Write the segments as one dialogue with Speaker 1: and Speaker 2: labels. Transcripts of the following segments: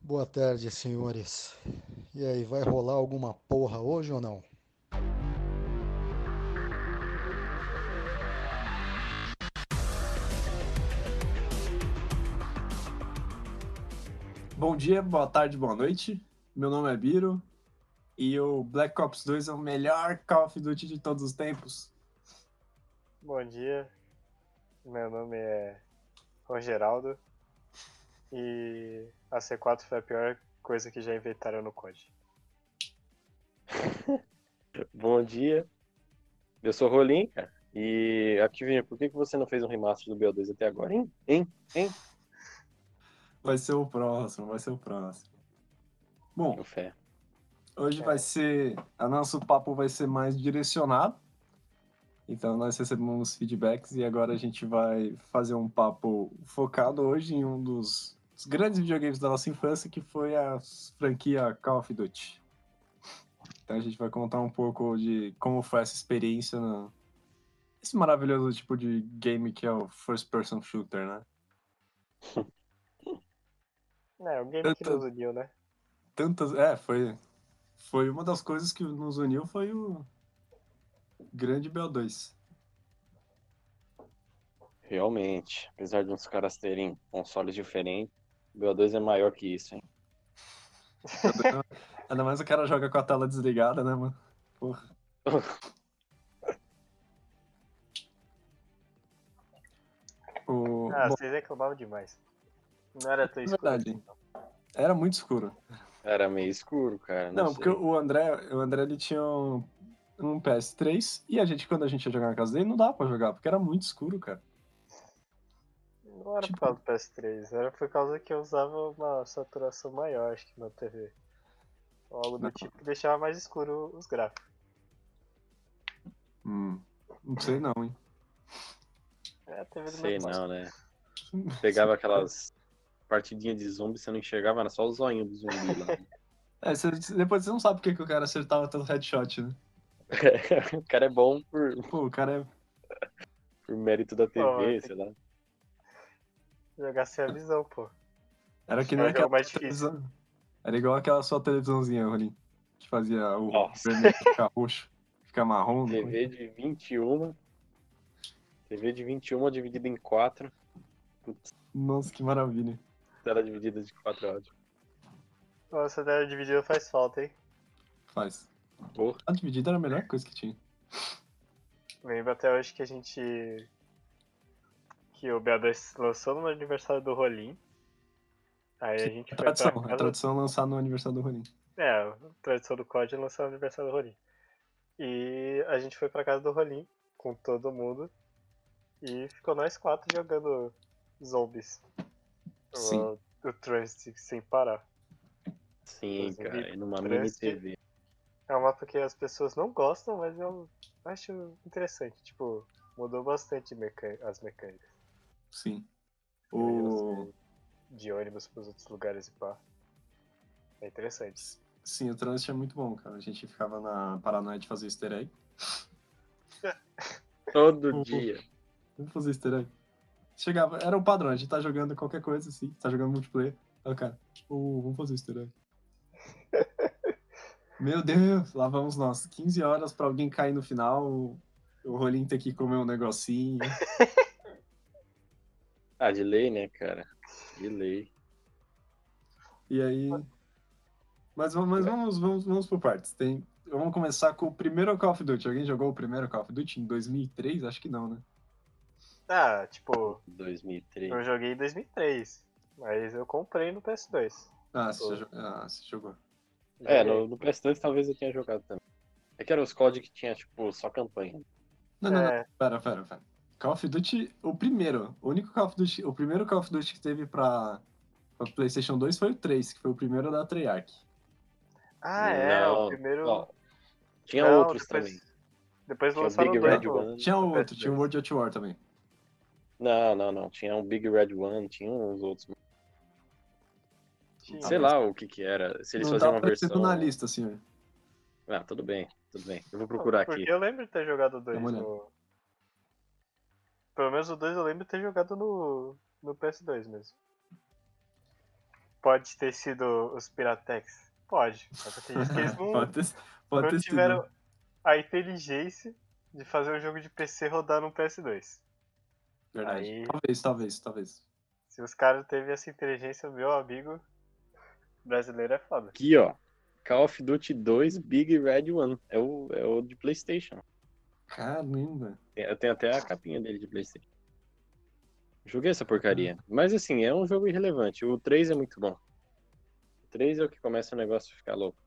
Speaker 1: Boa tarde, senhores. E aí, vai rolar alguma porra hoje ou não?
Speaker 2: Bom dia, boa tarde, boa noite. Meu nome é Biro e o Black Ops 2 é o melhor Call of Duty de todos os tempos.
Speaker 3: Bom dia, meu nome é Rogeraldo e a C4 foi a pior coisa que já inventaram no COD.
Speaker 4: Bom dia. Eu sou o Rolim, cara. E Activision, por que que você não fez um remaster do BO2 até agora, hein? Hein? Hein?
Speaker 2: Vai ser o próximo, vai ser o próximo. Bom,
Speaker 4: Meu fé.
Speaker 2: Hoje
Speaker 3: É.
Speaker 2: vai ser. O nosso papo vai ser mais direcionado. Então nós recebemos feedbacks e agora a gente vai fazer um papo focado hoje em um dos, dos grandes videogames da nossa infância, que foi a franquia Call of Duty. Então a gente vai contar um pouco de como foi essa experiência na- esse maravilhoso tipo de game que é o first person shooter, né?
Speaker 3: É, o game que
Speaker 2: Tanto-
Speaker 3: nos uniu, né?
Speaker 2: tantas. É, foi. Foi uma das coisas que nos uniu foi o grande BO2.
Speaker 4: Realmente. Apesar de uns caras terem consoles diferentes, o BO2 é maior que isso, hein?
Speaker 2: Ainda mais o cara joga com a tela desligada, né, mano? Porra. O... bom,
Speaker 3: Ah,
Speaker 2: É
Speaker 3: vocês reclamavam demais. Não era tão escuro
Speaker 2: Verdade.
Speaker 3: assim, não.
Speaker 2: era muito escuro.
Speaker 4: Era meio escuro, cara. Não,
Speaker 2: Não, porque
Speaker 4: sei.
Speaker 2: o André, o André ele tinha um, um PS3 e a gente, quando a gente ia jogar na casa dele, não dava pra jogar, porque era muito escuro, cara.
Speaker 3: Não era
Speaker 2: Tipo-
Speaker 3: por causa do PS3, era por causa que eu usava uma saturação maior, acho que na TV. Ou algo do
Speaker 2: Não.
Speaker 3: tipo que deixava mais escuro os gráficos.
Speaker 2: Hum, Não sei não, hein?
Speaker 3: É a TV do
Speaker 4: Sei
Speaker 3: meu pai.
Speaker 4: não, né? Pegava aquelas partidinhas de zumbi, você não enxergava, era só o zoinho do zumbi lá.
Speaker 2: É, você- depois você não sabe porque que o cara acertava tanto headshot, né?
Speaker 4: o cara é bom por,
Speaker 2: Pô, o cara é
Speaker 4: por mérito da TV,
Speaker 3: Ó, tem-
Speaker 4: sei lá.
Speaker 3: Jogar sem a visão, pô.
Speaker 2: Era que
Speaker 3: É
Speaker 2: nem
Speaker 3: o jogo
Speaker 2: aquela
Speaker 3: mais
Speaker 2: sua televisão. Era igual aquela sua televisãozinha, Rolim. Que fazia o
Speaker 4: Nossa.
Speaker 2: vermelho ficar roxo, ficar marrom.
Speaker 4: TV de 21. TV de 21 dividida em 4.
Speaker 2: Nossa, que maravilha.
Speaker 4: Tela dividida de 4 áudios.
Speaker 3: Nossa, tela dividida faz falta, hein?
Speaker 2: Faz.
Speaker 4: Porra.
Speaker 2: A dividida era a melhor coisa que tinha.
Speaker 3: Lembro até hoje que a gente. Que o BA2 lançou no aniversário do Rolim. Aí a gente
Speaker 2: É
Speaker 3: foi pra
Speaker 2: tradição. É
Speaker 3: casa-
Speaker 2: tradição lançar no aniversário do Rolim.
Speaker 3: É, a tradição do COD é lançar no aniversário do Rolim. E a gente foi pra casa do Rolim com todo mundo. E ficou nós quatro jogando zombies.
Speaker 2: Sim.
Speaker 3: O, o Trust sem parar.
Speaker 4: Sim,
Speaker 3: Inclusive,
Speaker 4: cara, e numa mini
Speaker 3: parece que-
Speaker 4: TV.
Speaker 3: É um mapa que as pessoas não gostam, mas eu acho interessante. Tipo, mudou bastante meca- as mecânicas.
Speaker 2: Sim.
Speaker 3: Eu
Speaker 2: O...
Speaker 3: De ônibus pros outros lugares e pá. É interessante.
Speaker 2: Sim, o trânsito é muito bom, cara. A gente ficava na paranoia de fazer easter egg.
Speaker 4: Todo
Speaker 3: Hum.
Speaker 2: Uhum.
Speaker 4: dia.
Speaker 2: Vamos fazer easter egg. Chegava, era o padrão, a gente tá jogando qualquer coisa assim, tá jogando multiplayer. Aí o cara, tipo, ô, vamos fazer easter egg. Meu Deus, lá vamos nós. 15 horas pra alguém cair no final, o, o Rolim ter que comer um negocinho.
Speaker 4: Ah, de lei, né, cara? De lei.
Speaker 2: E aí. Mas, vamos- mas vamos, vamos, vamos por partes. Tem, vamos começar com o primeiro Call of Duty. Alguém jogou o primeiro Call of Duty em 2003? Acho que não, né?
Speaker 3: Ah, tipo,
Speaker 4: 2003.
Speaker 3: eu joguei em 2003. Mas eu comprei no PS2.
Speaker 2: Ah, você, já jo- ah, você jogou.
Speaker 4: É,
Speaker 3: Joguei.
Speaker 4: no, no PS2 talvez eu tenha jogado também. É que era os códigos que tinha, tipo, só campanha.
Speaker 2: Não, não, não.
Speaker 3: É,
Speaker 2: Pera, pera, pera. Call of Duty, o primeiro, o único Call of Duty, o primeiro Call of Duty que teve pra, pra PlayStation 2 foi o 3, que foi o primeiro da Treyarch.
Speaker 3: Ah, é,
Speaker 4: Não,
Speaker 3: o primeiro.
Speaker 4: Ó, tinha
Speaker 3: Não,
Speaker 4: outros
Speaker 3: depois-
Speaker 4: também.
Speaker 3: Depois
Speaker 4: Tinha o
Speaker 3: lançaram
Speaker 4: Big
Speaker 3: o dois,
Speaker 4: Red
Speaker 3: pô.
Speaker 4: One.
Speaker 2: Tinha
Speaker 3: No
Speaker 2: outro,
Speaker 3: PS2.
Speaker 4: né?
Speaker 2: tinha o World at War também.
Speaker 4: Não, não, não. Tinha um Big Red One, tinha uns outros.
Speaker 3: Tinha.
Speaker 4: Sei lá o que que era. Se eles
Speaker 2: Não
Speaker 4: faziam
Speaker 2: tá
Speaker 4: uma
Speaker 2: aparecendo
Speaker 4: versão.
Speaker 2: na lista, assim, senhor.
Speaker 4: Ah, tudo bem, tudo bem. Eu vou procurar
Speaker 3: Porque
Speaker 4: aqui.
Speaker 3: eu lembro de ter jogado dois
Speaker 2: Dá uma olhada.
Speaker 3: no. Pelo menos o dois eu lembro de ter jogado no. no PS2 mesmo. pode ter sido os Piratex? Pode. Só que tem gente que eles não,
Speaker 2: Pode ter, pode
Speaker 3: não
Speaker 2: ter sido. né?
Speaker 3: tiveram a inteligência de fazer um jogo de PC rodar no PS2.
Speaker 2: Verdade.
Speaker 3: Aí-
Speaker 2: Talvez, talvez, talvez.
Speaker 3: Se os caras teve essa inteligência, meu amigo, brasileiro é foda.
Speaker 4: Aqui, ó. Call of Duty 2 Big Red One. É o, é o de PlayStation.
Speaker 2: Caramba.
Speaker 4: É, Eu tenho até a capinha dele de PlayStation. Joguei essa porcaria. Mas assim, é um jogo irrelevante. O 3 é muito bom. O 3 é o que começa o negócio a ficar louco.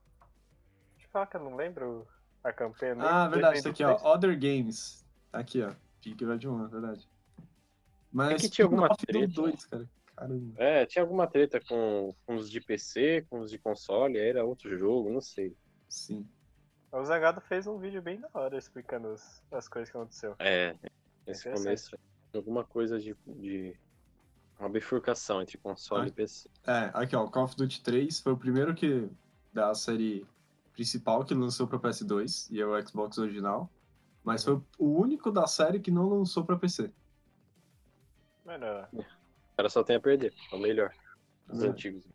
Speaker 3: Deixa eu falar que eu não lembro a campanha. nem-
Speaker 2: Ah, verdade, isso
Speaker 3: nem do
Speaker 2: aqui, ó.
Speaker 3: texto.
Speaker 2: Other Games. Tá aqui, ó. Big Red One, verdade. Mas.
Speaker 4: É que tinha alguma
Speaker 2: nove deu
Speaker 4: treta. né?
Speaker 2: dois, cara. Caramba.
Speaker 4: É, tinha alguma treta com, com os de PC, com os de console, aí era outro jogo, não sei.
Speaker 2: Sim.
Speaker 3: O Zagado fez um vídeo bem da hora explicando os- as coisas que aconteceu.
Speaker 4: É, nesse
Speaker 3: Interessante.
Speaker 4: começo, alguma coisa de, de uma bifurcação entre console
Speaker 2: Ah.
Speaker 4: e PC.
Speaker 2: É, aqui, ó. Call of Duty 3 foi o primeiro que. Da série principal que lançou pra PS2 e é o Xbox original. Mas foi o único da série que não lançou pra PC.
Speaker 3: Mano,
Speaker 4: O cara só tem a perder, é o melhor. Os
Speaker 2: Verdade.
Speaker 4: antigos.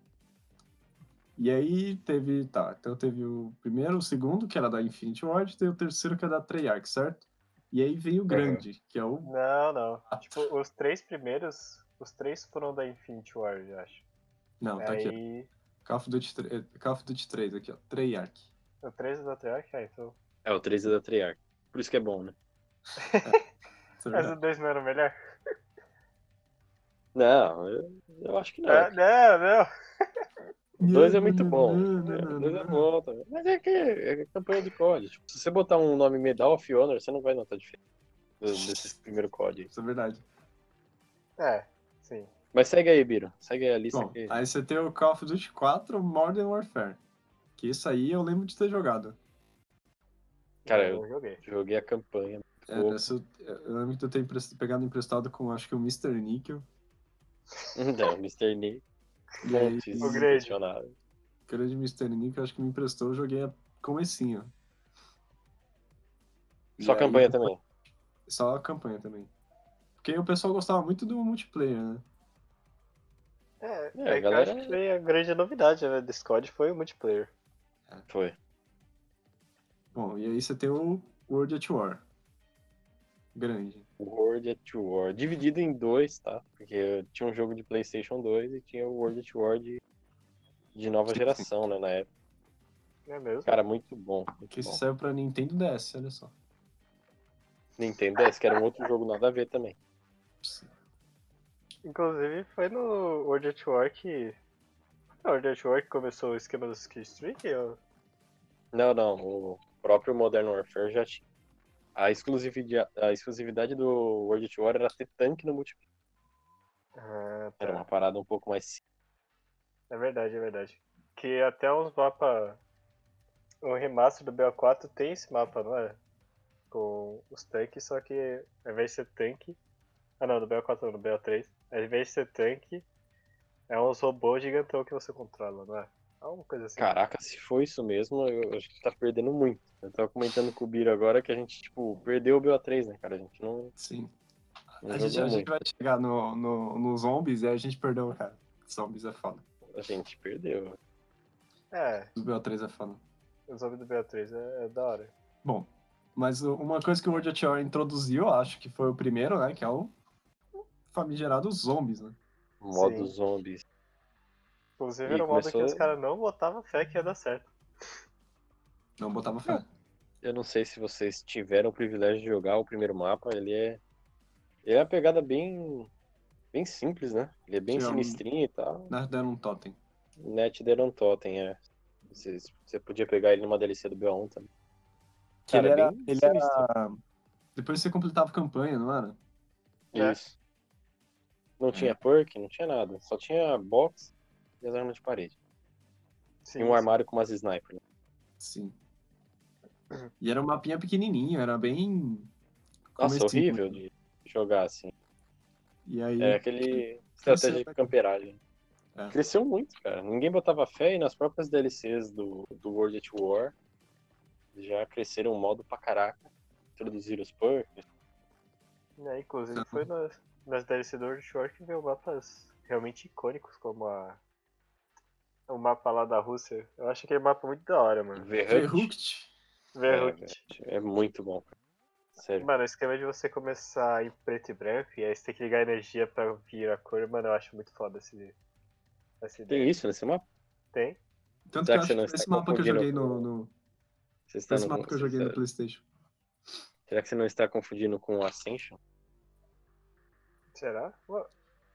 Speaker 2: E aí teve, tá, então teve o primeiro, o segundo, que era da Infinity Ward, e o terceiro, que é da Treyarch, certo? E aí veio o grande, que é o...
Speaker 3: não, não.
Speaker 2: Ah.
Speaker 3: Tipo, os três primeiros, os três foram da Infinity Ward, eu acho.
Speaker 2: Não, tá aqui, ó.
Speaker 3: Aí,
Speaker 2: Call of Duty 3, eh, Call of Duty 3 aqui, ó, Treyarch.
Speaker 3: o 3 da Treyarch, ah, então...
Speaker 4: É, o 3 é da Treyarch. Por isso que é bom, né?
Speaker 2: Isso é
Speaker 3: Mas o
Speaker 2: verdade.
Speaker 3: 2 não era o melhor?
Speaker 4: Não, eu, eu acho que
Speaker 2: é.
Speaker 4: não.
Speaker 3: Ah, não, não.
Speaker 4: O 2 é muito bom. O 2 é bom também. Mas é que é campanha de COD. Tipo, se você botar um nome Medal of Honor, você não vai notar a diferença do- desses primeiros COD. aí.
Speaker 2: Isso é verdade.
Speaker 3: É, sim.
Speaker 4: Mas segue aí, Biro. Segue aí a lista
Speaker 2: Bom,
Speaker 4: que.
Speaker 2: aí você tem o Call of Duty 4 Modern Warfare, que isso aí eu lembro de ter jogado.
Speaker 4: Cara,
Speaker 3: eu joguei.
Speaker 4: Joguei a campanha.
Speaker 2: É,
Speaker 4: Pô.
Speaker 2: essa eu, eu lembro de eu ter emprest- pegado emprestado com, acho que o Mr. Nickel.
Speaker 4: Não, Mr. Nick.
Speaker 2: E aí,
Speaker 4: Montes,
Speaker 3: O grande.
Speaker 4: impressionável.
Speaker 2: o grande Mr. Nickel, acho que me emprestou, eu joguei a comecinho. E
Speaker 4: Só
Speaker 2: aí-
Speaker 4: campanha também.
Speaker 2: Só a campanha também. Porque o pessoal gostava muito do multiplayer, né?
Speaker 3: É,
Speaker 4: É,
Speaker 3: é, que eu
Speaker 4: galera-
Speaker 3: acho que foi a grande novidade né, desse COD foi o multiplayer.
Speaker 4: Foi.
Speaker 2: Bom, e aí você tem o World at War. Grande.
Speaker 4: World at War. Dividido em dois, tá? Porque eu tinha um jogo de PlayStation 2 e tinha o World at War de, de nova geração, né? Na época.
Speaker 3: Não é mesmo?
Speaker 4: Cara, muito bom.
Speaker 2: Que
Speaker 4: Muito
Speaker 2: isso
Speaker 4: bom.
Speaker 2: saiu pra Nintendo DS, olha só.
Speaker 4: Nintendo DS, que era um outro jogo nada a ver também.
Speaker 3: Inclusive foi no World at War que. Foi no World at War que começou o esquema dos Killstreak? Eu...
Speaker 4: Não, não. O próprio Modern Warfare já tinha. A exclusividade, a exclusividade do World at War era ter tanque no multiplayer.
Speaker 3: Ah,
Speaker 4: Era
Speaker 3: tá.
Speaker 4: uma parada um pouco mais simples.
Speaker 3: É verdade, é verdade. Que até uns mapas. O remaster do BO4 tem esse mapa, não é? Com os tanques, só que ao invés de ser tanque. Ah não, do BO4 não, do BO3. Ao invés de ser tanque, é uns robôs gigantão que você controla, não é? Alguma coisa assim.
Speaker 4: Caraca, se foi isso mesmo, eu acho que tá perdendo muito. Eu tava comentando com o Biro agora que a gente, tipo, perdeu o BO3, né, cara? A gente não.
Speaker 2: Sim.
Speaker 4: não
Speaker 2: A gente,
Speaker 4: jogou
Speaker 2: a gente
Speaker 4: muito.
Speaker 2: vai chegar no, no, no Zombies e aí a gente perdeu, cara. Zombies é foda.
Speaker 4: A gente perdeu.
Speaker 3: É,
Speaker 2: O BO3 é foda.
Speaker 3: os homens do BO3 é, é da hora.
Speaker 2: Bom, mas o- uma coisa que o World at War introduziu, acho que foi o primeiro, né? Que é o o famigerado Zombies, né?
Speaker 4: Modo
Speaker 3: Sim.
Speaker 4: zombies.
Speaker 3: Inclusive
Speaker 4: E
Speaker 3: era um modo que
Speaker 4: começou-
Speaker 3: os caras não botavam fé que ia dar certo.
Speaker 2: Não botava
Speaker 4: É.
Speaker 2: fé. né?
Speaker 4: Eu não sei se vocês tiveram o privilégio de jogar o primeiro mapa, ele é. Ele é uma pegada bem. bem simples, né? Ele é bem
Speaker 2: Tinha um-
Speaker 4: sinistrinho e tal.
Speaker 2: Nós deram um totem.
Speaker 4: Net Né, deram totem, é. Você, você podia pegar ele numa DLC do BO1 também.
Speaker 2: Que
Speaker 4: Cara,
Speaker 2: ele era,
Speaker 4: bem
Speaker 2: ele
Speaker 4: sinistro.
Speaker 2: era. Depois você completava a campanha, não era?
Speaker 3: É.
Speaker 4: Isso. Não tinha perk, não tinha nada. Só tinha box e as armas de parede.
Speaker 3: Sim,
Speaker 4: E um armário com umas sniper. né?
Speaker 2: Sim. E era um mapinha pequenininho, era bem.
Speaker 4: Nossa,
Speaker 2: comecinho.
Speaker 4: horrível de jogar assim.
Speaker 2: E aí.
Speaker 4: É aquele
Speaker 2: Cresceu
Speaker 4: estratégia de
Speaker 2: pra-
Speaker 4: camperagem.
Speaker 2: É.
Speaker 4: Cresceu muito, cara. Ninguém botava fé e nas próprias DLCs do, do World at War já cresceram um modo pra caraca. Introduziram os perks.
Speaker 3: Né, inclusive foi nas, nas DLC do World of War que veio mapas realmente icônicos, como a o mapa lá da Rússia. Eu acho aquele mapa muito da hora, mano.
Speaker 4: Verrucht.
Speaker 2: Verrucht.
Speaker 3: Verrucht.
Speaker 4: É, é muito bom. cara. Sério.
Speaker 3: Mano, o esquema de você começar em preto e branco e aí você tem que ligar a energia pra vir a cor, mano, eu acho muito foda esse, essa ideia.
Speaker 4: Tem isso nesse mapa?
Speaker 3: Tem?
Speaker 2: Tanto que eu
Speaker 4: Será que você
Speaker 2: acho
Speaker 4: não
Speaker 2: que esse
Speaker 4: está
Speaker 2: mapa que eu
Speaker 4: confundindo
Speaker 2: joguei no.
Speaker 4: com-
Speaker 2: no
Speaker 4: Você está
Speaker 2: esse
Speaker 4: no-
Speaker 2: mapa que eu joguei no
Speaker 4: será-
Speaker 2: Playstation.
Speaker 4: Será que você não está confundindo com o Ascension?
Speaker 3: Será? Ué,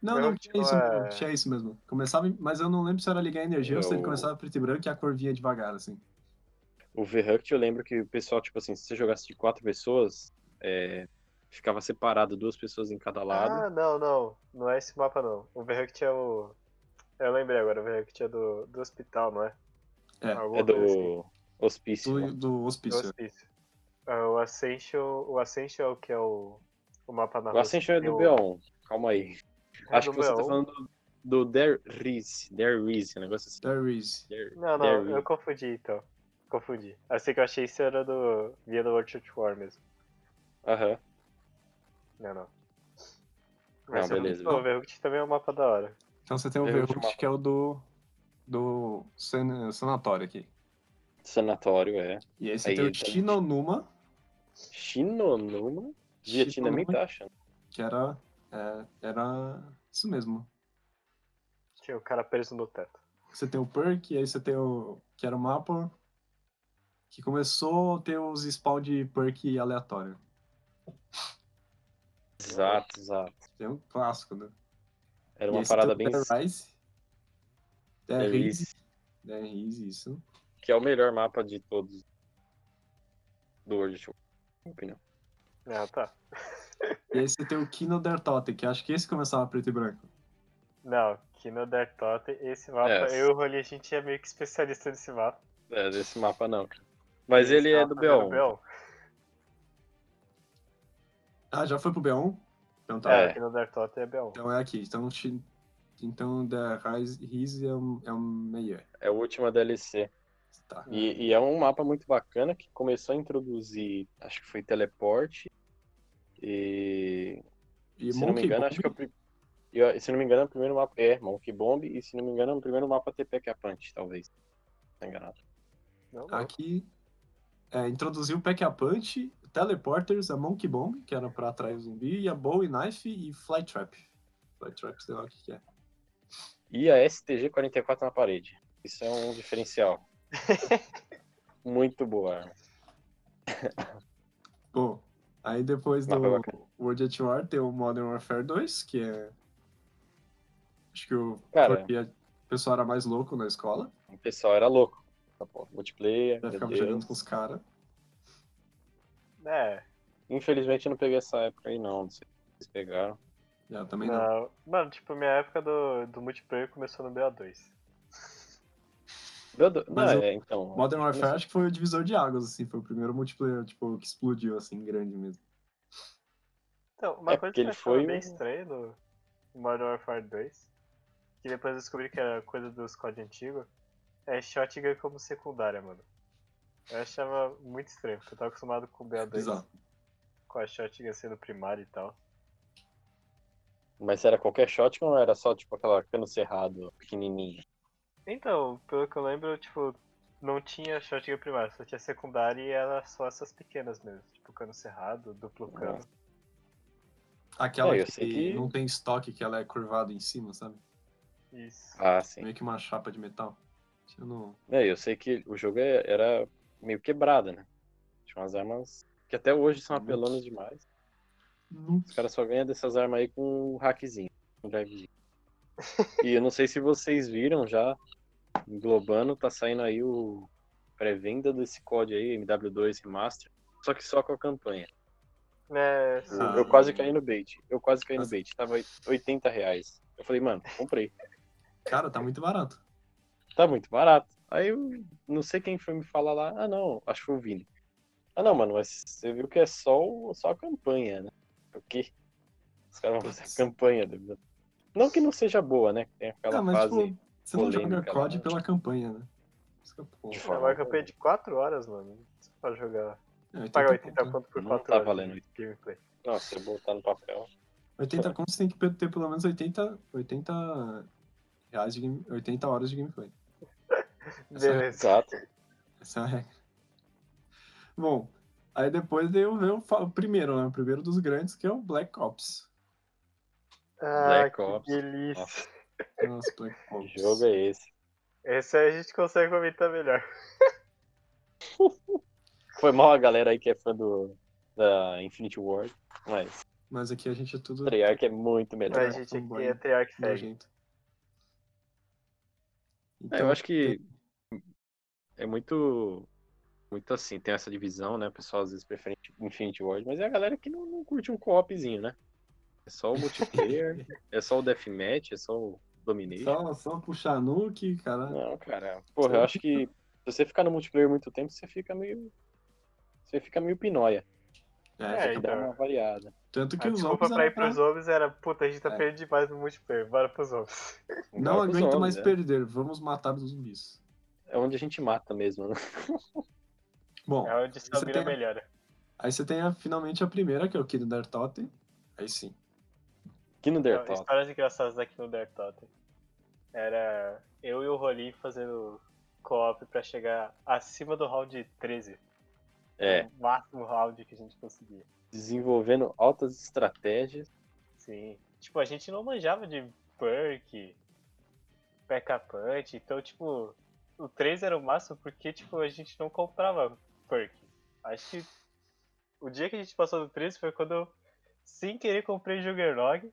Speaker 2: Não,
Speaker 3: Eu
Speaker 2: não,
Speaker 3: acho que
Speaker 2: tinha isso
Speaker 3: não é-
Speaker 2: mesmo. Tinha isso mesmo. Começava, em- mas eu não lembro se era ligar a energia ou se ele
Speaker 4: Eu-
Speaker 2: começava preto e branco e a cor vinha devagar, assim.
Speaker 4: O Verrucht, eu lembro que o pessoal, tipo assim, se você jogasse de quatro pessoas, é, ficava separado, duas pessoas em cada lado.
Speaker 3: Ah, não, não. Não é esse mapa, não. O Verrucht é o. Eu lembrei agora, o Verrucht é do, do hospital, não é?
Speaker 2: É,
Speaker 3: Alguma
Speaker 4: é
Speaker 3: coisa assim.
Speaker 4: do hospício.
Speaker 2: Do,
Speaker 4: né?
Speaker 2: do
Speaker 3: Do
Speaker 2: hospício.
Speaker 3: hospício. Ah, o Ascension, o Ascension é o que é o, o mapa na
Speaker 4: O Ascension é do
Speaker 3: Bel.
Speaker 4: Beon. Calma aí.
Speaker 3: Ah, É do
Speaker 4: Acho que você tá
Speaker 3: Beon.
Speaker 4: falando do, do There Reese. There Reese, um negócio assim.
Speaker 2: There is.
Speaker 4: There-
Speaker 3: Não,
Speaker 4: There
Speaker 3: não,
Speaker 4: Reese.
Speaker 3: eu confundi então. Confundi. Assim que eu achei isso era do. Via do World Church War mesmo.
Speaker 4: Aham.
Speaker 3: Não, não.
Speaker 4: Não,
Speaker 3: é muito
Speaker 4: beleza.
Speaker 3: bom, O Verrucht também é um mapa da hora.
Speaker 2: Então você tem o
Speaker 4: Verrucht
Speaker 2: Verrucht,
Speaker 4: mapa.
Speaker 2: que é o do. do san- sanatório aqui.
Speaker 4: Sanatório, é.
Speaker 2: E aí você
Speaker 4: Aí,
Speaker 2: tem o
Speaker 4: então.
Speaker 2: Shinonuma,
Speaker 4: Shinonuma? Giatina
Speaker 2: Shinonuma.
Speaker 4: nem tá achando.
Speaker 2: que era. é, era. Isso mesmo.
Speaker 3: Tinha o cara preso no teto.
Speaker 2: Você tem o Perk, e aí você tem o. que era o mapa. Que começou a ter os spawn de Perk aleatório.
Speaker 4: Exato, exato.
Speaker 2: É um clássico, né?
Speaker 4: Era
Speaker 2: E
Speaker 4: uma
Speaker 2: aí você tem
Speaker 4: parada
Speaker 2: o
Speaker 4: bem.
Speaker 2: The Rise. The
Speaker 4: The
Speaker 2: Rise. The Rise, isso.
Speaker 4: Que é o melhor mapa de todos. Do World Show. na minha opinião.
Speaker 3: Ah, tá.
Speaker 2: E aí você tem o Kino der Tote, que eu acho que esse começava preto e branco.
Speaker 3: Não, Kino Der Tote, esse mapa,
Speaker 4: É.
Speaker 3: eu e o Rolê, a gente é meio que especialista nesse mapa.
Speaker 4: É, desse mapa não, cara. Mas ele
Speaker 3: Esse
Speaker 4: é
Speaker 3: mapa
Speaker 4: do Beon.
Speaker 3: um,
Speaker 2: Ah, já foi pro B1? Então tá.
Speaker 3: É, o Kino Der Tote é Beon.
Speaker 2: Então é aqui. Então, chi- então The Rise, Rise é um, é um meia.
Speaker 4: É o último DLC.
Speaker 2: Tá.
Speaker 4: E, e é um mapa muito bacana que começou a introduzir, acho que foi teleporte. E
Speaker 2: E
Speaker 4: se não me engano, acho que é o pri- eu- se não me engano, é o primeiro mapa é Monkey Bomb e se não me engano, é o primeiro mapa TP que é a Punch, talvez. Tá enganado.
Speaker 3: Não, não.
Speaker 2: Aqui é, introduziu o Pack a Punch, Teleporters, a Monkey Bomb, que era pra atrair o zumbi, e a Bowie Knife e Flytrap. Flytrap, sei lá o que, que é.
Speaker 4: E a STG 44 na parede. Isso é um diferencial. muito boa. arma.
Speaker 2: Bom, aí depois do
Speaker 4: Mapa bacana.
Speaker 2: World at War tem o Modern Warfare 2, que é. Acho que o
Speaker 4: Cara.
Speaker 2: porque o pessoal era mais louco na escola,
Speaker 4: O pessoal era louco. Tá bom, Multiplayer,
Speaker 2: já
Speaker 4: meu
Speaker 2: ficava
Speaker 4: Deus.
Speaker 2: jogando com os caras.
Speaker 3: É,
Speaker 4: Infelizmente eu não peguei essa época aí não, não sei se vocês pegaram.
Speaker 2: Já também não.
Speaker 3: não. Mano, tipo, minha época do, do multiplayer começou no BO2.
Speaker 4: Eu do- Não,
Speaker 2: Mas o-
Speaker 4: é, então.
Speaker 2: Modern Warfare acho que foi o divisor de águas, assim, foi o primeiro multiplayer, tipo, que explodiu, assim, grande mesmo.
Speaker 3: Então, uma
Speaker 4: É,
Speaker 3: coisa
Speaker 4: porque
Speaker 3: que
Speaker 4: ele
Speaker 3: eu achava
Speaker 4: foi
Speaker 3: meio
Speaker 4: um-
Speaker 3: estranha no Modern Warfare 2, que depois eu descobri que era coisa dos COD antigo, é Shotgun como secundária, mano. Eu achava muito estranho, porque eu tava acostumado com o BO2,
Speaker 4: é.
Speaker 2: Bizarro.
Speaker 3: com a Shotgun sendo primária e tal.
Speaker 4: Mas era qualquer shotgun ou era só tipo aquela cano cerrado pequenininha?
Speaker 3: Então, pelo que eu lembro, tipo, não tinha Shotgun primária, só tinha secundária e era só essas pequenas mesmo, tipo cano cerrado, duplo cano.
Speaker 2: Aquela
Speaker 4: É, eu
Speaker 2: que,
Speaker 4: sei que-
Speaker 2: não tem estoque, que ela é curvada em cima, sabe?
Speaker 3: Isso.
Speaker 4: Ah, sim.
Speaker 2: Meio que uma chapa de metal. Eu não...
Speaker 4: É, eu sei que o jogo é- era meio quebrado, né? Tinha umas armas que até hoje são
Speaker 2: Muito.
Speaker 4: apelonas demais.
Speaker 2: não-
Speaker 4: Os caras só ganham dessas armas aí com um hackzinho, um drivezinho. E eu não sei se vocês viram já, englobando, tá saindo aí o pré-venda desse COD aí, MW2 Remaster, só que só com a campanha.
Speaker 3: É, sim.
Speaker 2: Ah.
Speaker 4: eu quase caí no bait, eu quase caí no
Speaker 2: Nossa.
Speaker 4: bait, tava 80 reais. Eu falei, mano, comprei.
Speaker 2: Cara, tá muito barato.
Speaker 4: tá muito barato. Aí eu não sei quem foi me falar lá, ah não, acho que foi o Vini. Ah não, mano, mas você viu que é só, o- só a campanha, né? O quê? Os caras vão fazer a campanha. né? Não que não seja boa, né? Tem aquela
Speaker 2: Ah, mas,
Speaker 4: fase.
Speaker 2: tipo, você não joga
Speaker 4: polêmica,
Speaker 2: COD
Speaker 4: né? Tipo,
Speaker 2: pela campanha, né? Isso que é bom.
Speaker 4: De
Speaker 3: É
Speaker 4: forma
Speaker 3: uma
Speaker 4: alguma.
Speaker 3: campanha de 4 horas, mano. Pra jogar.
Speaker 2: É, 80
Speaker 3: Pagar
Speaker 2: conto,
Speaker 3: 80
Speaker 2: né?
Speaker 3: conto por
Speaker 4: Não
Speaker 3: 4
Speaker 4: tá
Speaker 3: horas.
Speaker 4: valendo
Speaker 3: de Gameplay.
Speaker 4: Não, se eu botar no papel.
Speaker 2: 80 conto, você tem que ter pelo menos 80, 80 reais de game, 80 horas de gameplay.
Speaker 3: Beleza.
Speaker 4: Exato.
Speaker 2: Essa é a regra. Bom, aí depois eu ver o fa- o primeiro, né? O primeiro dos grandes, que é o Black Ops.
Speaker 3: Ah,
Speaker 4: Black
Speaker 3: que
Speaker 4: Ops.
Speaker 3: delícia.
Speaker 4: Nossa,
Speaker 2: Nossa, Black Ops.
Speaker 4: que jogo é esse?
Speaker 3: Esse aí a gente consegue comentar melhor.
Speaker 4: Foi mal a galera aí que é fã do, da Infinity War, mas
Speaker 2: Mas aqui a gente é tudo
Speaker 4: o Treyarch é muito melhor.
Speaker 3: A
Speaker 2: Legal,
Speaker 3: gente
Speaker 2: tão bom.
Speaker 3: aqui é Triarch segue.
Speaker 2: nojento. Então,
Speaker 4: É, eu acho que é muito muito assim, tem essa divisão, né? O pessoal às vezes prefere Infinity Ward, mas é a galera que não, não curte um co-opzinho, né? É só o multiplayer, é só o deathmatch, é só o domination.
Speaker 2: Só, só puxar nuke, cara.
Speaker 4: Não, cara. Porra, eu acho que se você ficar no multiplayer muito tempo, você fica meio você fica meio pinóia.
Speaker 2: É,
Speaker 4: Tem que dar
Speaker 3: então.
Speaker 4: uma variada.
Speaker 2: tanto
Speaker 4: Ah,
Speaker 2: que
Speaker 3: A
Speaker 2: os
Speaker 3: desculpa
Speaker 2: homens
Speaker 3: pra
Speaker 2: era
Speaker 3: ir pros homens era, puta, a gente tá
Speaker 2: É.
Speaker 3: perdendo demais no multiplayer, bora pros homens.
Speaker 2: Não
Speaker 4: Agora pros
Speaker 2: aguento
Speaker 4: homens,
Speaker 2: mais
Speaker 4: é.
Speaker 2: perder, vamos matar os zumbis.
Speaker 4: É onde a gente mata mesmo, né?
Speaker 2: Bom,
Speaker 3: É onde sua
Speaker 2: Você
Speaker 3: vida
Speaker 2: tem-
Speaker 3: melhora.
Speaker 2: aí você tem a- finalmente a primeira, que é o Kid Dertote. Aí sim.
Speaker 4: Aqui no
Speaker 3: Então,
Speaker 4: Dertal.
Speaker 3: histórias engraçadas aqui no Dark Totem. Era eu e o Rolim fazendo co-op pra chegar acima do round 13.
Speaker 4: É,
Speaker 3: O máximo round que a gente conseguia.
Speaker 4: desenvolvendo altas estratégias.
Speaker 3: Sim. Tipo, a gente não manjava de perk, backup punch, então, tipo, o 3 era o máximo porque, tipo, a gente não comprava perk. Acho que o dia que a gente passou do 3 foi quando eu, sem querer, comprei Juggernog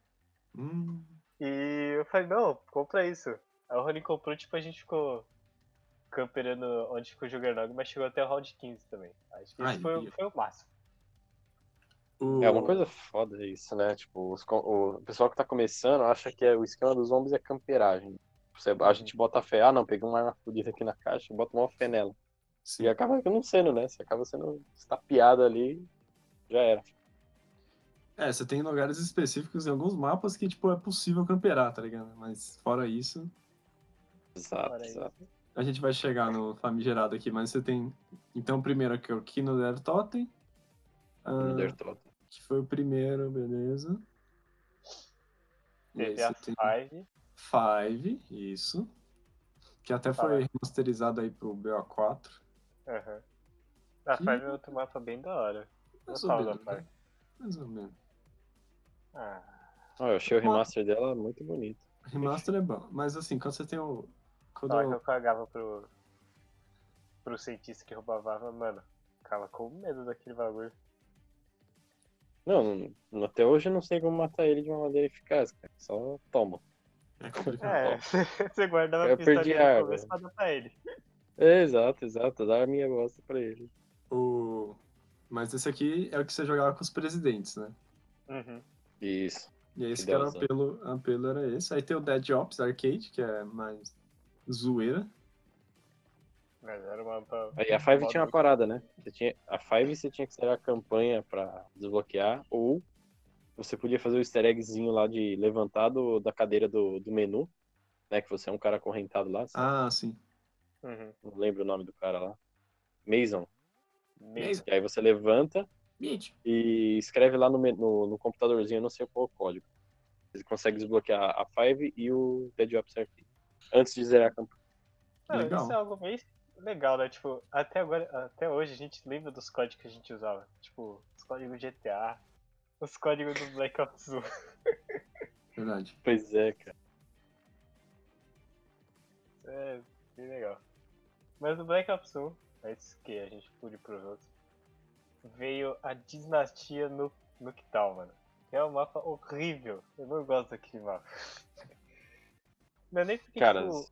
Speaker 2: Hum,
Speaker 3: e eu falei, não, compra isso. Aí o Rony comprou, tipo, a gente ficou camperando onde ficou o Juggernog, mas chegou até o round 15 também. Acho que
Speaker 2: Ai,
Speaker 3: esse foi,
Speaker 2: meu.
Speaker 3: foi o máximo.
Speaker 2: o-
Speaker 4: É uma coisa foda isso, né? Tipo, os co- o pessoal que tá começando acha que é, o esquema dos zombies é camperagem. Você- a gente bota fé, ah não, peguei uma arma fodida aqui na caixa, bota uma fé nela.
Speaker 2: Sim.
Speaker 4: E acaba não sendo, né? Você acaba sendo estapeado ali, já era.
Speaker 2: É, você tem lugares específicos em alguns mapas que, tipo, é possível camperar, tá ligado? Mas fora isso,
Speaker 4: Exato,
Speaker 3: Fora
Speaker 4: exato.
Speaker 3: isso.
Speaker 2: a gente vai chegar no famigerado aqui, mas você tem. Então, o primeiro aqui é o Kino Der Totem.
Speaker 4: No
Speaker 2: ah,
Speaker 4: Undertale.
Speaker 2: que foi o primeiro, beleza. E aí
Speaker 3: Teve a
Speaker 2: você tem
Speaker 3: é Five.
Speaker 2: Five, isso. Que até foi remasterizado aí pro BO4.
Speaker 3: Aham. A
Speaker 2: Que-
Speaker 3: Five é outro mapa bem da hora.
Speaker 2: Mais
Speaker 3: Eu
Speaker 2: ou
Speaker 3: falo da
Speaker 2: menos.
Speaker 3: Five.
Speaker 2: né? Mais ou menos.
Speaker 3: Ah,
Speaker 4: Ah, eu achei o remaster dela muito bonito.
Speaker 2: Remaster é bom. Mas assim, quando você tem o. Quando
Speaker 3: só que eu cagava pro. pro cientista que roubava a arma, mano. Ficava com medo daquele bagulho.
Speaker 4: Não, não- até hoje eu não sei como matar ele de uma maneira eficaz, cara. Só toma.
Speaker 2: é complicado.
Speaker 3: É, você guardava
Speaker 4: Eu
Speaker 3: a pistolinha
Speaker 4: perdi a
Speaker 3: no
Speaker 4: arma.
Speaker 3: começo pra dar pra ele.
Speaker 4: É, exato, exato. Dá a minha bosta pra ele.
Speaker 2: O... Mas esse aqui é o que você jogava com os presidentes, né?
Speaker 3: Uhum.
Speaker 4: Isso.
Speaker 2: E esse que
Speaker 4: Que
Speaker 2: era o
Speaker 4: deusão.
Speaker 2: apelo, apelo era esse. Aí tem o Dead Ops Arcade, que é mais zoeira.
Speaker 3: Mas era uma. pra-
Speaker 4: Aí a Five tinha uma
Speaker 3: Foda.
Speaker 4: parada, né? Você tinha, a Five você tinha que zerar a campanha pra desbloquear, ou você podia fazer o easter eggzinho lá de levantar do- da cadeira do, do menu, né? Que você é um cara acorrentado lá, sabe?
Speaker 2: Ah, sim.
Speaker 3: Uhum.
Speaker 4: não lembro o nome do cara lá. Mason.
Speaker 3: Mesmo.
Speaker 4: E aí você levanta
Speaker 2: Mitch.
Speaker 4: e escreve lá no, men- no, no computadorzinho, eu não sei qual o código. Você consegue desbloquear a Five e o Dead Ops Arcade. Antes de zerar a campanha.
Speaker 3: Cara,
Speaker 2: Legal.
Speaker 3: isso é algo bem legal, né? Tipo, até agora, até hoje a gente lembra dos códigos que a gente usava. Tipo, os códigos GTA, os códigos do Black Ops 1.
Speaker 2: Verdade.
Speaker 4: Pois é, cara.
Speaker 3: É, bem legal. Mas do Black Ops 1, antes que a gente pule pros outros, veio a dinastia no, no que tal, mano. É um mapa horrível. Eu não gosto daquele mapa. Não é nem porque
Speaker 4: Cara,
Speaker 3: tipo,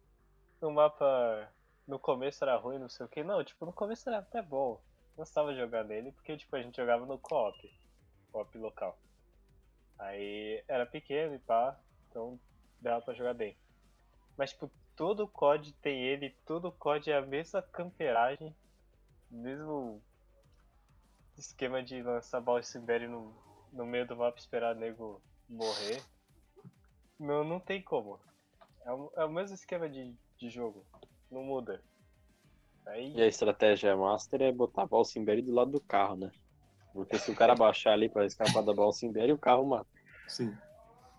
Speaker 3: o mapa no começo era ruim, não sei o que. Não, tipo, no começo era até bom. Eu Gostava de jogar nele porque tipo, a gente jogava no co-op. Co-op local. Aí era pequeno e pá, então dava pra jogar bem. Mas tipo, todo COD tem ele, todo COD é a mesma camperagem, mesmo esquema de lançar Balsimberi no, no meio do mapa e esperar o nego morrer. Não, não tem como. É o, é o mesmo esquema de, de jogo. Não muda. Aí,
Speaker 4: E a estratégia master é botar a Valsimberi do lado do carro, né? Porque se o cara baixar ali pra escapar da Valsimberi, o carro mata.
Speaker 2: Sim.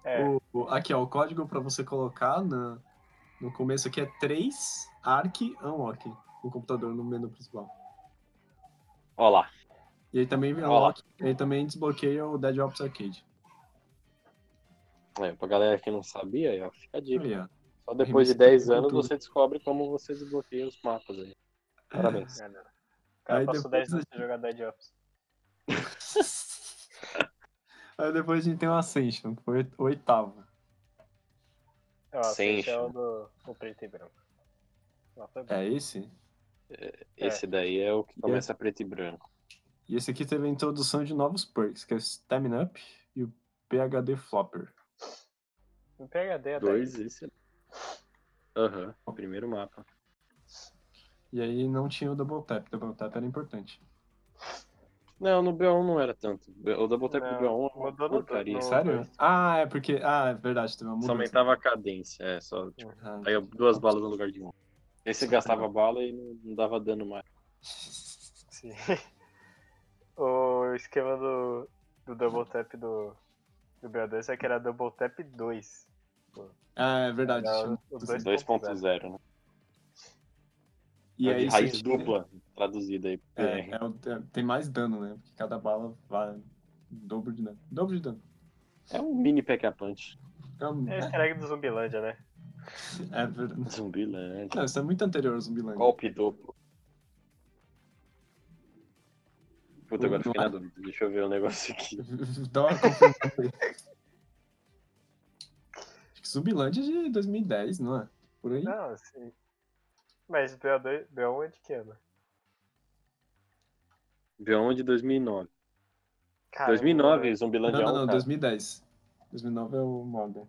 Speaker 3: é,
Speaker 2: O- o- aqui, ó, o código pra você colocar na, No começo aqui é 3, Arc, Unlock, no computador, no menu principal.
Speaker 4: Ó lá.
Speaker 2: E ele também, unlock, ele também desbloqueia o Dead Ops Arcade.
Speaker 4: É, pra galera que não sabia, aí, ó, fica a dica.
Speaker 2: Aí, ó.
Speaker 4: Só depois de
Speaker 2: Revista
Speaker 4: 10
Speaker 2: com
Speaker 4: anos
Speaker 2: tudo.
Speaker 4: você descobre como você desbloqueia os mapas aí. Parabéns.
Speaker 3: É, não. O cara
Speaker 2: Aí
Speaker 3: passou
Speaker 2: depois
Speaker 3: 10 anos sem jogar Dead Ops.
Speaker 2: Aí depois a gente tem o Ascension, que foi o oitavo.
Speaker 3: Ah,
Speaker 4: Sim,
Speaker 3: esse é o do o preto e branco. Lá foi bom.
Speaker 2: É esse?
Speaker 4: Esse daí é o que começa preto e branco.
Speaker 2: E esse aqui teve a introdução de novos perks, que é o Stamina Up e o PHD Flopper.
Speaker 3: O PHD até.
Speaker 4: Dois, esse. é- Aham, o primeiro mapa.
Speaker 2: E aí não tinha o Double Tap, o Double Tap era importante.
Speaker 4: Não, no B1 não era tanto. O Double Tap do
Speaker 3: Não,
Speaker 4: B1 é uma
Speaker 3: mudou no-
Speaker 4: porcaria.
Speaker 3: no-
Speaker 2: Sério? Ah, é porque... Ah, é verdade, teve uma mudança.
Speaker 4: Só aumentava a cadência, é, só. Tipo,
Speaker 2: Ah.
Speaker 4: aí duas balas no lugar de uma. Aí você gastava bala e não, não dava dano mais.
Speaker 3: Sim. o esquema do, do double tap do, do BO2 é que era double tap 2.
Speaker 2: Ah, é verdade.
Speaker 3: Era o
Speaker 2: Tinha-
Speaker 4: 2.0, né?
Speaker 2: E
Speaker 4: É de
Speaker 2: aí,
Speaker 4: raiz
Speaker 2: você-
Speaker 4: dupla, traduzida aí. pro
Speaker 2: É,
Speaker 4: PR.
Speaker 2: é o- é- tem mais dano, né? Porque cada bala vale dobro de dano. Dobro de dano.
Speaker 4: É, um mini pack punch.
Speaker 2: É, um-
Speaker 3: É o
Speaker 2: é,
Speaker 3: easter egg do Zumbilândia, né?
Speaker 2: é verdade.
Speaker 4: Zumbi, né?
Speaker 2: Não, isso é muito anterior ao Zumbiland.
Speaker 4: Golpe duplo. Puta, agora
Speaker 2: Não
Speaker 4: fiquei na
Speaker 2: é?
Speaker 4: dúvida. Deixa eu ver o negócio aqui.
Speaker 2: Dá uma confusão aí. Acho que Zumbiland é de 2010, não é? Por aí.
Speaker 3: Não, sim. Mas BO2, BO1 é de que ano?
Speaker 4: V1 de 2009.
Speaker 3: Cara,
Speaker 4: 2009,
Speaker 2: Não,
Speaker 4: Zumbiland é
Speaker 2: não, não,
Speaker 4: um.
Speaker 2: 2010. 2009 é o Modern.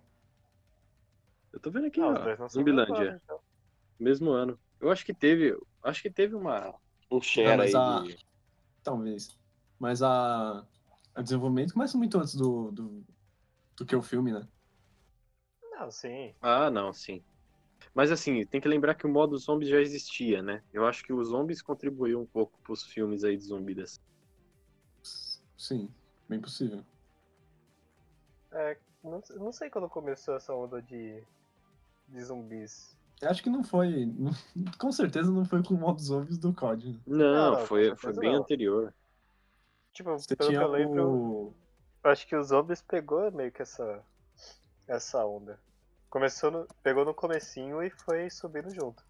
Speaker 4: Eu tô vendo aqui,
Speaker 3: Não, os dois
Speaker 4: ó.
Speaker 3: não são
Speaker 4: Zumbilandia,
Speaker 3: mesmo ano,
Speaker 4: mesmo ano. Eu acho que teve, acho que teve uma um
Speaker 2: Não,
Speaker 4: share aí
Speaker 2: mas a-
Speaker 4: de
Speaker 2: Talvez. Mas a. O desenvolvimento começa muito antes do, do, do que o filme, né?
Speaker 3: então. Não, sim.
Speaker 4: Ah, não, sim. Mas assim, tem que lembrar que o modo zombies já existia, né? Eu acho que os zombies contribuíram um pouco pros filmes aí de zumbidas.
Speaker 2: Sim, bem possível.
Speaker 3: É, Não, não sei quando começou essa onda de, de zumbis.
Speaker 2: Eu acho que não foi. não- com certeza não foi com o modo zombies do COD. né?
Speaker 4: Não,
Speaker 3: Não, não,
Speaker 4: foi,
Speaker 3: com
Speaker 4: foi
Speaker 3: certeza
Speaker 4: bem
Speaker 3: não.
Speaker 4: anterior.
Speaker 3: Tipo,
Speaker 2: Você
Speaker 3: pelo que
Speaker 2: tinha
Speaker 3: eu lembro,
Speaker 2: o.
Speaker 3: eu acho que os zombies pegou meio que essa, essa onda. Começou no, pegou no comecinho e foi subindo junto.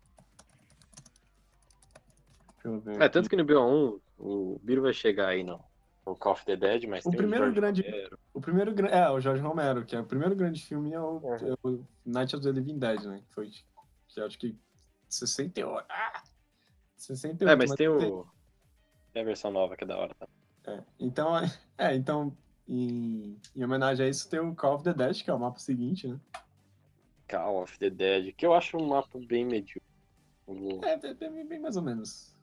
Speaker 2: Deixa eu ver
Speaker 4: É,
Speaker 2: aqui.
Speaker 4: tanto que no BO1 o Biro vai chegar aí, não. O Call of the Dead, mas
Speaker 2: O
Speaker 4: tem
Speaker 2: primeiro
Speaker 4: Jorge
Speaker 2: grande-
Speaker 4: Romero.
Speaker 2: O primeiro gran- É, o Jorge Romero, que é o primeiro grande filme é o,
Speaker 3: Uhum.
Speaker 2: é o Night of the Living Dead, né? Que foi. Que eu acho que. 68. Ah! 68.
Speaker 4: É, mas tem o. Tem a versão nova que é da hora. tá?
Speaker 2: É, então, é, então em, em homenagem a isso, tem o Call of the Dead, que é o mapa seguinte, né?
Speaker 4: Call of the Dead, que eu acho um mapa bem medíocre. O-
Speaker 2: É, bem, bem- bem mais ou menos.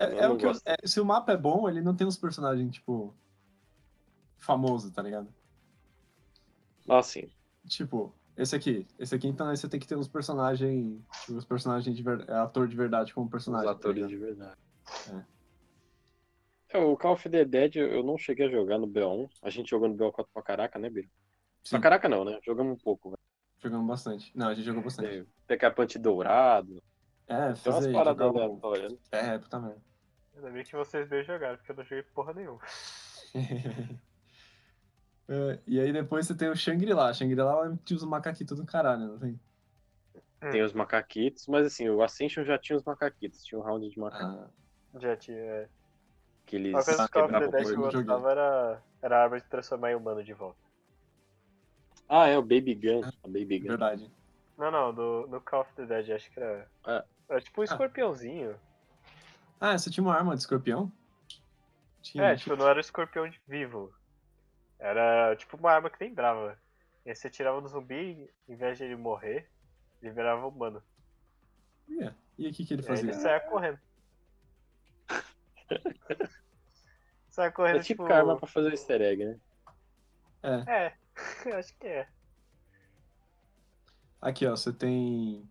Speaker 2: É,
Speaker 4: Eu
Speaker 2: é
Speaker 4: não
Speaker 2: o que eu-
Speaker 4: gosto.
Speaker 2: é, se o mapa é bom, ele não tem uns personagens, tipo. famoso, tá ligado?
Speaker 4: Ah, sim.
Speaker 2: Tipo, esse aqui. Esse aqui, então, aí você tem que ter uns personagens. Tipo, os personagens de ver- ator de verdade como
Speaker 4: Os
Speaker 2: personagem. tá
Speaker 4: atores
Speaker 2: ligado?
Speaker 4: de verdade. É, O Call of the Dead eu eu não cheguei a jogar no BO1. A gente jogou no BO4 pra caraca, né, Biro?
Speaker 2: Sim,
Speaker 4: Pra caraca não, né? Jogamos um pouco.
Speaker 2: jogamos bastante. Não, a gente jogou bastante.
Speaker 4: Tem Decapante Dourado.
Speaker 2: É,
Speaker 4: Tem umas
Speaker 2: fazer.
Speaker 4: paradas
Speaker 2: jogar o-
Speaker 4: aleatórias. né?
Speaker 2: É, puta merda.
Speaker 3: Ainda bem que vocês dois jogaram, porque eu não joguei porra nenhuma.
Speaker 2: É, e aí depois você tem o Shangri-La. Shangri-La é um tinha os macaquitos do caralho, não tem?
Speaker 4: Tem os macaquitos, mas assim, o Ascension já tinha os macaquitos. Tinha um round de macaquitos.
Speaker 2: Ah,
Speaker 3: Já tinha.
Speaker 4: que eles
Speaker 3: Uma coisa que o Call of the
Speaker 4: quebravam
Speaker 3: Dead
Speaker 4: o
Speaker 2: porco.
Speaker 3: gostava era, era a árvore de transformar em humano de volta.
Speaker 4: Ah, é o Baby Gun. A Baby Gun.
Speaker 2: verdade.
Speaker 3: Não, não, do, no Call of the Dead acho que era.
Speaker 4: É.
Speaker 3: Era tipo um
Speaker 2: Ah.
Speaker 3: escorpiãozinho.
Speaker 2: Ah, você tinha uma arma de escorpião? Tinha.
Speaker 3: É,
Speaker 2: né?
Speaker 3: tipo, não era o escorpião de- vivo. Era tipo uma arma que lembrava. E aí você tirava do zumbi, em vez de ele morrer, ele virava humano.
Speaker 2: Ia. E o que, que ele
Speaker 3: E aí
Speaker 2: fazia?
Speaker 3: É, ele saia correndo. saia correndo,
Speaker 4: É tipo karma pra fazer easter egg, né?
Speaker 3: É, acho que é.
Speaker 2: Aqui, ó, você tem.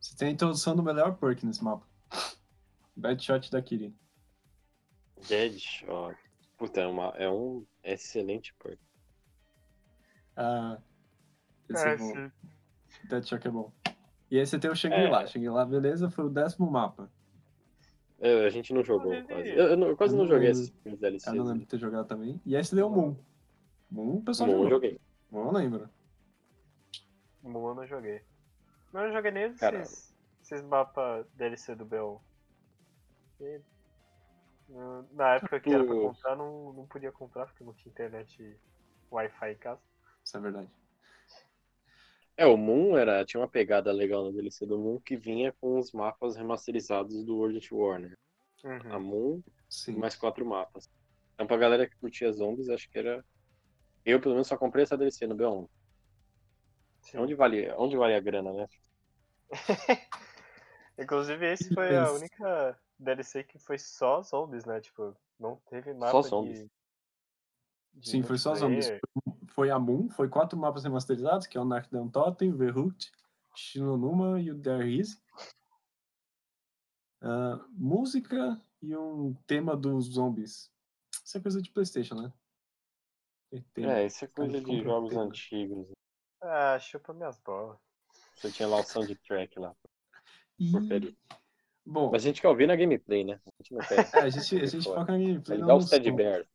Speaker 2: Você tem a introdução do melhor perk nesse mapa. Bad shot da Kiri.
Speaker 4: Dead, ó. Puta, é, uma- é um excelente perk.
Speaker 2: Ah. Esse é,
Speaker 3: É,
Speaker 2: bom.
Speaker 3: sim.
Speaker 4: é
Speaker 2: Dead shot é bom. E aí você tem o Shangri-La.
Speaker 4: É.
Speaker 2: Shangri-La, beleza, foi o décimo mapa.
Speaker 4: É, a gente não jogou
Speaker 3: Olha
Speaker 4: quase.
Speaker 3: aí.
Speaker 4: Eu, eu não- eu quase
Speaker 2: Eu
Speaker 4: não
Speaker 2: não
Speaker 4: joguei
Speaker 2: lembro.
Speaker 4: esses primeiros DLCs.
Speaker 2: Eu não lembro de ter jogado também. E aí você deu o Moon. Moon o pessoal
Speaker 4: Bom, eu
Speaker 2: jogou.
Speaker 4: joguei.
Speaker 2: Moon eu lembro.
Speaker 3: Moon eu não joguei. Mas eu não joguei nem
Speaker 4: Cara.
Speaker 3: esses, esses mapas DLC do BO. E, no- na época que era pra
Speaker 4: Tipo-
Speaker 3: comprar, não, não podia comprar porque não tinha internet e Wi-Fi em casa.
Speaker 2: Isso é verdade.
Speaker 4: É, o Moon era, tinha uma pegada legal na DLC do Moon que vinha com os mapas remasterizados do World at War, né? A
Speaker 3: Uhum.
Speaker 4: Moon
Speaker 2: Sim.
Speaker 4: mais quatro mapas. Então, pra galera que curtia as ondas, acho que era. Eu, pelo menos, só comprei essa DLC no B1.
Speaker 3: Sim.
Speaker 4: Onde vale, onde vale a grana, né?
Speaker 3: Inclusive, esse foi a
Speaker 2: Isso.
Speaker 3: única DLC que foi só zombies, né? Tipo, não teve mapa de-
Speaker 4: zombies.
Speaker 3: de
Speaker 2: Sim, foi só
Speaker 3: multiplayer.
Speaker 2: zombies. Foi a Moon, foi quatro mapas remasterizados, que é o Knockdown Totem, Verrucht, Shinonuma e o There Is. Ah, música e um tema dos zombies. Isso é coisa de Playstation, né? Tem tema.
Speaker 4: É, isso é coisa
Speaker 2: Cara,
Speaker 4: de
Speaker 2: compra
Speaker 4: jogos
Speaker 2: inteiro.
Speaker 4: antigos.
Speaker 3: Ah, chupa minhas bolas.
Speaker 4: Você tinha lá o soundtrack lá.
Speaker 2: E-
Speaker 4: porcaria.
Speaker 2: Bom,
Speaker 4: Mas a gente quer ouvir na gameplay, né? A gente não quer.
Speaker 2: é, a gente, a gente foca em
Speaker 4: Vai
Speaker 2: gameplay. não
Speaker 4: ligar
Speaker 2: no
Speaker 4: os Ted
Speaker 2: som.
Speaker 4: Bear.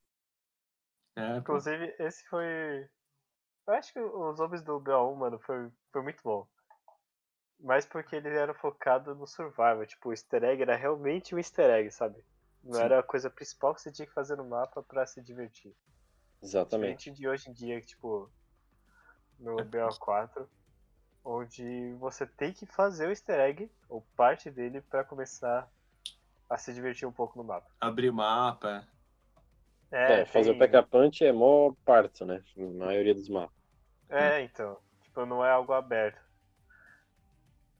Speaker 2: É, pô.
Speaker 3: Inclusive, esse foi. Eu acho que os zombies do BO1, mano, foi, foi muito bom. Mas porque ele era focado no survival. Tipo, o easter egg era realmente um easter egg, sabe? Não
Speaker 2: Sim.
Speaker 3: era a coisa principal que você tinha que fazer no mapa pra se divertir.
Speaker 4: Exatamente. É
Speaker 3: Diferente de hoje em dia, que, tipo, no BO4, onde você tem que fazer o easter egg, ou parte dele, pra começar a se divertir um pouco no mapa.
Speaker 2: abrir mapa.
Speaker 4: É, fazer o
Speaker 3: tem-
Speaker 4: P.K. Punch é mó parto, né? Na maioria dos mapas.
Speaker 3: É, então. Tipo, não é algo aberto.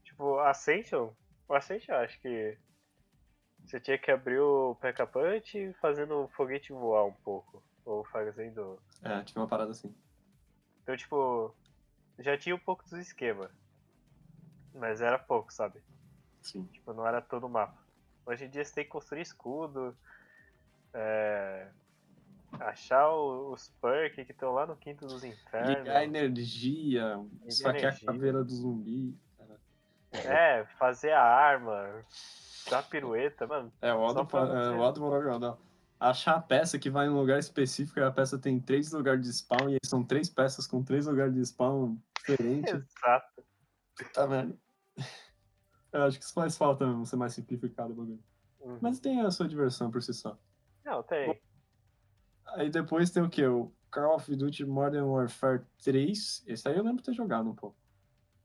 Speaker 3: Tipo, Ascension? O Ascension, eu acho que. Você tinha que abrir o P.K. Punch fazendo o foguete voar um pouco. Ou fazendo.
Speaker 2: É, tinha uma parada assim.
Speaker 3: Então, tipo. Já tinha um pouco do esquema. Mas era pouco, sabe?
Speaker 2: Sim.
Speaker 3: Tipo, não era todo o mapa. Hoje em dia você tem que construir escudo. é, Achar o- os perks que estão lá no quinto dos
Speaker 4: É,
Speaker 3: infernos.
Speaker 2: Ligar energia, esfaquear é a
Speaker 3: energia.
Speaker 2: caveira do zumbi. cara.
Speaker 3: É, fazer a arma, dar pirueta, mano.
Speaker 2: É, o
Speaker 3: Só
Speaker 2: Aldo,
Speaker 3: pra
Speaker 2: fa- é,
Speaker 3: você-
Speaker 2: o Aldo falou que não, não. Achar a peça que vai em um lugar específico e a peça tem três lugares de spawn e aí são três peças com três lugares de spawn diferentes.
Speaker 3: Exato.
Speaker 2: tá vendo? Eu acho que isso faz falta mesmo, ser mais simplificado o bagulho.
Speaker 3: Uhum.
Speaker 2: Mas tem a sua diversão por si só.
Speaker 3: Não, tem.
Speaker 2: Aí depois tem o que? O Call of Duty Modern Warfare 3. Esse aí eu lembro de ter jogado um pouco.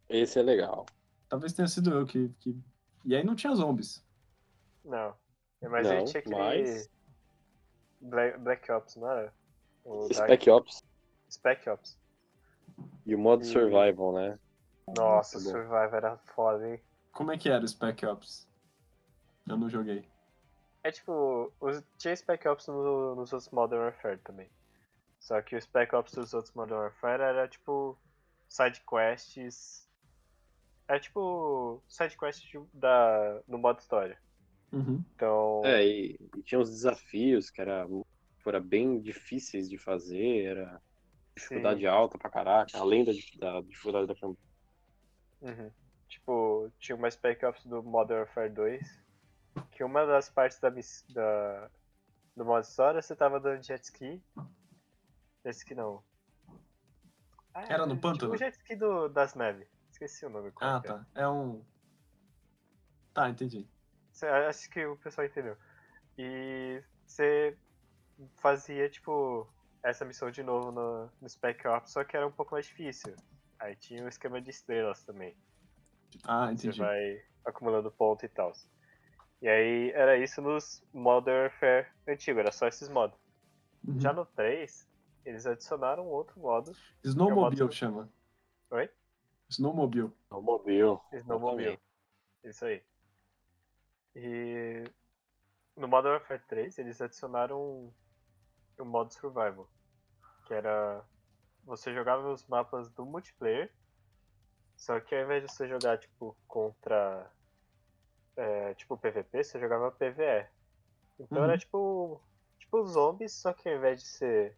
Speaker 4: Esse é legal.
Speaker 2: Talvez tenha sido eu que. que... E aí não tinha zombies.
Speaker 3: Não. Mas
Speaker 4: não,
Speaker 3: a gente tinha aquele
Speaker 4: mas.
Speaker 3: Black, Black Ops, não era? O Dark-
Speaker 4: Spec Ops
Speaker 3: Spec Ops.
Speaker 4: e o modo
Speaker 3: E-
Speaker 4: survival, né?
Speaker 3: Nossa, o
Speaker 4: bom.
Speaker 3: Survival era foda, hein?
Speaker 2: Como é que era o Spec Ops? Eu não joguei.
Speaker 3: É tipo, os, tinha Spec Ops no- nos outros Modern Warfare também. Só que o Spec Ops dos outros Modern Warfare era tipo side quests. É tipo side quest de- da, no modo história.
Speaker 2: Uhum.
Speaker 3: Então,
Speaker 4: É, e, e tinha uns desafios que era, foram bem difíceis de fazer, era dificuldade alta pra caraca, além da, dif- da dificuldade da campanha.
Speaker 3: Uhum. Tipo, tinha uma Spec Ops do Modern Warfare 2, que uma das partes da, miss- da do modo história você tava dando jet ski. Jet ski não. Ah,
Speaker 2: Era no
Speaker 3: Tipo,
Speaker 2: pântano?
Speaker 3: o jet ski do, das neves. Esqueci o nome. qual
Speaker 2: Ah,
Speaker 3: que é.
Speaker 2: tá. É um. Tá, entendi.
Speaker 3: Cê- Acho que o pessoal entendeu. E você fazia, tipo, essa missão de novo no, no Spec Ops, só que era um pouco mais difícil. Aí tinha o esquema de estrelas também.
Speaker 2: Ah,
Speaker 3: Você
Speaker 2: entendi.
Speaker 3: vai acumulando ponto e tal. E aí era isso nos Modern Warfare antigo, era só esses modos.
Speaker 2: Uhum.
Speaker 3: Já no 3, eles adicionaram um outro modo,
Speaker 2: Snowmobile
Speaker 3: eu boto-
Speaker 2: chama.
Speaker 3: Oi?
Speaker 2: Snowmobile.
Speaker 4: então, Snowmobile.
Speaker 3: Snowmobile. Isso aí. E no Modern Warfare 3, eles adicionaram um, um modo survival, que era você jogava os mapas do multiplayer, só que ao invés de você jogar tipo contra é, tipo PVP, você jogava PVE. Então
Speaker 2: Uhum.
Speaker 3: era tipo tipo zombies, só que ao invés de ser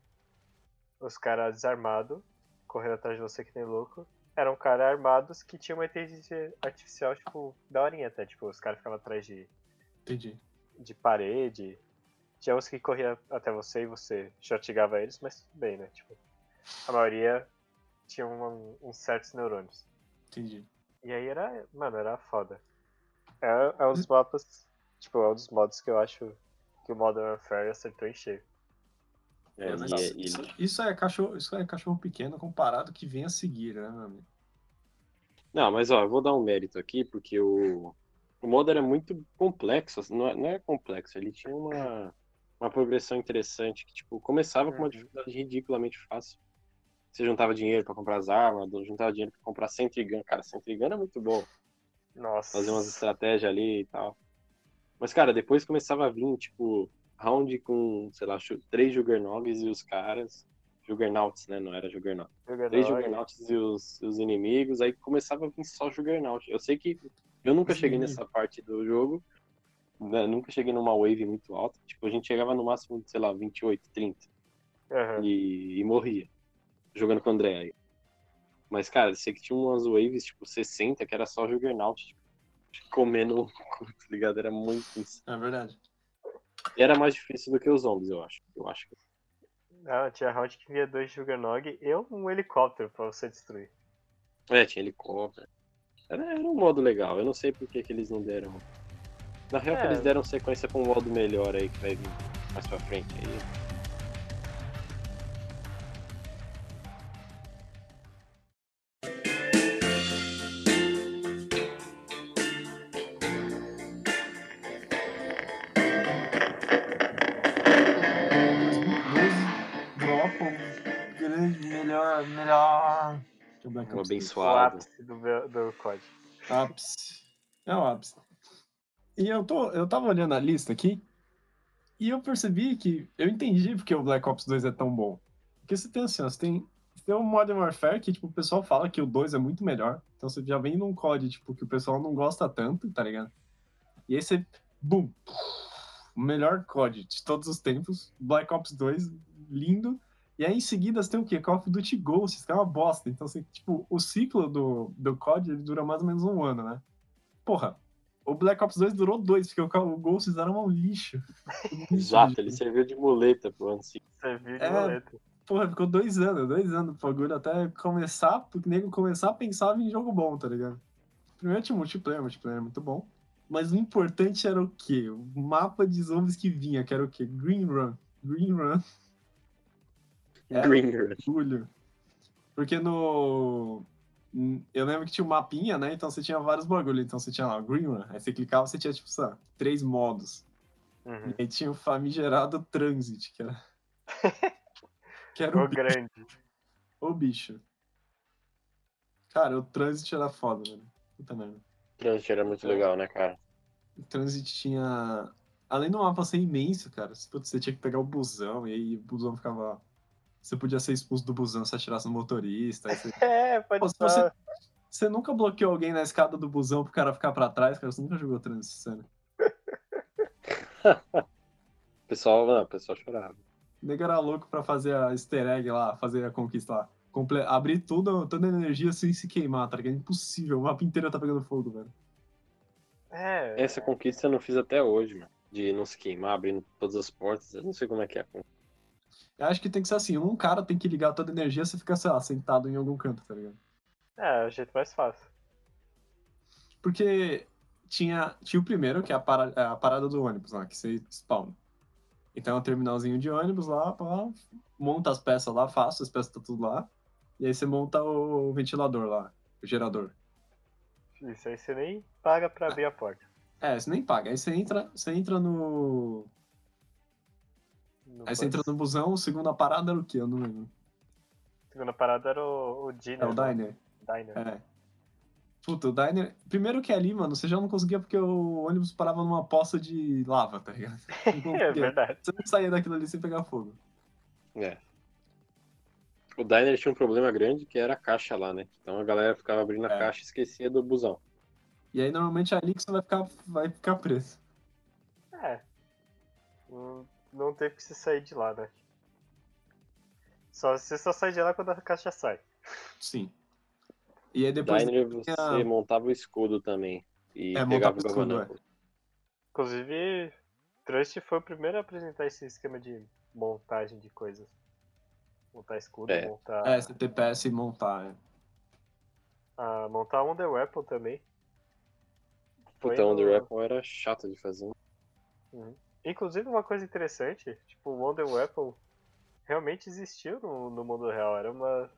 Speaker 3: os caras desarmados correndo atrás de você que nem louco, eram caras armados que tinham uma inteligência artificial, tipo, daorinha até. Tipo, os caras ficavam atrás de,
Speaker 2: Entendi.
Speaker 3: de parede. Tinha uns que corria até você e você shotgava eles, mas tudo bem, né? Tipo, a maioria tinha um- uns certos neurônios.
Speaker 2: Entendi.
Speaker 3: E aí era, mano, era foda. É, é um dos mapas, tipo, é um dos modos que eu acho que o Modern Warfare acertou em cheio.
Speaker 4: É,
Speaker 2: É, mas
Speaker 4: e-
Speaker 2: isso,
Speaker 4: e-
Speaker 2: isso- isso é cachorro, isso é cachorro pequeno comparado ao que vem a seguir, né, meu amigo?
Speaker 4: Não, mas ó, eu vou dar um mérito aqui, porque o, o modo era muito complexo, assim, não é, não é complexo, ele tinha uma, uma progressão interessante, que tipo, começava com uma
Speaker 3: Uhum.
Speaker 4: dificuldade ridiculamente fácil. Você juntava dinheiro pra comprar as armas, juntava dinheiro pra comprar Sentry Gun, cara, Sentry Gun é muito bom,
Speaker 3: Nossa.
Speaker 4: fazer umas estratégias ali e tal. Mas cara, depois começava a vir, tipo, round com, sei lá, chu- três Juggernauts e os caras, Juggernauts, né, não era Juggernaut
Speaker 3: Juggernaut.
Speaker 4: três Juggernauts e os, e os inimigos, aí começava a vir só Juggernaut. Eu sei que eu nunca
Speaker 2: Os
Speaker 4: cheguei
Speaker 2: inimigos.
Speaker 4: nessa parte do jogo, né, nunca cheguei numa wave muito alta, tipo, a gente chegava no máximo, sei lá, 28, 30,
Speaker 3: Aham.
Speaker 4: e, e morria, jogando com o André aí. Mas, cara, eu sei que tinha umas waves, tipo, 60, que era só Juggernaut, tipo, comendo o cu, tá ligado? Era muito isso.
Speaker 2: É verdade.
Speaker 4: E era mais difícil do que os zombies, eu acho. Eu acho que...
Speaker 3: Ah, tinha round que via dois Juggernog e um helicóptero pra você destruir.
Speaker 4: É, tinha helicóptero. Era, era um modo legal. Eu não sei por que, que eles não deram. Na real, que
Speaker 3: É.
Speaker 4: eles deram sequência pra um modo melhor aí que vai vir mais pra frente. Aí.
Speaker 2: Dropa um grande, melhor, melhor. Deixa eu ver aqui.
Speaker 4: Um
Speaker 3: O
Speaker 4: abençoado.
Speaker 3: ápice do, meu- do código.
Speaker 2: Ápice. É o ápice. E eu, tô, eu tava olhando a lista aqui e eu percebi que eu entendi porque o Black Ops 2 é tão bom. Porque você tem assim, ó, você tem, você tem o Modern Warfare que tipo, o pessoal fala que o 2 é muito melhor. Então você já vem num código tipo, que o pessoal não gosta tanto, tá ligado? E aí você, bum, o melhor COD de todos os tempos, Black Ops 2, lindo. E aí em seguida você tem o quê? Call of Duty Ghosts, que é uma bosta. Então, assim, tipo, o ciclo do, do COD ele dura mais ou menos um ano, né? Porra, o Black Ops 2 durou dois, porque o, Call- o Ghosts era um lixo. Um lixo de
Speaker 4: Exato,
Speaker 2: jogo.
Speaker 4: ele serviu de muleta pro ano seguinte.
Speaker 3: Você viu de
Speaker 2: É.
Speaker 3: boleto.
Speaker 2: Porra, ficou dois anos, dois anos pro bagulho até começar, porque o nego começar a pensar em jogo bom, tá ligado? Primeiro tinha multiplayer, multiplayer muito bom. Mas o importante era o quê? O mapa de zombies que vinha, que era o quê? Green Run. Green Run, É.
Speaker 4: Green Run.
Speaker 2: julho. Porque no. Eu lembro que tinha um mapinha, né? Então você tinha vários bagulhos. Então você tinha lá o Green Run. Aí você clicava, você tinha, tipo, sei lá, três modos.
Speaker 3: Uhum.
Speaker 2: E aí tinha o famigerado Transit, que era. que era o
Speaker 3: O grande.
Speaker 2: Ô, bicho. Cara, o trânsito era foda, velho. Puta merda.
Speaker 4: Transit era muito legal, né, cara?
Speaker 2: O trânsito tinha. Além do mapa ser imenso, cara, você putz, você tinha que pegar o busão e aí o busão ficava. Você podia ser expulso do busão se atirasse no motorista. aí você...
Speaker 3: É, pode
Speaker 2: Pô, se
Speaker 3: estar.
Speaker 2: você... você nunca bloqueou alguém na escada do busão pro cara ficar pra trás, cara, você nunca jogou trânsito, sério.
Speaker 4: O pessoal, não, o pessoal chorava.
Speaker 2: O nego era louco pra fazer a easter egg lá, fazer a conquista lá. Comple... Abrir tudo, toda a energia sem se queimar, tá ligado? Impossível, o mapa inteiro tá pegando fogo, velho.
Speaker 3: É,
Speaker 4: Essa conquista eu não fiz até hoje, mano. De não se queimar, abrindo todas as portas. Eu não sei como é que é.
Speaker 2: Eu acho que tem que ser assim, um cara tem que ligar toda a energia, você fica, sei lá, sentado em algum canto, tá ligado?
Speaker 3: é, é o jeito mais fácil.
Speaker 2: Porque tinha, tinha o primeiro, que é a, para- é a parada do ônibus lá, que você spawna. Então é um terminalzinho de ônibus lá, pá, monta as peças lá, faço, as peças tá tudo lá. E aí você monta o ventilador lá, o gerador.
Speaker 3: Isso aí você nem paga pra abrir a porta.
Speaker 2: É, você nem paga. Aí você entra, você entra no.
Speaker 3: Não
Speaker 2: Aí você
Speaker 3: pode-
Speaker 2: entra no busão, a segunda parada era o quê? Eu não lembro.
Speaker 3: Segunda parada era o, o Diner.
Speaker 2: É o
Speaker 3: né?
Speaker 2: Diner.
Speaker 3: Diner.
Speaker 2: É. Puta, o Diner. Primeiro que é ali, mano, você já não conseguia porque o ônibus parava numa poça de lava, tá ligado? Não
Speaker 3: É
Speaker 2: conseguia.
Speaker 3: verdade.
Speaker 2: você não saía daquilo ali sem pegar fogo.
Speaker 4: É. O Diner tinha um problema grande que era a caixa lá, né? Então a galera ficava abrindo a
Speaker 2: É.
Speaker 4: caixa e esquecia do busão.
Speaker 2: E aí normalmente é ali que você vai ficar, vai ficar preso.
Speaker 3: É. Não, não teve que se sair de lá, né? Só, você só sai de lá quando a caixa sai.
Speaker 2: Sim. E aí depois
Speaker 4: Diner você
Speaker 2: tinha-
Speaker 4: montava o escudo também. E
Speaker 2: É, montava
Speaker 4: pegava
Speaker 2: o
Speaker 4: o
Speaker 2: escudo,
Speaker 4: Galvanaco.
Speaker 3: Inclusive, Trust foi o primeiro a apresentar esse esquema de montagem de coisas. Montar escudo,
Speaker 4: É.
Speaker 3: montar.
Speaker 2: é, CTPS e montar. é.
Speaker 3: Ah, montar um The Weapon também. Foi
Speaker 4: Puta,
Speaker 3: no-
Speaker 4: Under Apple era chato de fazer.
Speaker 3: Inclusive, uma coisa interessante, tipo, o Wonder Weapon realmente existiu no, no mundo real. Era uma.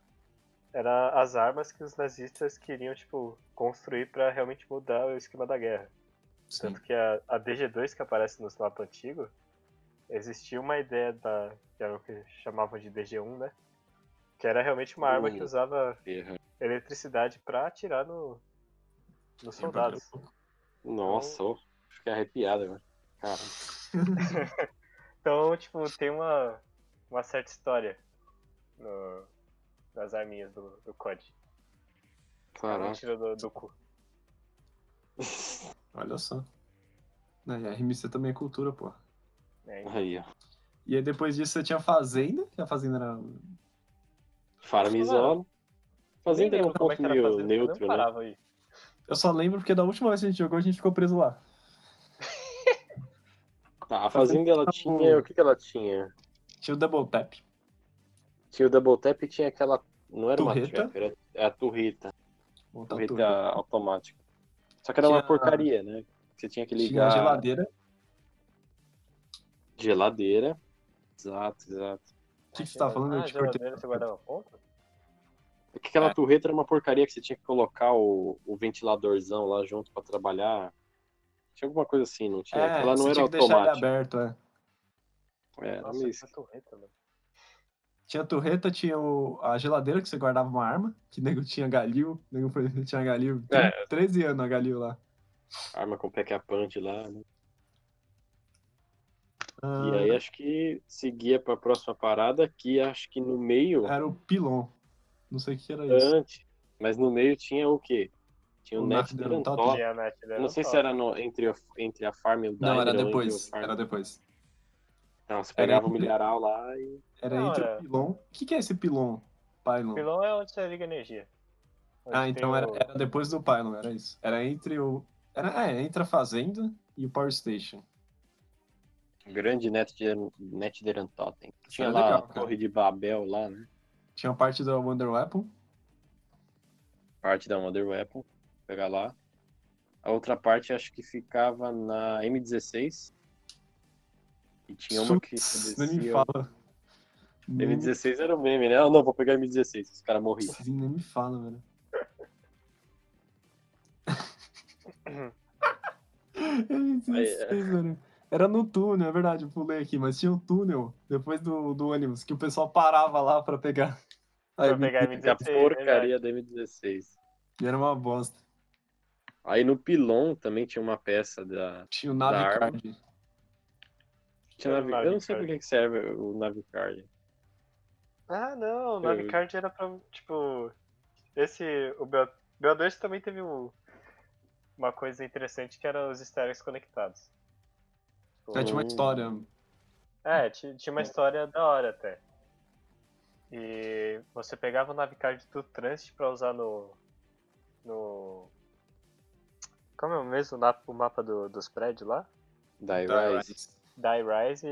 Speaker 3: Era as armas que os nazistas queriam, tipo, construir pra realmente mudar o esquema da guerra.
Speaker 2: Sim.
Speaker 3: Tanto que a, a DG2 que aparece nos mapas antigos, existia uma ideia da. que era o que chamavam de DG1, né? Que era realmente uma arma que
Speaker 4: Uhum.
Speaker 3: usava
Speaker 4: Erra.
Speaker 3: eletricidade pra atirar no, nos soldados.
Speaker 4: Nossa, ó, fiquei arrepiado agora. Cara,
Speaker 3: Então, tipo, tem uma, uma certa história no- nas arminhas do, do COD. Não
Speaker 4: caraca.
Speaker 3: tira do, do cu.
Speaker 2: Olha só. É, RMC também é cultura, pô.
Speaker 3: né?
Speaker 4: Aí, ó.
Speaker 2: E aí depois disso você tinha Fazenda, que a Fazenda era.
Speaker 4: Farmizona. Fazenda
Speaker 3: Nem
Speaker 4: é um
Speaker 3: lembro como
Speaker 4: ponto
Speaker 3: que era a
Speaker 4: meio
Speaker 3: fazenda, eu
Speaker 4: neutro,
Speaker 3: não
Speaker 4: né?
Speaker 3: parava aí.
Speaker 2: Eu só lembro porque da última vez que a gente jogou a gente ficou preso lá.
Speaker 4: Tá, a Fazenda ela tinha. O que, que ela tinha?
Speaker 2: Tinha o Double Tap.
Speaker 4: Tinha o Double Tap e tinha aquela. Não era
Speaker 2: Turreta?
Speaker 4: uma trap, era era a turreta.
Speaker 2: Ou tá
Speaker 4: Corrida
Speaker 2: tudo.
Speaker 4: automática. Só que era uma
Speaker 2: Tinha-
Speaker 4: porcaria, né? Você tinha que
Speaker 2: Tinha a
Speaker 4: ligar geladeira.
Speaker 2: geladeira.
Speaker 4: Exato, exato.
Speaker 2: O que, que você tava falando?
Speaker 3: Ah,
Speaker 2: eu te cortei.
Speaker 3: geladeira, você guardava ponto?
Speaker 4: É que Aquela torreta era uma porcaria que você tinha que colocar o, o ventiladorzão lá junto pra trabalhar. Tinha alguma coisa assim, não tinha?
Speaker 2: É,
Speaker 4: ela
Speaker 2: você
Speaker 4: não era
Speaker 2: tinha que deixar ele
Speaker 4: automática.
Speaker 2: aberto, é.
Speaker 4: É, era
Speaker 3: Nossa,
Speaker 4: isso.
Speaker 3: que torreta, mano.
Speaker 2: Tinha a torreta, tinha o- a geladeira que você guardava uma arma, que nego tinha galil, nego foi- tinha galil,
Speaker 4: É.
Speaker 2: 13 anos a galil lá.
Speaker 4: Arma com pack a punch lá. né?
Speaker 2: Ah,
Speaker 4: E aí acho que seguia pra próxima parada, que acho que no meio,
Speaker 2: Era o pilon. Não sei o que era É
Speaker 4: Ah,
Speaker 2: isso.
Speaker 4: antes, mas no meio tinha o quê? Tinha um o,
Speaker 2: O
Speaker 4: Net
Speaker 2: Nafta Derantal.
Speaker 4: Derantal.
Speaker 3: Tinha a net um dela,
Speaker 4: Eu não sei
Speaker 3: só.
Speaker 4: se era no- entre, a- entre a farm e o
Speaker 2: Não,
Speaker 4: Diner
Speaker 2: era
Speaker 4: ou entre
Speaker 2: depois.
Speaker 4: o farm.
Speaker 2: Era depois.
Speaker 4: Não, Então, você
Speaker 2: Era
Speaker 4: pegava o
Speaker 2: entre-
Speaker 4: milharal lá e.
Speaker 2: Era
Speaker 3: Não,
Speaker 2: entre
Speaker 3: era-
Speaker 2: o pilon. O que, que é esse pilon? Pylon.
Speaker 3: Pilão é onde você liga energia. Onde
Speaker 2: Ah,
Speaker 3: tem
Speaker 2: então era,
Speaker 3: o-
Speaker 2: era depois do Pylon, era isso. Era entre o. Era, é, entre a Fazenda e o Power Station.
Speaker 4: o Um Grande Net, de, net de Arantotem. Tinha
Speaker 2: era
Speaker 4: lá
Speaker 2: legal,
Speaker 4: a
Speaker 2: cara.
Speaker 4: Torre de Babel lá, né?
Speaker 2: Tinha a parte da Wonder Weapon.
Speaker 4: Parte da Wonder Weapon. Pegar lá. A outra parte acho que ficava na M16. E tinha uma que.
Speaker 2: Putz,
Speaker 4: você
Speaker 2: Nem me
Speaker 4: descia-
Speaker 2: fala. Nem me-
Speaker 4: M16 era o meme, né? Ah, não, vou pegar M16. Os caras morriam.
Speaker 2: Sim, nem me fala, velho. M16, velho. Era no túnel, é verdade, eu pulei aqui, mas tinha um túnel depois do, do ônibus que o pessoal parava lá pra pegar.
Speaker 3: Pra
Speaker 2: Aí,
Speaker 3: pegar a
Speaker 4: Que
Speaker 2: é
Speaker 4: a
Speaker 3: M16, verdade.
Speaker 4: porcaria da M16.
Speaker 2: E era uma bosta.
Speaker 4: Aí no Pilon também tinha uma peça da,
Speaker 2: Tinha o Navicard.
Speaker 4: Tinha
Speaker 3: Era
Speaker 4: navi-
Speaker 3: o
Speaker 2: um
Speaker 4: Eu não sei
Speaker 3: Navicard.
Speaker 4: pra que que serve o Navicard.
Speaker 3: Ah, não, o Navicard era pra, tipo, esse, o BO BO2 também teve um- uma coisa interessante que era os easter eggs conectados. Tipo,
Speaker 2: Já
Speaker 4: um
Speaker 2: tinha Tá uma história.
Speaker 3: é, ti- tinha uma história da hora até. E você pegava o Navicard do Transit pra usar no, no... Como é o mesmo na- o mapa do- dos prédios lá?
Speaker 4: Da
Speaker 2: da
Speaker 4: Rise.
Speaker 2: Rise.
Speaker 3: Die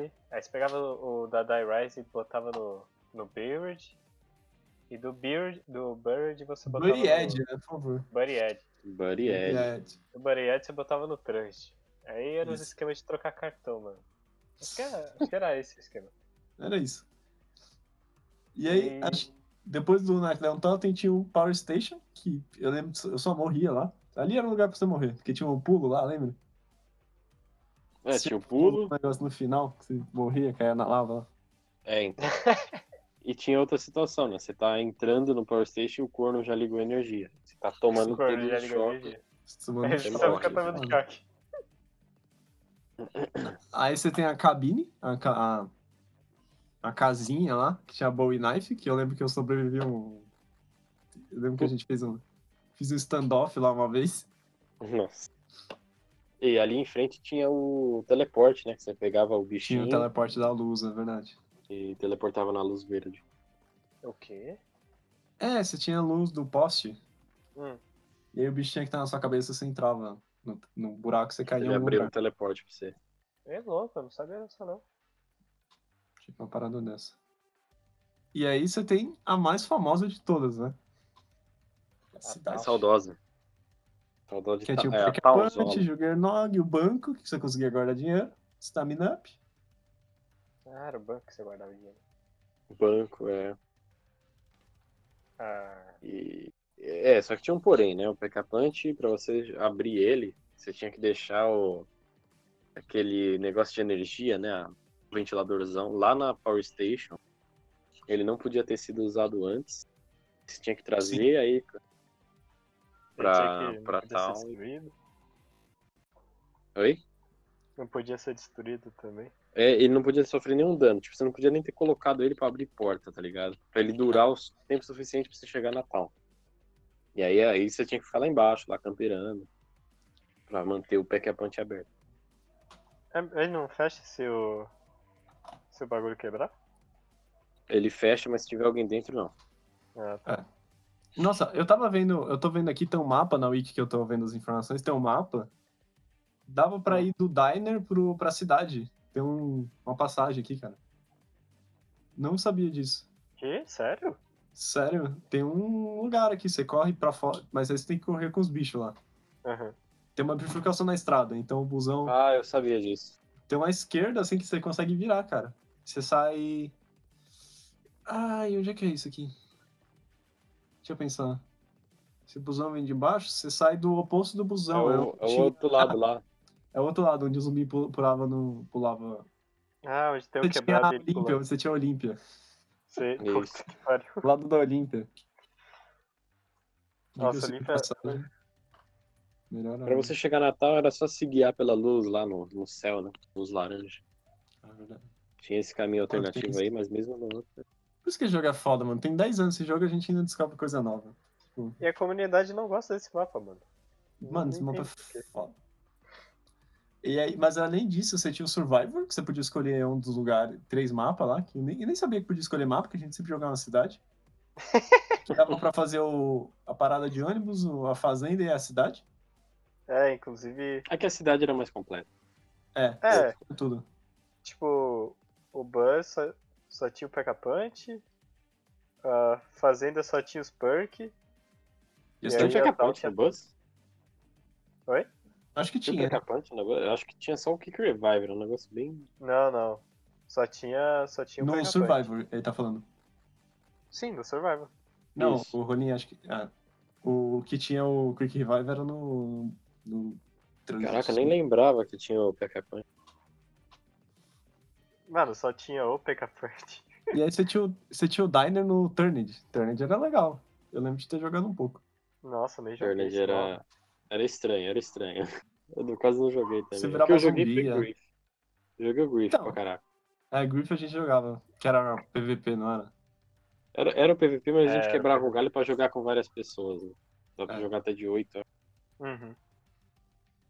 Speaker 3: Rise. Aí você pegava o, o da Die Rise e botava no, no Beard. E do Beard, do Bird você botava
Speaker 2: Blue e Ed, né? Por favor.
Speaker 3: no Buddy Ed.
Speaker 4: Buddy
Speaker 2: Blue e
Speaker 4: Ed.
Speaker 2: Ed.
Speaker 3: Do Buddy Ed você botava no Trunch. Aí era os
Speaker 2: Isso.
Speaker 3: esquemas de trocar cartão, mano. Acho que era, acho que era esse o esquema.
Speaker 2: Era isso. E aí,
Speaker 3: E-
Speaker 2: acho- depois do Nightdown Totem, tinha o Power Station, que eu lembro, eu só morria lá. Ali era um lugar pra você morrer, porque tinha um pulo lá, lembra?
Speaker 4: É, tinha o pulo.
Speaker 2: Um negócio no final, que você morria, caía na lava lá.
Speaker 4: É, então. E tinha outra situação, né? Você tá entrando no Power Station e o corno já ligou a energia. Você tá tomando
Speaker 3: Discord,
Speaker 4: todo
Speaker 3: já
Speaker 4: o
Speaker 3: ligou
Speaker 4: choque.
Speaker 3: energia.
Speaker 2: Você manda
Speaker 3: Aí
Speaker 2: um
Speaker 3: você
Speaker 4: Ele
Speaker 2: choque,
Speaker 3: só
Speaker 4: morre,
Speaker 3: fica
Speaker 2: mano.
Speaker 3: tomando choque.
Speaker 2: Aí você tem a cabine, a, ca- a- a casinha lá, que tinha a Bowie Knife, que eu lembro que eu sobrevivi um. Eu lembro que a gente fez um. Fiz um standoff lá uma vez.
Speaker 4: Nossa. E ali em frente tinha o teleporte, né? Que você pegava o
Speaker 2: Tinha
Speaker 4: bichinho
Speaker 2: o teleporte da luz, é verdade.
Speaker 4: e teleportava na luz verde.
Speaker 3: O quê?
Speaker 2: É, você tinha a luz do poste.
Speaker 3: Hum.
Speaker 2: E aí o bichinho que tá na sua cabeça você entrava no, no buraco, você caía em
Speaker 4: Ele
Speaker 2: algum
Speaker 4: abriu um
Speaker 2: lugar.
Speaker 4: teleporte pra você.
Speaker 3: É louco, eu não sabia dessa não.
Speaker 2: Tipo uma parada dessa. E aí você tem a mais famosa de todas, né?
Speaker 4: É
Speaker 2: Cidade.
Speaker 4: saudosa. Saudosa de
Speaker 2: Que é
Speaker 4: Ta-
Speaker 2: tipo
Speaker 4: é, a
Speaker 2: é,
Speaker 4: Taozola.
Speaker 2: Punch, Juggernog, o banco, que você conseguia guardar dinheiro, Stamina Up.
Speaker 3: Ah, era o banco que você guardava dinheiro.
Speaker 4: banco, é.
Speaker 3: Ah,
Speaker 4: E... É, só que tinha um porém, né? O PK Punch, pra você abrir ele, você tinha que deixar o... aquele negócio de energia, né? a- O ventiladorzão lá na Power Station. Ele não podia ter sido usado antes. Você tinha que trazer aí. Pra-
Speaker 3: eu tinha que-
Speaker 4: pra
Speaker 3: não podia ser
Speaker 4: tal.
Speaker 3: destruído.
Speaker 4: Oi?
Speaker 3: Não podia ser destruído também.
Speaker 4: É, ele não podia sofrer nenhum dano. Tipo, você não podia nem ter colocado ele pra abrir porta, tá ligado? Pra ele durar o tempo suficiente pra você chegar na town. E aí, aí você tinha que ficar lá embaixo, lá camperando. Pra manter o pack a punch aberto.
Speaker 3: É, Ele não fecha se o. se o bagulho quebrar?
Speaker 4: Ele fecha, mas se tiver alguém dentro, não.
Speaker 3: Ah, tá.
Speaker 2: Nossa, eu tava vendo, eu tô vendo aqui, tem um mapa na wiki que eu tô vendo as informações, tem um mapa. Dava pra ir do diner pro, pra cidade. Tem um- uma passagem aqui, cara. Não sabia disso.
Speaker 3: Que? Sério?
Speaker 2: Sério, tem um lugar aqui, você corre pra fora, mas aí você tem que correr com os bichos lá.
Speaker 3: Aham.
Speaker 2: Tem uma bifurcação na estrada, então o busão
Speaker 4: Ah, eu sabia disso.
Speaker 2: tem uma esquerda assim que você consegue virar, cara. Você sai. Ai, onde é que é isso aqui? Deixa eu pensar. Se o busão vem de baixo, você sai do oposto do
Speaker 4: É
Speaker 2: busão.
Speaker 4: o, é o
Speaker 2: tinha-
Speaker 4: outro lado lá.
Speaker 2: é o outro lado, onde o zumbi pu- pulava no. pulava.
Speaker 3: Ah, onde tem o
Speaker 2: Você tinha a
Speaker 3: quebrado ele
Speaker 2: Olímpia,
Speaker 3: pulando.
Speaker 2: você tinha a Olímpia.
Speaker 3: Você...
Speaker 4: Isso.
Speaker 3: Puta que pariu.
Speaker 2: Do lado da Olímpia.
Speaker 3: Nossa,
Speaker 2: Diga-se de
Speaker 3: Olímpia-
Speaker 2: passagem. né? Melhor
Speaker 4: Pra você chegar na town, era só se guiar pela luz lá no, no céu, né? Luz laranja.
Speaker 2: ainda.
Speaker 4: Tinha esse caminho
Speaker 2: Pode ter
Speaker 4: alternativo
Speaker 2: isso.
Speaker 4: aí, mas mesmo no outro.
Speaker 2: Por isso que esse jogo é foda, mano. Tem 10 anos esse jogo e a gente ainda descobre coisa nova.
Speaker 3: E a comunidade não gosta desse mapa, mano.
Speaker 2: Mano, esse
Speaker 3: Não
Speaker 2: mapa
Speaker 3: entendo por quê.
Speaker 2: é foda. E aí, mas além disso, você tinha o Survivor, que você podia escolher um dos lugares, três mapas lá, que eu nem, eu nem sabia que podia escolher mapa, porque a gente sempre jogava na cidade. que dava pra fazer o, a parada de ônibus, o- a fazenda e a cidade.
Speaker 3: É, inclusive.
Speaker 4: É que a cidade era mais completa.
Speaker 2: É,
Speaker 3: É,
Speaker 2: tudo.
Speaker 3: tipo, o Buzz só, só tinha o Pekka Punch, a Fazenda só tinha os Perk.
Speaker 2: E a
Speaker 3: E
Speaker 4: Então
Speaker 3: aí,
Speaker 2: cidade-
Speaker 4: tinha
Speaker 3: a
Speaker 4: pack
Speaker 3: town
Speaker 4: punch
Speaker 3: tinha-
Speaker 4: no bus?
Speaker 2: acho que
Speaker 4: Tinha
Speaker 2: tinha.
Speaker 4: pack punch no bus? Eu acho que tinha só o Kick Revive, era um negócio bem
Speaker 3: Não, não. Só tinha, só tinha o
Speaker 2: No
Speaker 3: Pekka Punch.
Speaker 2: Survivor, ele tá falando.
Speaker 3: Sim, no Survival.
Speaker 2: Não,
Speaker 4: Isso.
Speaker 2: o Rolim, acho que. ah, o que tinha o Quick Revive era no. no
Speaker 4: Caraca, nem lembrava que tinha o PK Punch.
Speaker 3: Mano, só tinha o Pekka Punch.
Speaker 2: E aí você tinha, o, você tinha o Diner no Turned. Turned era legal. Eu lembro de ter jogado um pouco.
Speaker 3: Nossa, nem joguei.
Speaker 4: Turnage
Speaker 3: esse mapa.
Speaker 4: era. Era estranho, era estranho. Eu não- quase não joguei também.
Speaker 2: Você
Speaker 4: O
Speaker 2: virava
Speaker 4: que eu joguei
Speaker 2: zumbi,
Speaker 4: foi
Speaker 2: é.
Speaker 4: Grief. Eu joguei o Grief
Speaker 2: Então.
Speaker 4: pra caraca.
Speaker 2: É, Griff a gente jogava, que era PVP, não era?
Speaker 4: Era, era o PVP, É, mas a gente
Speaker 3: Era o
Speaker 4: quebrava o galho pra jogar com várias pessoas. Né? Dá pra
Speaker 2: É.
Speaker 4: jogar até de 8.
Speaker 3: Uhum.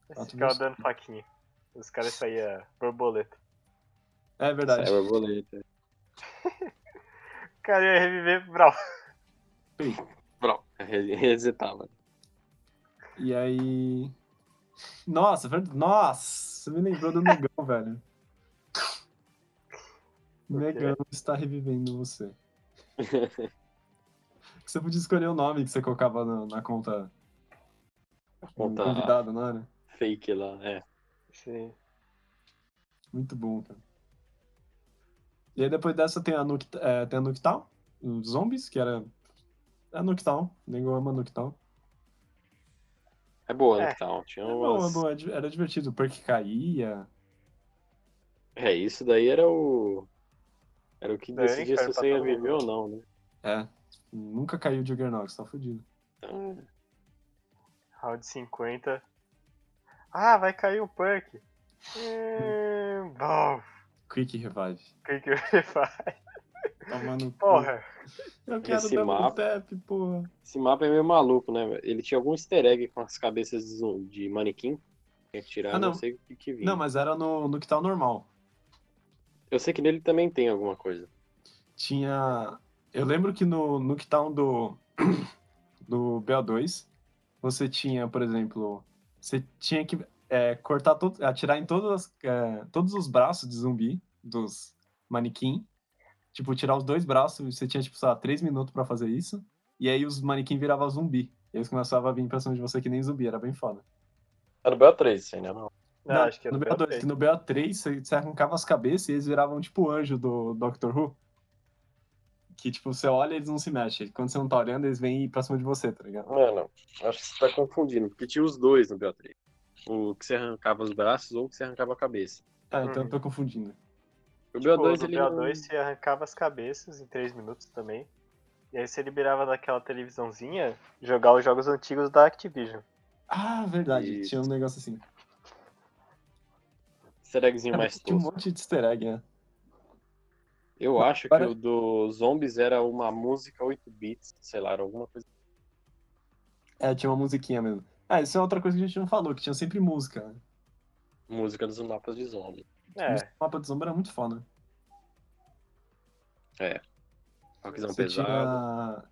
Speaker 3: Eles
Speaker 2: Alto
Speaker 3: ficavam
Speaker 2: risco.
Speaker 3: dando faquinha. Os caras saíam borboleta.
Speaker 2: É verdade.
Speaker 4: Cyberboleta.
Speaker 3: O cara ia reviver Brawl.
Speaker 4: Bro, re- resetava.
Speaker 2: E aí. Nossa, verdade. Nossa, você me lembrou do Negão, velho.
Speaker 3: O quê?
Speaker 2: Negão está revivendo você. Você podia escolher o nome que você colocava na, na conta do
Speaker 4: Conta
Speaker 2: convidado, não era?
Speaker 4: fake lá. É.
Speaker 3: Sim.
Speaker 2: Muito bom, cara. E aí depois dessa tem a Nuke, é, tem a Nuke Town, os zombies, que era. A Nuke Town, o nego ama Nuke Town.
Speaker 4: É boa, né?
Speaker 3: É.
Speaker 4: Então, tinha
Speaker 2: É bom, é
Speaker 4: umas...
Speaker 2: bom, é di- era divertido, o perk caía.
Speaker 4: É, isso daí era o. Era o que
Speaker 3: Daí nem
Speaker 4: decidia
Speaker 3: serve pra
Speaker 4: se você ia
Speaker 3: todo mundo.
Speaker 4: viver ou não, né?
Speaker 2: É. Nunca caiu o Juggernaut, tá fudido.
Speaker 4: Então,
Speaker 3: Round 50. Ah, vai cair o perk. Hum, bom,
Speaker 2: Quick Revive.
Speaker 3: que que eu faço?
Speaker 2: Tomando.
Speaker 3: Porra,
Speaker 2: Eu quero
Speaker 4: Esse
Speaker 2: double
Speaker 4: mapa.
Speaker 2: tap, porra.
Speaker 4: Esse mapa é meio maluco, né? velho? Ele tinha algum easter egg com as cabeças de zo- de manequim. Tinha que tirar,
Speaker 2: Ah,
Speaker 4: não.
Speaker 2: não.
Speaker 4: sei o que, que vinha.
Speaker 2: Não, mas era no Nuke Town normal.
Speaker 4: Eu sei que nele também tem alguma coisa.
Speaker 2: Tinha. Eu lembro que tá um no Nuke Town do. do BO2 você tinha, por exemplo, você tinha que é, cortar todo, atirar em todas, as- é, todos os braços de zumbi dos manequim. Tipo, tirar os dois braços, você tinha, tipo, sei lá, três minutos pra fazer isso. E aí os manequim viravam zumbi. E eles começavam a vir pra cima de você que nem zumbi, era bem foda.
Speaker 4: Era o BO3, isso ainda não.
Speaker 3: Não, É, acho que era
Speaker 2: no
Speaker 3: o
Speaker 2: BO2, que é no BO3 você, você arrancava as cabeças e eles viravam tipo anjo do Doctor Who. Que tipo, você olha e eles não se mexem. Quando você não tá olhando, eles vêm pra cima de você, tá ligado?
Speaker 4: Mano, acho que você tá confundindo, porque tinha os dois no BO3. O que você arrancava os braços ou o que você arrancava a cabeça.
Speaker 2: Ah, então
Speaker 3: Uhum.
Speaker 2: eu tô confundindo.
Speaker 4: O
Speaker 3: Tipo,
Speaker 4: BO2
Speaker 3: no
Speaker 4: ele.
Speaker 3: BO2
Speaker 4: não-
Speaker 3: você arrancava as cabeças em 3 minutos também. E aí você liberava daquela televisãozinha jogar os jogos antigos da Activision.
Speaker 2: Ah, verdade,
Speaker 4: Isso.
Speaker 2: tinha um negócio assim.
Speaker 4: Easter eggzinho
Speaker 2: Cara,
Speaker 4: mais
Speaker 2: tinha um
Speaker 4: tosco.
Speaker 2: monte de easter egg, né?
Speaker 4: Eu acho que
Speaker 2: Para-
Speaker 4: o do Zombies era uma música 8 bits, sei lá, era alguma coisa.
Speaker 2: É, tinha uma musiquinha mesmo. Ah, isso é outra coisa que a gente não falou, que tinha sempre música. né?
Speaker 4: Música dos mapas de zombies.
Speaker 3: É,
Speaker 2: Música do mapa de sombra era muito foda.
Speaker 4: Rockzão
Speaker 2: Você tinha-
Speaker 4: pesado.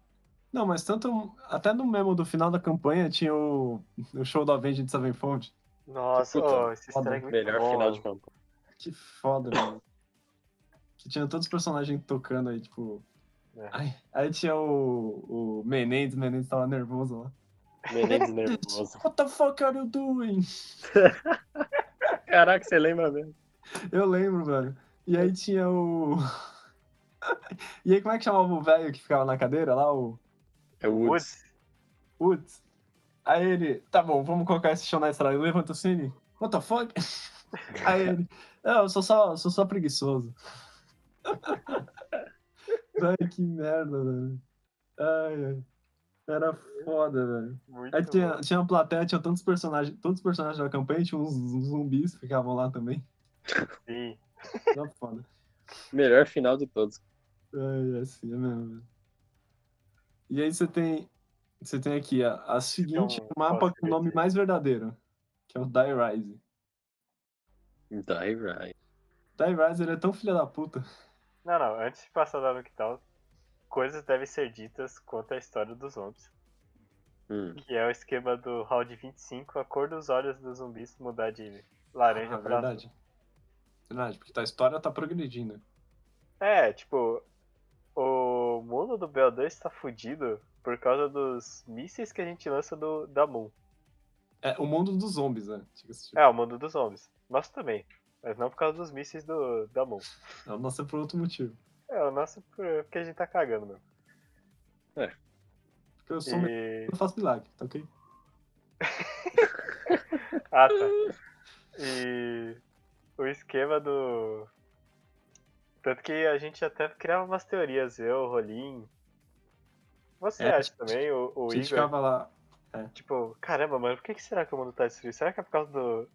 Speaker 2: Não, mas tanto. Até no mesmo do final da campanha tinha o, o show da Avenged Sevenfold.
Speaker 3: nossa,
Speaker 4: Puta,
Speaker 3: ó, esse
Speaker 2: foda,
Speaker 3: easter egg muito
Speaker 4: Melhor
Speaker 3: Uhum. bom,
Speaker 4: final
Speaker 3: mano.
Speaker 4: de campanha.
Speaker 2: Que foda, mano. Que tinha todos os personagens tocando aí, tipo.
Speaker 3: É.
Speaker 2: Ai, aí tinha o, o Menendez, o Menendez tava nervoso lá.
Speaker 4: Menendez nervoso.
Speaker 2: What the fuck are you doing?
Speaker 4: Caraca, você lembra mesmo?
Speaker 2: Eu lembro, velho. E aí tinha o. E aí, como é que chamava o velho que ficava na cadeira lá? O
Speaker 4: É o Woods.
Speaker 3: Woods.
Speaker 2: Woods. Aí ele, tá bom, vamos colocar esse chão na estrada. Ele Levanta o cine. What the fuck? Aí ele, não, eu sou só, eu sou só preguiçoso. Ai, que merda, velho. Ai, ai. Era foda, velho.
Speaker 3: Muito
Speaker 2: Aí
Speaker 3: bom.
Speaker 2: tinha, tinha uma plateia, tinha tantos personagens, todos os personagens da campanha, tinha uns, uns zumbis que ficavam lá também.
Speaker 3: Sim.
Speaker 2: Era foda.
Speaker 4: Melhor final de todos.
Speaker 2: Ai, assim é mesmo, velho. E aí você tem. Você tem aqui a, a seguinte
Speaker 3: um
Speaker 2: mapa com o nome
Speaker 3: possibility.
Speaker 2: mais verdadeiro, que é o Die Rise.
Speaker 4: Die Right.
Speaker 2: Die Rise ele é tão filha da puta.
Speaker 3: Não, não, antes de passar da no que tal, coisas devem ser ditas quanto à história dos zombies.
Speaker 4: Hum.
Speaker 3: Que é o esquema do round 25, a cor dos olhos dos zumbis mudar de laranja
Speaker 2: Ah,
Speaker 3: pra azul.
Speaker 2: verdade. Verdade, porque a história tá progredindo.
Speaker 3: É, tipo, o mundo do BO2 tá fudido por causa dos mísseis que a gente lança do, da Moon.
Speaker 2: É o mundo dos zombies, né? Diga-se de-
Speaker 3: É, o mundo dos zombies. Nós também. Mas não por causa dos mísseis do, da Moon.
Speaker 2: Não, Nossa, é por outro motivo.
Speaker 3: É, o nosso por- porque a gente tá cagando, meu.
Speaker 2: Porque eu
Speaker 3: É.
Speaker 2: sou um meio-
Speaker 3: E...
Speaker 2: eu faço milagre, tá ok?
Speaker 3: Ah, tá. E o esquema do. Tanto que a gente até criava umas teorias, eu, o Rolim. Você
Speaker 2: É, a
Speaker 3: acha também, o, o
Speaker 2: a
Speaker 3: Igor?
Speaker 2: gente ficava lá.
Speaker 3: Tipo, caramba, mano, por que, que será que o mundo tá destruído? Será que é por causa do.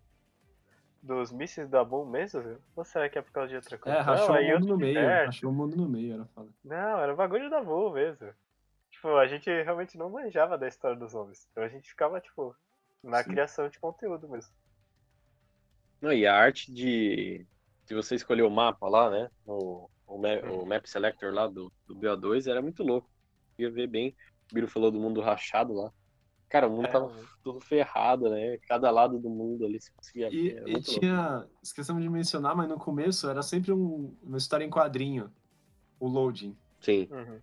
Speaker 3: Dos mísseis da Boom mesmo? Ou será que é por causa de outra coisa?
Speaker 2: É, rachou
Speaker 3: aí
Speaker 2: o mundo
Speaker 3: outro
Speaker 2: no meio.
Speaker 3: universo.
Speaker 2: Rachou o mundo no meio, era foda.
Speaker 3: Não, era um bagulho da Boom mesmo. Tipo, a gente realmente não manjava da história dos homens. Então a gente ficava, tipo, na
Speaker 2: Sim.
Speaker 3: criação de conteúdo mesmo.
Speaker 4: Não, e a arte de. Se você escolher o mapa lá, né? O, o, ma-
Speaker 2: Uhum.
Speaker 4: o map selector lá do, do BO2 era muito louco. Ia ver bem. O Biro falou do mundo rachado lá. Cara, o mundo
Speaker 3: É,
Speaker 4: tava
Speaker 3: mano.
Speaker 4: tudo ferrado, né? Cada lado do mundo ali se conseguia
Speaker 2: E,
Speaker 4: ver.
Speaker 2: e
Speaker 4: Era É, muito louco.
Speaker 2: tinha. Esquecemos de mencionar, mas no começo era sempre um, uma história em quadrinho. O loading.
Speaker 4: Sim.
Speaker 3: Uhum.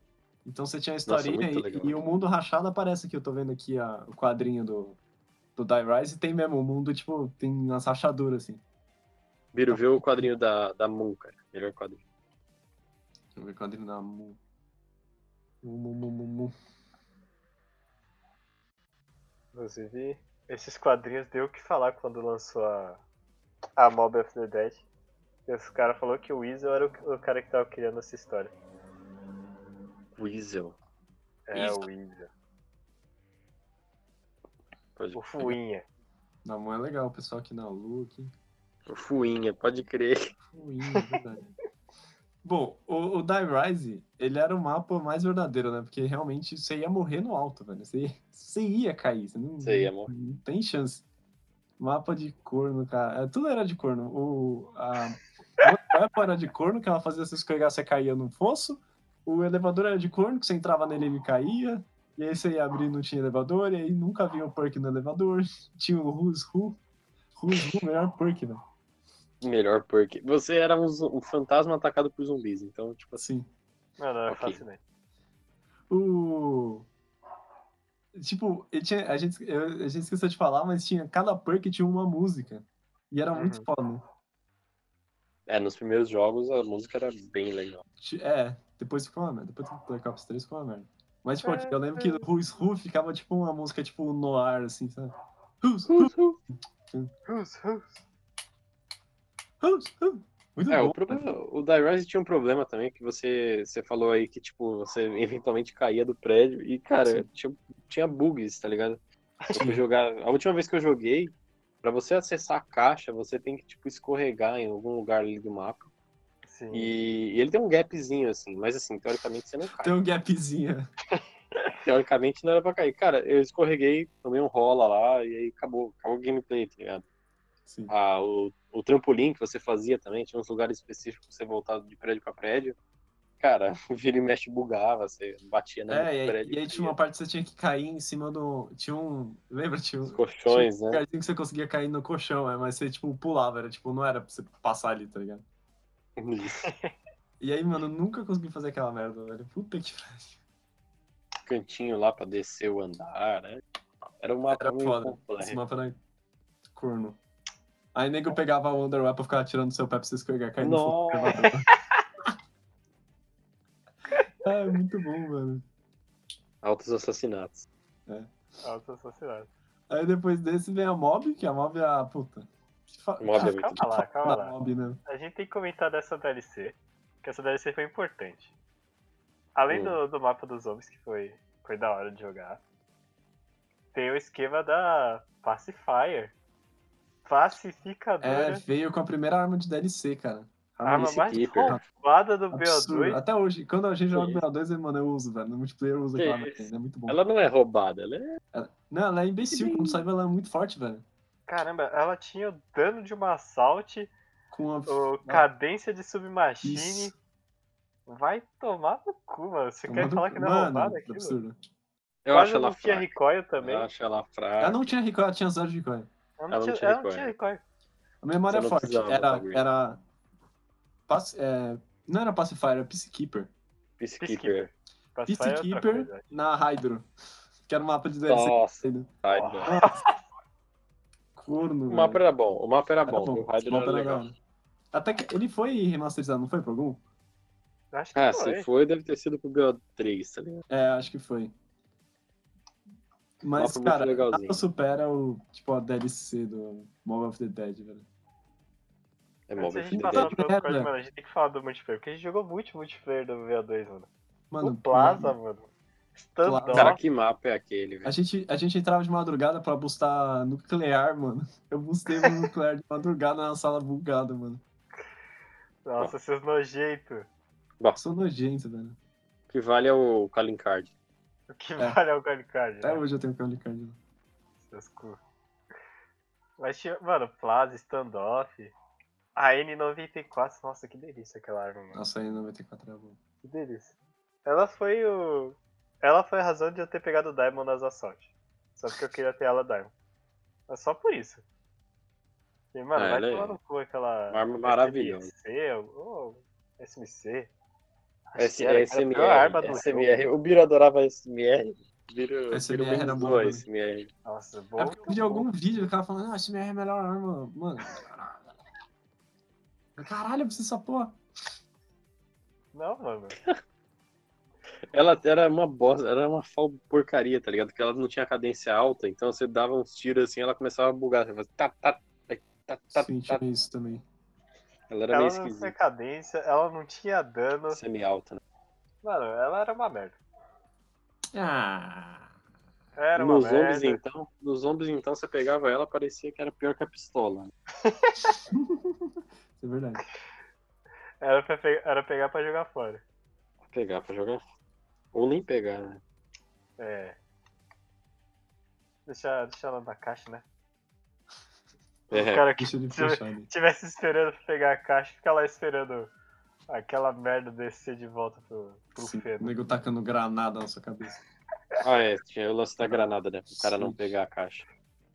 Speaker 2: Então você tinha a
Speaker 4: Nossa,
Speaker 2: historinha
Speaker 4: muito
Speaker 2: e-
Speaker 4: legal.
Speaker 2: e, o mundo rachado aparece aqui. Eu tô vendo aqui a- o quadrinho do, do Die Rise e tem mesmo o mundo, tipo, tem umas rachaduras assim.
Speaker 4: Biro, viu o quadrinho da, da Moon, cara. Melhor quadrinho.
Speaker 2: Deixa eu ver o quadrinho da Mu. Mu, mu, mu, mu, mu.
Speaker 3: Inclusive, esses quadrinhos deu o que falar quando lançou a, a Mob of the Dead. E os caras falaram que o Weasel era o, o cara que tava criando essa história.
Speaker 4: Weasel.
Speaker 3: É,
Speaker 4: Isso.
Speaker 3: o Weasel.
Speaker 4: Pode...
Speaker 3: O Fuinha.
Speaker 2: Da Mu é legal, o pessoal aqui na Lu aqui.
Speaker 4: O Fuinha, pode crer.
Speaker 2: Ruim, é verdade. Bom, o, o Die Rise, ele era o mapa mais verdadeiro, né? Porque realmente você ia morrer no alto, velho. Você ia, você ia cair, você não,
Speaker 4: Você ia morrer.
Speaker 2: não tem chance. Mapa de corno, cara. É, tudo era de corno. O, a, o mapa era de corno, que ela fazia você escorregar, você caía no fosso. O elevador era de corno, que você entrava nele e ele caía. E aí você ia abrir e não tinha elevador, e aí nunca vinha o perk no elevador. Tinha o Who's Who. Who's Who, melhor perk, né?
Speaker 4: Melhor perk. Você era um, zo- um fantasma atacado por zumbis, então, tipo assim.
Speaker 2: Assim.
Speaker 3: Mano, é
Speaker 4: Ok.
Speaker 3: fascinante.
Speaker 2: O. Tipo, ele tinha- a, gente, eu- a gente esqueceu de falar, mas tinha cada perk tinha uma música. E era muito
Speaker 3: Uhum.
Speaker 2: foda. né?
Speaker 4: É, nos primeiros jogos a música era bem legal.
Speaker 2: Ti- É, depois ficou uma merda. Depois do Black Ops 3 ficou uma merda. Mas, tipo, eu lembro que Who's Who ficava tipo uma música tipo no ar, assim, sabe? Who's Who,
Speaker 3: Who's, who's?
Speaker 2: Who's Who. Muito
Speaker 4: É,
Speaker 2: bom.
Speaker 4: o problema. O Die Rise tinha um problema também, que você, você falou aí que, tipo, você eventualmente caía do prédio e, cara, tinha, tinha bugs, tá ligado? Eu fui jogar. A última vez que eu joguei, pra você acessar a caixa, você tem que, tipo, escorregar em algum lugar ali do mapa.
Speaker 3: Sim.
Speaker 4: E, e ele tem um gapzinho, assim, mas assim, teoricamente você não cai.
Speaker 2: Tem um gapzinho.
Speaker 4: Teoricamente não era pra cair. Cara, eu escorreguei, tomei um rola lá e aí acabou, acabou o gameplay, tá ligado?
Speaker 2: Sim.
Speaker 4: Ah, o, o trampolim que você fazia também, tinha uns lugares específicos pra você voltar de prédio pra prédio. Cara, vira e mexe bugava, você batia no
Speaker 2: É, e aí,
Speaker 4: prédio.
Speaker 2: e aí tinha uma parte que você tinha que cair em cima do. Tinha um. Lembra? Tinha
Speaker 4: Os
Speaker 2: um.
Speaker 4: colchões,
Speaker 2: Um
Speaker 4: né?
Speaker 2: lugarzinho que você conseguia cair no colchão, é, mas você, tipo, pulava, era, tipo, não era pra você passar ali, tá ligado?
Speaker 4: Isso,
Speaker 2: E aí, mano, eu nunca consegui fazer aquela merda, velho. Puta que pariu.
Speaker 4: cantinho lá pra descer o andar, né? Era uma
Speaker 2: Era
Speaker 4: muito
Speaker 2: foda.
Speaker 4: complexa.
Speaker 2: Esse mapa era corno. Aí nego pegava o Wonder Weapon e ficava tirando seu pé pra você escorregar, caindo no fundo do
Speaker 4: Nossa.
Speaker 2: elevador. Ah, é muito bom, mano.
Speaker 4: Altos assassinatos.
Speaker 3: Alto assassinato.
Speaker 2: Aí depois desse vem a Mob, que a Mob é a puta. Fa-
Speaker 4: Mob
Speaker 2: Cara,
Speaker 4: é muito
Speaker 2: que
Speaker 3: Calma lá, calma
Speaker 2: fala da
Speaker 3: lá.
Speaker 2: Mob, né?
Speaker 3: A gente tem que comentar dessa DLC, que essa DLC foi importante. Além
Speaker 4: Hum.
Speaker 3: do, do mapa dos homens, que foi, foi da hora de jogar, tem o esquema da Pacifier.
Speaker 2: É,
Speaker 3: Pacificadora,
Speaker 2: veio com a primeira arma de DLC, cara.
Speaker 3: a arma
Speaker 4: Alice
Speaker 3: mais
Speaker 4: Keeper.
Speaker 3: roubada do
Speaker 2: Absurdo.
Speaker 3: BO2.
Speaker 2: Até hoje, quando a gente joga
Speaker 4: Que
Speaker 2: BO2, eu, mano, eu uso, velho. No multiplayer eu uso
Speaker 4: Que
Speaker 2: aquela merda,
Speaker 4: isso.
Speaker 2: ainda, é muito bom.
Speaker 4: Ela não é roubada, ela é
Speaker 2: Ela- Não, ela é imbecil, quando saiu ela é muito forte, velho.
Speaker 3: Caramba, ela tinha o dano de uma assault,
Speaker 2: Com a... é
Speaker 3: o
Speaker 2: Ah,
Speaker 3: cadência de submachine.
Speaker 2: isso.
Speaker 3: Vai tomar no cu, mano. Você quer
Speaker 2: Tomando-
Speaker 3: falar que não é
Speaker 2: mano,
Speaker 3: roubada aquilo?
Speaker 2: absurdo.
Speaker 4: Eu
Speaker 3: Quase
Speaker 4: acho ela
Speaker 3: não tinha
Speaker 4: fraca.
Speaker 3: recoil também.
Speaker 4: Eu acho ela fraca.
Speaker 2: Ela não tinha recoil, ela tinha zero de recoil.
Speaker 3: Ela não
Speaker 4: ela não
Speaker 3: tinha,
Speaker 4: tinha
Speaker 3: ela não
Speaker 4: recoil.
Speaker 3: tinha recoil.
Speaker 2: A memória é
Speaker 4: Você não
Speaker 2: forte
Speaker 4: precisava,
Speaker 2: era...
Speaker 4: Fabrício.
Speaker 2: era... paci- é, Não era Pacifier, era Peacekeeper.
Speaker 4: um Peacekeeper.
Speaker 3: Pacifier é outra coisa.
Speaker 2: Peacekeeper na Hydro. Que era um mapa de
Speaker 4: Tá.
Speaker 2: DLC.
Speaker 4: Nossa,
Speaker 2: ainda.
Speaker 4: Hydra.
Speaker 2: Corno,
Speaker 4: O
Speaker 2: velho.
Speaker 4: mapa era bom, o mapa era
Speaker 2: Era
Speaker 4: bom,
Speaker 2: bom,
Speaker 4: o
Speaker 2: esse
Speaker 4: Hydra
Speaker 2: mapa
Speaker 4: era
Speaker 2: era
Speaker 4: legal.
Speaker 2: da hora. Até que ele foi remasterizado, não foi pro algum?
Speaker 3: Acho que
Speaker 4: Ah,
Speaker 3: foi.
Speaker 4: se foi, deve ter sido pro BO3, tá ligado?
Speaker 2: É, acho que foi. Mas,
Speaker 4: Mapa é muito
Speaker 2: cara,
Speaker 4: legalzinho.
Speaker 2: nada supera o, tipo, a DLC do Mobile of the Dead, velho.
Speaker 4: É
Speaker 3: Antes da
Speaker 4: móvel
Speaker 3: gente
Speaker 4: Free
Speaker 3: passar
Speaker 4: Dead.
Speaker 3: pro outro código,
Speaker 2: Merda.
Speaker 3: mano, a gente tem que falar do multiplayer, porque a gente jogou muito multiplayer do VA2, mano.
Speaker 2: Mano,
Speaker 3: o Plaza, mano. Standoff.
Speaker 2: Plaza.
Speaker 4: Cara, que mapa é aquele,
Speaker 2: a
Speaker 4: velho?
Speaker 2: gente, a gente entrava de madrugada pra bustar nuclear, mano. Eu bustei o nuclear de madrugada na sala bugada, mano.
Speaker 3: Nossa, seus nojeitos.
Speaker 2: Sou nojento, velho.
Speaker 4: O que vale é o Calling Card.
Speaker 3: O que
Speaker 2: É.
Speaker 3: vale é o Galicard,
Speaker 2: Até
Speaker 3: né?
Speaker 2: hoje eu tenho Cali Card.
Speaker 3: Seus cu. Mas tinha, mano, Plaza, Standoff. A N94, nossa, que delícia aquela arma, mano.
Speaker 2: Nossa, aí 94 era bom.
Speaker 3: Que delícia. Ela foi o. Ela foi a razão de eu ter pegado o Diamond nas assault. Só porque eu queria ter ela Diamond. É só por isso. E, mano,
Speaker 4: Ah,
Speaker 3: vai
Speaker 4: ela é
Speaker 3: tomar no cu aquela.
Speaker 4: uma arma maravilhosa.
Speaker 3: SMC, ou SMC.
Speaker 4: S
Speaker 3: era, cara, a
Speaker 4: SMR,
Speaker 3: pior arma do
Speaker 4: SMR. O Biro adorava SMR. Biro,
Speaker 2: SMR
Speaker 4: Biro
Speaker 2: era bom,
Speaker 4: boa,
Speaker 2: né?
Speaker 4: SMR.
Speaker 3: Nossa, bom.
Speaker 2: É porque eu vi algum vídeo do cara falando, ah, SMR é a melhor arma, mano. Caralho, eu preciso dessa porra.
Speaker 3: Não, mano.
Speaker 4: Tá Ela era uma bosta, era uma fal porcaria, tá ligado? Porque ela não tinha cadência alta, então você dava uns tiros assim, ela começava a bugar. Você fazia tá, tá, tá, tá, tá,
Speaker 2: Sim,
Speaker 4: tá.
Speaker 2: tinha isso também.
Speaker 4: Ela era
Speaker 3: Ela
Speaker 4: meio
Speaker 3: não tinha
Speaker 4: esquisita,
Speaker 3: cadência, ela não tinha dano.
Speaker 4: semi-alta. né?
Speaker 3: Mano, ela era uma merda.
Speaker 2: Ah...
Speaker 3: Era uma
Speaker 4: Nos
Speaker 3: merda.
Speaker 4: zombies, então, nos zombies, então, você pegava ela, parecia que era pior que a pistola.
Speaker 2: Isso é verdade.
Speaker 3: Era, pra pe- era pegar pra jogar fora.
Speaker 4: Pegar pra jogar. Ou nem pegar, né?
Speaker 3: É. Deixa, deixa ela na caixa, né? Os
Speaker 4: É,
Speaker 3: cara que
Speaker 2: Deixa ele
Speaker 3: se eu
Speaker 2: fechar ali.
Speaker 3: tivesse esperando pra pegar a caixa, fica lá esperando aquela merda descer de volta pro, pro
Speaker 2: Sim, O
Speaker 3: feno.
Speaker 2: nego tacando granada na sua cabeça.
Speaker 4: Ah, é, tinha o lance da granada, né? O cara não pegar a caixa.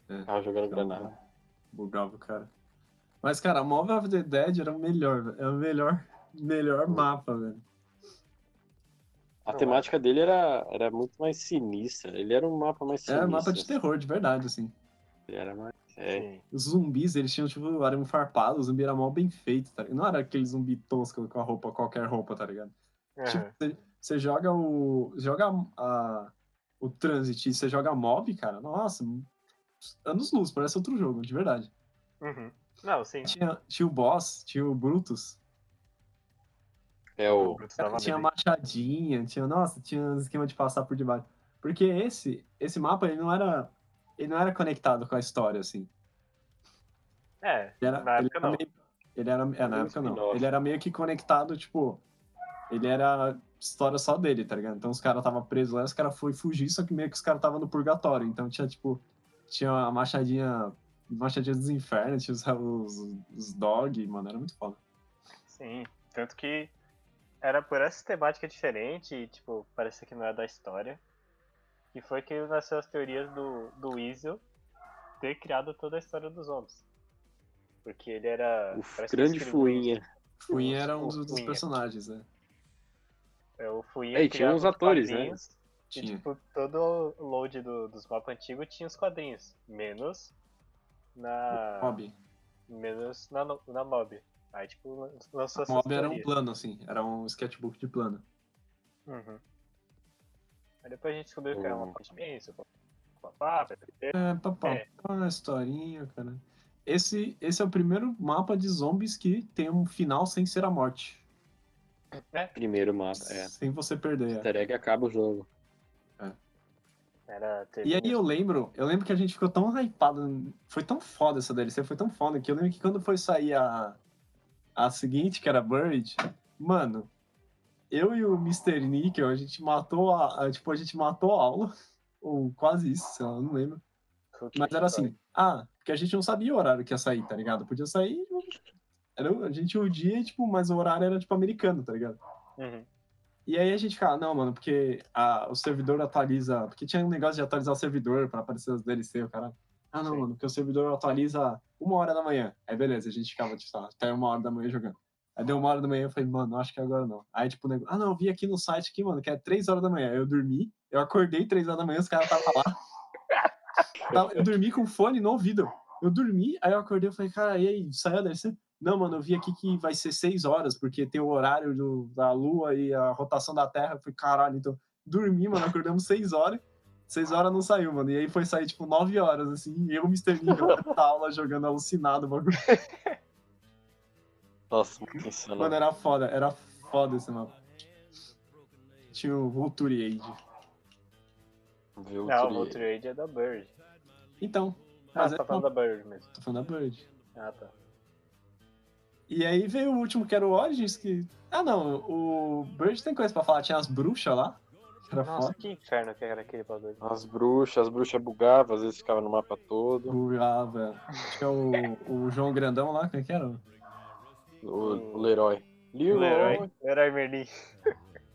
Speaker 2: É.
Speaker 4: Tava jogando
Speaker 2: Então,
Speaker 4: granada.
Speaker 2: Bugava o cara. Mas, cara, Mobile of the Dead era o melhor, velho. Era o melhor, melhor mapa, velho.
Speaker 4: A
Speaker 3: Não,
Speaker 4: temática dele era, era muito mais sinistra. Ele era um mapa mais sinistro.
Speaker 2: Era É mapa de terror, de verdade, assim.
Speaker 4: Ele era mais. É,
Speaker 3: Sim.
Speaker 2: Os zumbis, eles tinham, tipo, eram farpados, o zumbi era mal bem feito, tá ligado? Não era aquele zumbi tosco com a roupa, qualquer roupa, tá ligado? Tipo,
Speaker 3: Aham.
Speaker 2: você, você joga o. Joga a, o Transit e você joga mob, cara. Nossa, anos luz, parece outro jogo, de verdade.
Speaker 3: Uhum. Não, sim.
Speaker 2: Tinha, tinha o Boss, tinha o Brutus,
Speaker 4: é
Speaker 3: O
Speaker 4: o.
Speaker 3: Brutus dava
Speaker 2: tinha
Speaker 3: medo.
Speaker 2: machadinha, tinha, nossa, tinha um esquema de passar por debaixo. Porque esse, esse mapa, ele não era, ele não era conectado com a história, assim.
Speaker 3: É,
Speaker 2: Ele era,
Speaker 3: Na
Speaker 2: ele
Speaker 3: época,
Speaker 2: era
Speaker 3: não.
Speaker 2: meio, ele era, é, na
Speaker 4: Era um
Speaker 2: época não.
Speaker 4: spin-off.
Speaker 2: Ele era meio que conectado, tipo, ele era história só dele, tá ligado? Então os caras tava presos lá, os caras foi fugir, só que meio que os caras tava no purgatório. Então tinha, tipo, tinha a machadinha, machadinha dos infernos, tinha os, os, os dog, mano, era muito foda.
Speaker 3: sim. Tanto que era por essa temática diferente, e, tipo, parecia que não era da história. E foi que nasceu as teorias do, do Weasel ter criado toda a história dos homens. Porque ele era.
Speaker 4: o
Speaker 3: parece que
Speaker 4: grande
Speaker 3: escreveu-
Speaker 4: fuinha.
Speaker 2: Fuin
Speaker 3: O-
Speaker 2: era um
Speaker 3: o
Speaker 2: dos, dos
Speaker 3: Fuinha.
Speaker 2: personagens, né?
Speaker 3: É, o Fuinha
Speaker 4: É, e tinha
Speaker 3: criava
Speaker 4: uns
Speaker 3: os
Speaker 4: atores, né?
Speaker 3: quadrinhos, E,
Speaker 2: Tinha.
Speaker 3: tipo, todo o load do- dos mapas antigos tinha os quadrinhos. Menos na.
Speaker 2: Mob.
Speaker 3: Menos na, no- na Mob. Aí, tipo, lan- lançou essa
Speaker 2: Mob era um
Speaker 3: teoria.
Speaker 2: plano, assim, era um sketchbook de plano.
Speaker 3: Uhum. Aí depois a gente descobriu que era uma
Speaker 4: Hum.
Speaker 3: continência, papá, PPT.
Speaker 2: É, papá,
Speaker 3: É.
Speaker 2: uma historinha, cara. Esse, esse é o primeiro mapa de zombies que tem um final sem ser a morte.
Speaker 4: Primeiro mapa. É.
Speaker 2: Sem você perder. é.
Speaker 4: Easter egg acaba o jogo.
Speaker 3: Era um
Speaker 2: E aí
Speaker 3: termina-
Speaker 2: eu lembro, eu lembro que a gente ficou tão hypado. Foi tão foda essa DLC, foi tão foda que eu lembro que quando foi sair a, a seguinte, que era Buried, mano, eu e o Mr. Nickel, a gente matou a. a- tipo, a gente matou a aula. Ou quase isso, sei lá, eu não lembro.
Speaker 3: Tudo
Speaker 2: Mas
Speaker 3: que
Speaker 2: era
Speaker 3: foi.
Speaker 2: assim, ah, porque a gente não sabia o horário que ia sair, tá ligado? Podia sair. tipo, Era, o- a gente o dia, tipo, mas o horário era tipo americano, tá ligado?
Speaker 3: Uhum.
Speaker 2: E aí a gente ficava, não, mano, porque a- o servidor atualiza. Porque tinha um negócio de atualizar o servidor pra aparecer as DLC, o cara. Ah, não,
Speaker 3: Sim.
Speaker 2: mano, porque o servidor atualiza uma hora da manhã. Aí beleza, a gente ficava, tipo, tá, até uma hora da manhã jogando. Aí deu uma hora da manhã, eu falei, mano, acho que agora não. Aí, tipo, o nego- ah, não, eu vi aqui no site aqui, mano, que é três horas da manhã. Aí Eu dormi, eu acordei três horas da manhã, os caras estavam lá. Tava- Eu dormi com fone no ouvido. Eu dormi, aí eu acordei, eu falei, cara, e aí, saiu a DLC? Não, mano, eu vi aqui que vai ser seis horas, porque tem o horário do- da Lua e a rotação da Terra. Eu falei, caralho, então dormi, mano, acordamos seis horas. seis horas não saiu, mano. E aí foi sair, tipo, nove horas, assim, e eu, Mr. Nick, da aula jogando alucinado o bagulho.
Speaker 4: Nossa, muito insano. né?
Speaker 2: Mano, era foda, era foda esse mapa. Tinha o Volturi Age.
Speaker 4: Ver o
Speaker 3: Não, o
Speaker 4: tri-
Speaker 3: outro Age é da Bird.
Speaker 2: Então,
Speaker 3: Ah,
Speaker 2: mas
Speaker 3: você
Speaker 2: é,
Speaker 3: tá falando
Speaker 2: tô
Speaker 3: da Bird mesmo.
Speaker 2: falando da Bird.
Speaker 3: Ah, tá.
Speaker 2: E aí veio o último, que era o Origins, que... Ah, não, o Bird tem coisa pra falar. Tinha as bruxas lá, que era
Speaker 3: Nossa,
Speaker 2: foda.
Speaker 3: que inferno que era aquele bagulho.
Speaker 4: As bruxas, as bruxas bugavam, às vezes ficava no mapa todo.
Speaker 2: Bugava. Tinha é o, o João Grandão lá, como é que era?
Speaker 4: O, o Leroy.
Speaker 3: Hum. O
Speaker 4: Leroy.
Speaker 3: herói, o herói Merlin.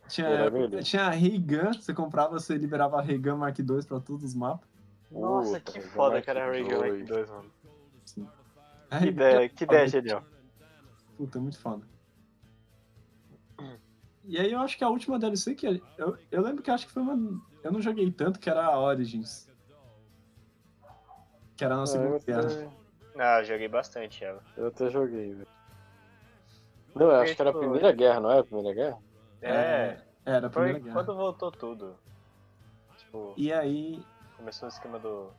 Speaker 2: Tinha,
Speaker 4: Era verdade.
Speaker 2: tinha a Reigan, você comprava, você liberava a Reigan Mark II pra todos os mapas.
Speaker 3: Nossa,
Speaker 4: Puta,
Speaker 3: que
Speaker 4: Regan
Speaker 3: foda
Speaker 4: Mark
Speaker 3: que era o Regan Mark
Speaker 4: dois.
Speaker 3: 2, mano.
Speaker 2: Assim.
Speaker 3: Que ideia, que ideia genial.
Speaker 2: Puta, é muito foda. E aí eu acho que a última DLC que. Eu, eu lembro que acho que foi uma. Eu não joguei tanto, que era a Origins. Que era a nossa
Speaker 4: Ah,
Speaker 3: É,
Speaker 4: eu,
Speaker 2: segunda guerra.
Speaker 4: até,
Speaker 3: Ah, eu joguei bastante ela.
Speaker 4: eu até joguei, velho. Não, eu acho que era a
Speaker 3: Perfeito.
Speaker 4: primeira guerra, não é a primeira guerra?
Speaker 2: Ah,
Speaker 3: É,
Speaker 2: tá Era a primeira
Speaker 3: foi
Speaker 2: guerra.
Speaker 3: quando voltou tudo. Tipo,
Speaker 2: E aí.
Speaker 3: começou o esquema do.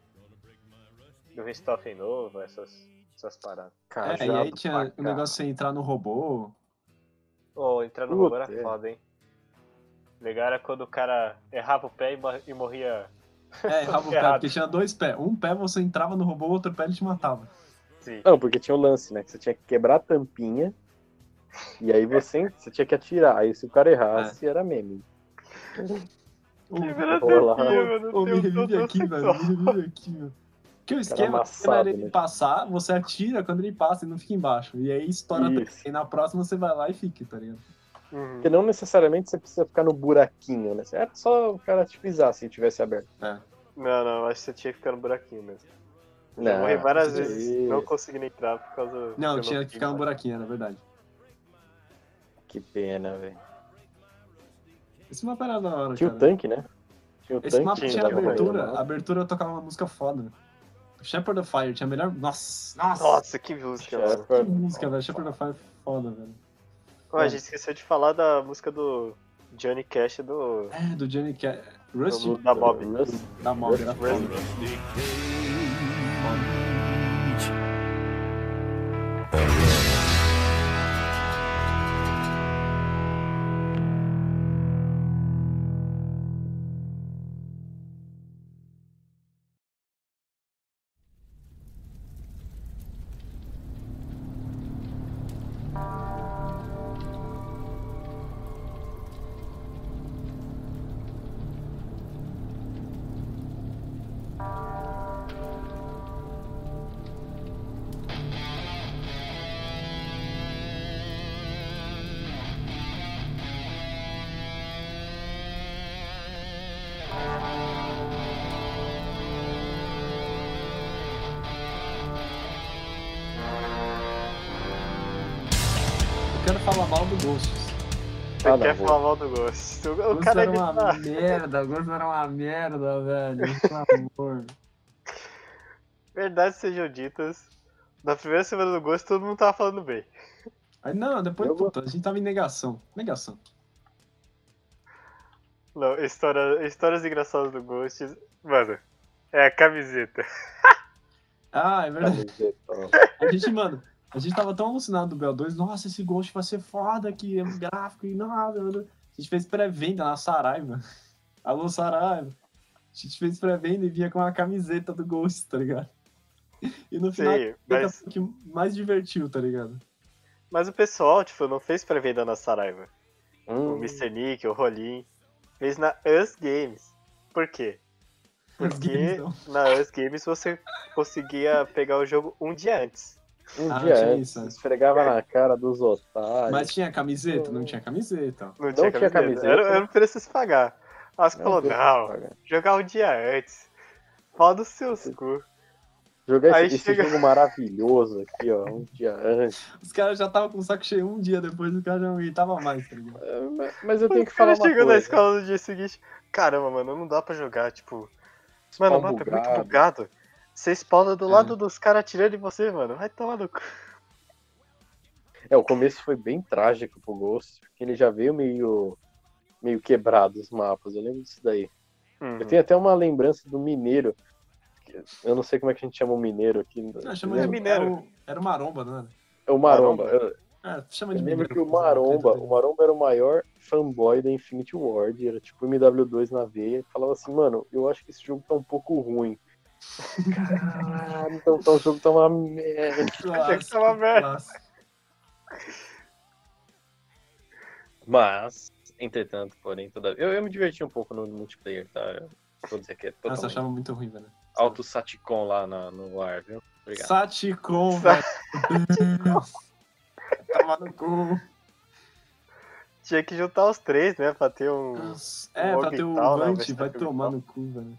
Speaker 3: Do Ristoffen novo, essas, essas paradas.
Speaker 2: é, e aí tinha o negócio de você entrar no robô.
Speaker 3: Ô, entrar no
Speaker 4: Puta,
Speaker 3: robô era
Speaker 4: é.
Speaker 3: foda, hein? Legal era quando o cara errava o pé e, mor- e morria.
Speaker 2: É, errava o pé,
Speaker 3: Errado.
Speaker 2: porque tinha dois pés. Um pé você entrava no robô, outro pé ele te matava.
Speaker 3: Sim.
Speaker 4: Não, porque tinha o lance, né? Que você tinha que quebrar a tampinha. E aí você, você tinha que atirar. Aí se o cara errasse,
Speaker 2: É.
Speaker 4: era meme.
Speaker 2: O,
Speaker 4: Olá.
Speaker 2: Ô, me revive aqui, velho. Me revive aqui, velho. Porque o esquema
Speaker 4: amassado,
Speaker 2: era ele
Speaker 4: né?
Speaker 2: passar, você atira quando ele passa e não fica embaixo. E aí estoura a
Speaker 4: Isso.
Speaker 2: três. E na próxima você vai lá e fica, tá ligado?
Speaker 3: Uhum.
Speaker 4: Porque não necessariamente você precisa ficar no buraquinho, né? Era só o cara te pisar se tivesse aberto.
Speaker 3: Não, não, acho que você tinha que ficar no buraquinho mesmo. eu
Speaker 4: Não,
Speaker 3: morri várias
Speaker 4: isso
Speaker 3: vezes
Speaker 4: aí-
Speaker 3: não conseguindo entrar por causa.
Speaker 2: Não,
Speaker 3: eu
Speaker 2: tinha que ficar no
Speaker 3: mais.
Speaker 2: buraquinho, na verdade.
Speaker 4: Que pena, velho.
Speaker 2: Esse mapa era da hora,
Speaker 4: Tinha o
Speaker 2: cara.
Speaker 4: tanque, né? Tinha o
Speaker 2: Esse
Speaker 4: tanque.
Speaker 2: mapa
Speaker 3: né,
Speaker 2: tinha
Speaker 4: dava pra ir
Speaker 2: abertura. Ah,
Speaker 4: lá.
Speaker 2: A abertura eu tocava uma música foda. né? Shepherd of Fire tinha a melhor. Nossa! Nossa!
Speaker 3: Nossa, que música,
Speaker 4: Tinha
Speaker 3: mano.
Speaker 2: Que
Speaker 4: abertura.
Speaker 2: música, velho. Shepherd of Fire é foda, velho.
Speaker 3: Ó,
Speaker 4: É.
Speaker 3: a gente esqueceu de falar da música do Johnny Cash do.
Speaker 2: É, do Johnny Cash. Rusty?
Speaker 3: do da Bob.
Speaker 4: Nossa,
Speaker 2: Da Mob, era foda.
Speaker 3: Rusty.
Speaker 2: Eu quero falar mal do Ghosts.
Speaker 3: Você
Speaker 4: Ah, não,
Speaker 3: quer
Speaker 4: vou.
Speaker 3: falar mal do Ghost? O, o
Speaker 2: Ghosts
Speaker 3: cara
Speaker 2: era
Speaker 3: é de.
Speaker 2: uma
Speaker 3: Ah,
Speaker 2: merda, Ghosts era uma merda, velho. Pelo amor.
Speaker 3: verdade sejam ditas. Na primeira semana do Ghost todo mundo tava falando bem.
Speaker 2: Aí, não, depois,
Speaker 4: Eu vou-
Speaker 2: puta, a gente tava em negação. Negação.
Speaker 3: Não, história, histórias engraçadas do Ghost. Mano, é a camiseta.
Speaker 2: Ah, é verdade.
Speaker 4: camiseta, ó.
Speaker 2: A gente, mano, a gente tava tão alucinado do BO2, nossa, esse Ghost vai ser foda que é um gráfico e nada. mano. A gente fez pré-venda na Saraiva. Alô, Saraiva. A gente fez pré-venda e vinha com a camiseta do Ghost, tá ligado? E no final,
Speaker 3: Sim,
Speaker 2: a camiseta
Speaker 3: mas,
Speaker 2: foi o que mais divertiu, tá ligado?
Speaker 3: mas o pessoal, tipo, não fez pré-venda na Saraiva. O
Speaker 4: Hum,
Speaker 3: Mr. Nick, o Rolim. Fez na Us Games. Por quê?
Speaker 2: Os games, né?
Speaker 3: Porque
Speaker 2: não.
Speaker 3: na Us Games você conseguia pegar o jogo um dia antes.
Speaker 4: um
Speaker 2: Ah,
Speaker 4: dia
Speaker 2: tinha
Speaker 4: antes,
Speaker 2: isso, né?
Speaker 4: esfregava na cara dos otários.
Speaker 2: Mas tinha camiseta? Não tinha camiseta. ó.
Speaker 3: Não,
Speaker 4: tinha
Speaker 3: tinha, camiseta.
Speaker 4: camiseta.
Speaker 3: Era, era um preço a se pagar. Aí você
Speaker 4: Não,
Speaker 3: falou,
Speaker 4: Deus,
Speaker 3: não,
Speaker 4: cara.
Speaker 3: jogar um dia antes. Fala dos seus cu.
Speaker 4: Jogar
Speaker 3: Aí
Speaker 4: esse, esse
Speaker 3: chega-
Speaker 4: jogo maravilhoso aqui, ó, um dia antes.
Speaker 2: Os caras já estavam com o saco cheio um dia depois, os caras já não aguentavam mais, tá ligado?
Speaker 4: É, mas- Mas eu tenho
Speaker 3: O
Speaker 4: que falar
Speaker 3: cara
Speaker 4: uma coisa.
Speaker 3: chegou na escola no dia seguinte. Caramba, mano, não dá pra jogar, tipo.
Speaker 4: Tá
Speaker 3: Mano, o mapa é muito bugado. Você spawna do
Speaker 2: É.
Speaker 3: lado dos caras atirando em você, mano. Vai tomar no cu.
Speaker 4: É, o começo foi bem trágico pro Ghost, porque ele já veio meio, meio quebrado os mapas, eu lembro disso daí.
Speaker 3: Uhum.
Speaker 4: Eu tenho até uma lembrança do mineiro. que- Eu não sei como é que a gente chama o mineiro aqui.
Speaker 2: Ah,
Speaker 4: né?
Speaker 2: chama de
Speaker 3: mineiro.
Speaker 2: Era, o, era o Maromba, não era?
Speaker 4: É o Maromba. Eu,
Speaker 2: Ah, chama de
Speaker 4: eu lembro
Speaker 2: mineiro.
Speaker 4: que o
Speaker 2: porra,
Speaker 4: Maromba,
Speaker 2: preto
Speaker 4: o Maromba era o maior fanboy da Infinity Ward, era tipo MW2 na veia, e falava assim, mano, eu acho que esse jogo tá um pouco ruim. Caralho, então, então o jogo tá uma merda.
Speaker 2: dele.
Speaker 3: Achei que tava aberto.
Speaker 2: clássico.
Speaker 4: Mas, entretanto, porém, toda... eu, eu me diverti um pouco no multiplayer, tá? Eu vou dizer que é
Speaker 2: Nossa, eu
Speaker 4: totalmente
Speaker 2: achava muito ruim, velho.
Speaker 4: alto saticon lá na- no ar, viu? Obrigado.
Speaker 2: Saticon,
Speaker 3: Sa-
Speaker 2: velho. Tava no cu.
Speaker 3: Tinha que juntar os três, né? Pra ter um.
Speaker 2: É,
Speaker 3: O
Speaker 2: pra ter o
Speaker 3: orbital, né,
Speaker 2: Vant,
Speaker 3: vai
Speaker 2: vai
Speaker 3: ser
Speaker 2: tomar no cu, velho.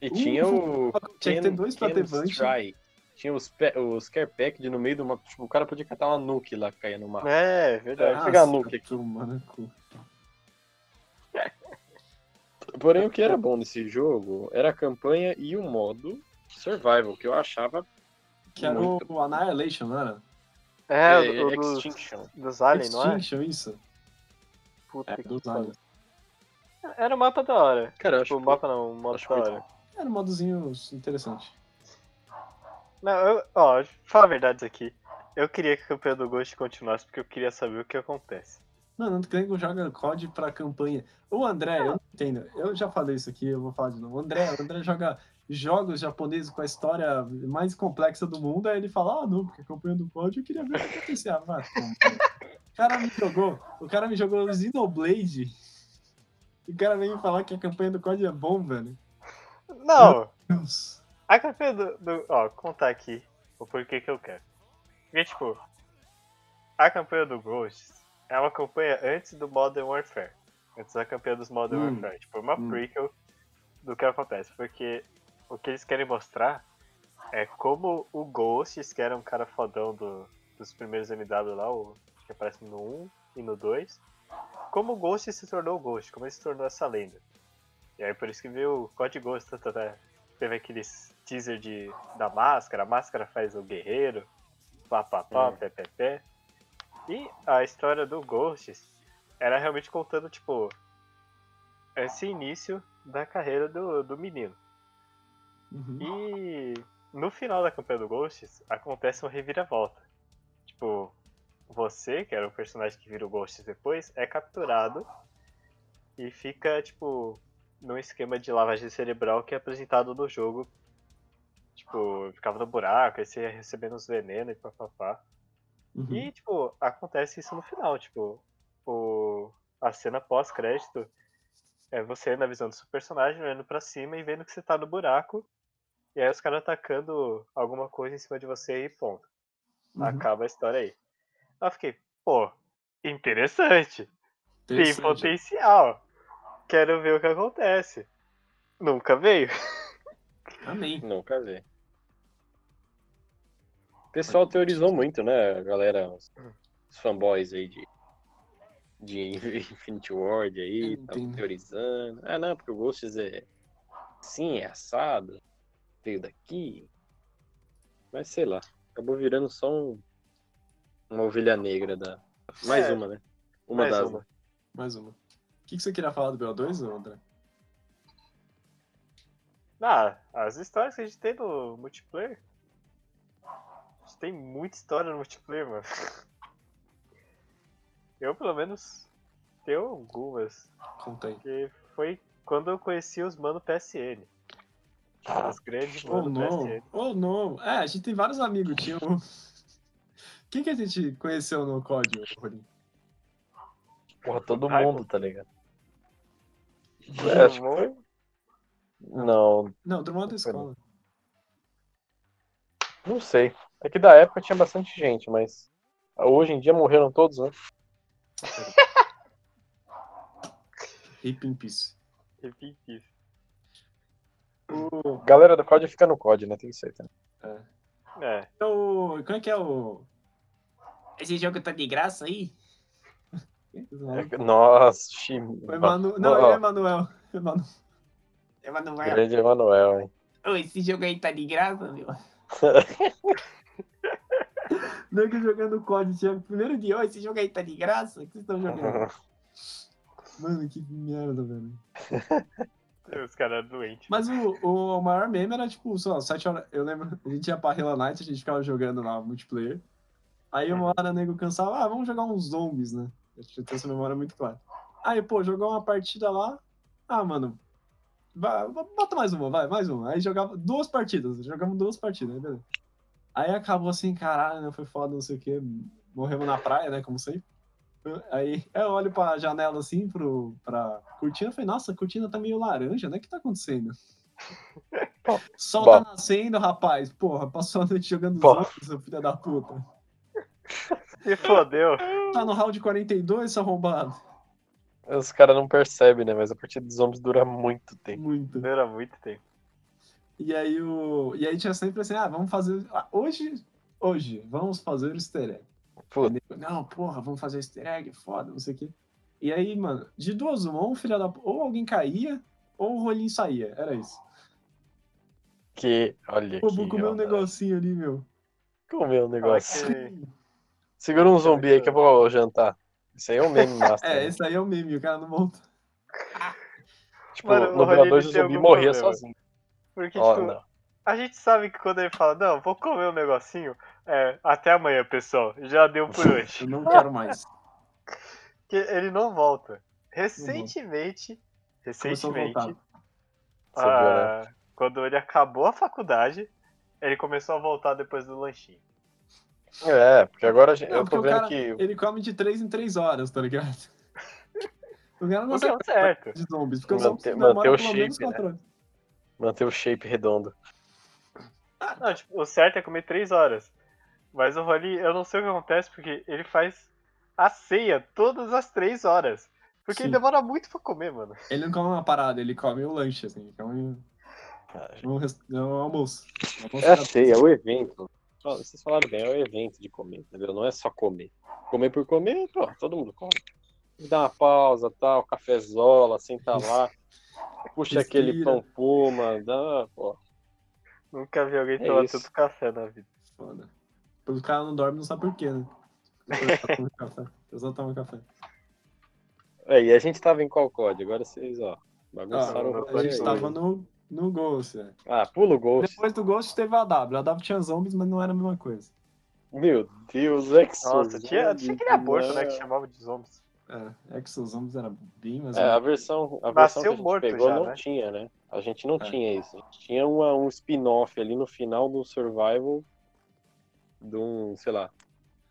Speaker 4: E
Speaker 2: Uh,
Speaker 4: tinha o.
Speaker 2: Tinha que ter dois pra ter Vant.
Speaker 4: Strike. Tinha os, pe... os Care Pack de no meio do mapa. Tipo, o cara podia catar uma nuke lá que caía no mapa.
Speaker 3: É, verdade.
Speaker 4: Vai pegar nuke aqui.
Speaker 2: Ah, Tomar no cu.
Speaker 4: Porém, o que era bom nesse jogo era a campanha e o modo survival, que eu achava
Speaker 2: Que era o,
Speaker 4: muito.
Speaker 2: o Annihilation, não era?
Speaker 3: É,
Speaker 4: é,
Speaker 3: o, o dos,
Speaker 4: Extinction.
Speaker 3: dos Alien, não é?
Speaker 2: Extinction, isso.
Speaker 3: Puta
Speaker 2: É,
Speaker 3: que
Speaker 2: dos
Speaker 3: pariu.
Speaker 2: aliens.
Speaker 3: Era um mapa da hora.
Speaker 4: Cara, eu acho
Speaker 3: O mapa não, um modo
Speaker 4: acho
Speaker 3: da
Speaker 4: muito
Speaker 3: hora.
Speaker 2: Era um modozinho interessante.
Speaker 3: Não, eu, ó, fala a verdade isso aqui. Eu queria que a campanha do Ghost continuasse, porque eu queria saber o que acontece.
Speaker 2: Mano, o Clango joga COD pra campanha. O André, eu não entendo. Eu já falei isso aqui, eu vou falar de novo. O André, o André joga jogos japoneses com a história mais complexa do mundo, aí ele fala, ah, não, porque a campanha do COD eu queria ver o que acontecia. Ah, vai, pô, mano. o cara me jogou, o cara me jogou Xenoblade. E o cara veio me falar que a campanha do COD é bom, velho.
Speaker 3: Não!
Speaker 2: Deus.
Speaker 3: A campanha do, do- Ó, contar aqui o porquê que eu quero. Porque, tipo, a campanha do Ghost, É uma campanha antes do Modern Warfare. Antes da campanha dos Modern
Speaker 2: Hum.
Speaker 3: Warfare. Tipo, uma
Speaker 2: Hum.
Speaker 3: prequel do que acontece. Porque o que eles querem mostrar é como o Ghosts, que era um cara fodão do- dos primeiros MW lá, o, que aparece no 1 e no 2, como o Ghost se tornou o Ghost, como ele se tornou essa lenda. E aí por isso que veio o Code Ghost, tá, tá, tá. teve aqueles teaser de, da máscara, a máscara faz o guerreiro, pá pá pá,
Speaker 4: Hum.
Speaker 3: pé pé pé. E a história do Ghosts era realmente contando, tipo, esse início da carreira do, do menino.
Speaker 2: Uhum.
Speaker 3: E no final da campanha do Ghosts, acontece uma reviravolta. Tipo, você, que era o personagem que vira o Ghosts depois, é capturado e fica, tipo, num esquema de lavagem cerebral que é apresentado no jogo. Tipo, ficava no buraco, aí você ia recebendo os venenos e papapá.
Speaker 2: Uhum.
Speaker 3: E, tipo, acontece isso no final, tipo, o... a cena pós-crédito é você na visão do seu personagem, olhando pra cima e vendo que você tá no buraco, e aí os caras atacando alguma coisa em cima de você e ponto.
Speaker 2: Uhum.
Speaker 3: Acaba a história aí. Aí eu fiquei, pô, interessante, tem
Speaker 2: Interessante.
Speaker 3: potencial, quero ver o que acontece. Nunca veio.
Speaker 2: Amém.
Speaker 4: Nunca vi. O pessoal teorizou muito, né, a galera? Os, os fanboys aí de, de Infinity Ward aí,
Speaker 2: Entendo.
Speaker 4: estavam teorizando. Ah, não, porque o Ghosts é sim, é assado, veio daqui. Mas sei lá, acabou virando só um, uma ovelha negra da. Mais
Speaker 3: É,
Speaker 4: uma, né? Uma
Speaker 3: mais
Speaker 4: das.
Speaker 3: uma.
Speaker 2: Mais uma. O que, que você queria falar do BO2, ô, André?
Speaker 3: Ah, as histórias que a gente tem no multiplayer. A gente tem muita história no multiplayer, mano. Eu, pelo menos, tenho algumas.
Speaker 2: Conta aí.
Speaker 3: Que foi quando eu conheci os mano PSN. Os grandes
Speaker 2: Ou
Speaker 3: mano
Speaker 2: não,
Speaker 3: PSN.
Speaker 2: ou não. É, a gente tem vários amigos. Tinha um... Quem que a gente conheceu no código, Rolim?
Speaker 5: Porra, todo
Speaker 3: Ai,
Speaker 5: mundo, tá ligado?
Speaker 3: Todo
Speaker 5: É, acho que
Speaker 3: mundo?
Speaker 5: foi. Não,
Speaker 2: Não, do modo da escola.
Speaker 5: não sei. É que da época tinha bastante gente, mas hoje em dia morreram todos, né?
Speaker 2: Hip in peace.
Speaker 3: Rip in peace.
Speaker 2: O...
Speaker 5: Galera do COD fica no COD, né? Tem que ser, tá?
Speaker 2: É.
Speaker 3: É,
Speaker 2: Então, como é que é o...
Speaker 6: Esse jogo tá de graça aí?
Speaker 5: É- Nossa,
Speaker 2: O
Speaker 5: Chimba.
Speaker 2: Emanu... Não, ele é Emanuel. Emanu-
Speaker 6: Emanuel,
Speaker 5: Grande Emanuel, hein?
Speaker 6: ô, esse jogo aí tá de graça, meu.
Speaker 2: Nego é jogando COD, tinha o primeiro dia.
Speaker 6: Ô, esse jogo aí tá de graça? O que vocês estão jogando?
Speaker 2: Mano, que merda, velho.
Speaker 3: os caras doentes.
Speaker 2: Mas o, o, o maior meme era, tipo, sei lá, 7 horas. Eu lembro, a gente ia pra Hela Night, a gente ficava jogando lá multiplayer. Aí uma hora o nego cansava, ah, vamos jogar uns zombies, né? Eu acho que eu tenho essa memória muito clara. Aí, pô, jogou uma partida lá. Ah, mano, vai, bota mais uma, vai, mais uma. Aí jogava duas partidas, jogamos duas partidas, aí beleza. Aí acabou assim, caralho, né? Foi foda, não sei o quê. Morremos na praia, né? Como sempre. Aí eu olho pra janela assim, pro, pra cortina, e falei, nossa, a cortina tá meio laranja, né? O que tá acontecendo? Sol tá nascendo, rapaz. Porra, passou a noite jogando os
Speaker 5: Porra.
Speaker 2: outros, seu filho da puta.
Speaker 3: Se fodeu.
Speaker 2: Tá no round 42, seu arrombado.
Speaker 5: Os caras não percebem, né? Mas a partida dos zombies dura muito tempo.
Speaker 2: Muito.
Speaker 3: Dura muito tempo.
Speaker 2: E aí o. E aí tinha sempre assim, ah, vamos fazer. ah, hoje. Hoje, vamos fazer o easter egg.
Speaker 5: Puta.
Speaker 2: Entendeu? Não, porra, vamos fazer o easter egg, foda, não sei o quê. E aí, mano, de duas uma, ou um filho da pu- ou alguém caía, ou o rolinho saía. Era isso.
Speaker 5: Que. Olha aqui.
Speaker 2: Pô, vou comer
Speaker 5: ó,
Speaker 2: um negocinho ali, meu.
Speaker 5: Comeu um negócio.
Speaker 3: Fala que-
Speaker 2: É.
Speaker 5: Segura um zumbi aí que eu vou jantar. Isso aí é um meme massa.
Speaker 2: É,
Speaker 5: né?
Speaker 2: esse aí é o meme, o cara não volta.
Speaker 5: Tipo,
Speaker 3: Mano, o
Speaker 5: no Vila 2 o
Speaker 3: Rodrigo tem
Speaker 5: zumbi
Speaker 3: algum
Speaker 5: morria
Speaker 3: problema.
Speaker 5: sozinho.
Speaker 3: Porque,
Speaker 5: Ó,
Speaker 3: tipo,
Speaker 5: não.
Speaker 3: A gente sabe que quando ele fala, não, vou comer um negocinho, é, até amanhã, pessoal, já deu por hoje.
Speaker 2: Eu não quero mais.
Speaker 3: Porque ele não volta. Recentemente,
Speaker 2: Começou a
Speaker 3: recentemente,
Speaker 2: voltar.
Speaker 5: Você viu, né?
Speaker 3: ah, quando ele acabou a faculdade, ele começou a voltar depois do lanchinho.
Speaker 5: É, porque agora a gente-
Speaker 2: Não,
Speaker 5: eu
Speaker 2: porque
Speaker 5: tô
Speaker 2: o
Speaker 5: vendo
Speaker 2: cara-
Speaker 5: que.
Speaker 2: Ele come de 3 em 3 horas, tá ligado? O cara não
Speaker 3: O que é
Speaker 2: sabe
Speaker 3: o certo.
Speaker 2: de zombies, porque os
Speaker 5: Manter-
Speaker 2: zombies demoram
Speaker 5: manter o
Speaker 2: pelo menos
Speaker 5: shape, né?
Speaker 2: 4 horas.
Speaker 5: Manter o shape redondo.
Speaker 3: Não, tipo, o certo é comer três horas. Mas o Rolly, eu não sei o que acontece, porque ele faz a ceia todas as três horas. Porque
Speaker 2: Sim.
Speaker 3: demora muito pra comer, mano.
Speaker 2: Ele não come uma parada, ele come o lanche, assim. Ele come um, res- um almoço. Um almoço
Speaker 4: É a
Speaker 2: da-
Speaker 4: ceia, é o evento. Ó, Vocês falaram bem, é o evento de comer, entendeu? Não é só comer. Comer por comer, pô, todo mundo come. Dá uma pausa, tal, cafezola, senta lá, puxa
Speaker 2: Respira.
Speaker 4: aquele pão puma, dá, pô.
Speaker 3: Nunca vi alguém
Speaker 4: É
Speaker 3: tomar
Speaker 4: isso.
Speaker 3: tanto café na vida.
Speaker 2: assim, Foda. O cara não dorme, não sabe por quê, né? Eu só tomo café. Eu só tomo café.
Speaker 4: É, e a gente tava em qual código? Agora vocês, ó,
Speaker 2: Ah,
Speaker 4: bagunçaram o
Speaker 2: a
Speaker 4: código.
Speaker 2: gente tava no, no Ghost, né?
Speaker 4: Ah, pula o é Ghost.
Speaker 2: Depois do Ghost teve a W. A W tinha zombies, mas não era a mesma coisa.
Speaker 4: Meu Deus, é que
Speaker 3: Nossa,
Speaker 4: surgiu,
Speaker 3: tinha, tinha aquele aborto, né,
Speaker 4: não.
Speaker 3: que chamava de zombies.
Speaker 2: É, é que seus zombies era bem mais.
Speaker 4: É, a versão, a versão
Speaker 3: Nasceu
Speaker 4: que a gente
Speaker 3: morto
Speaker 4: pegou
Speaker 3: já,
Speaker 4: não
Speaker 3: né?
Speaker 4: tinha, né? A gente não
Speaker 2: É.
Speaker 4: tinha isso. A gente tinha uma- um spin-off ali no final do Survival de um, sei lá,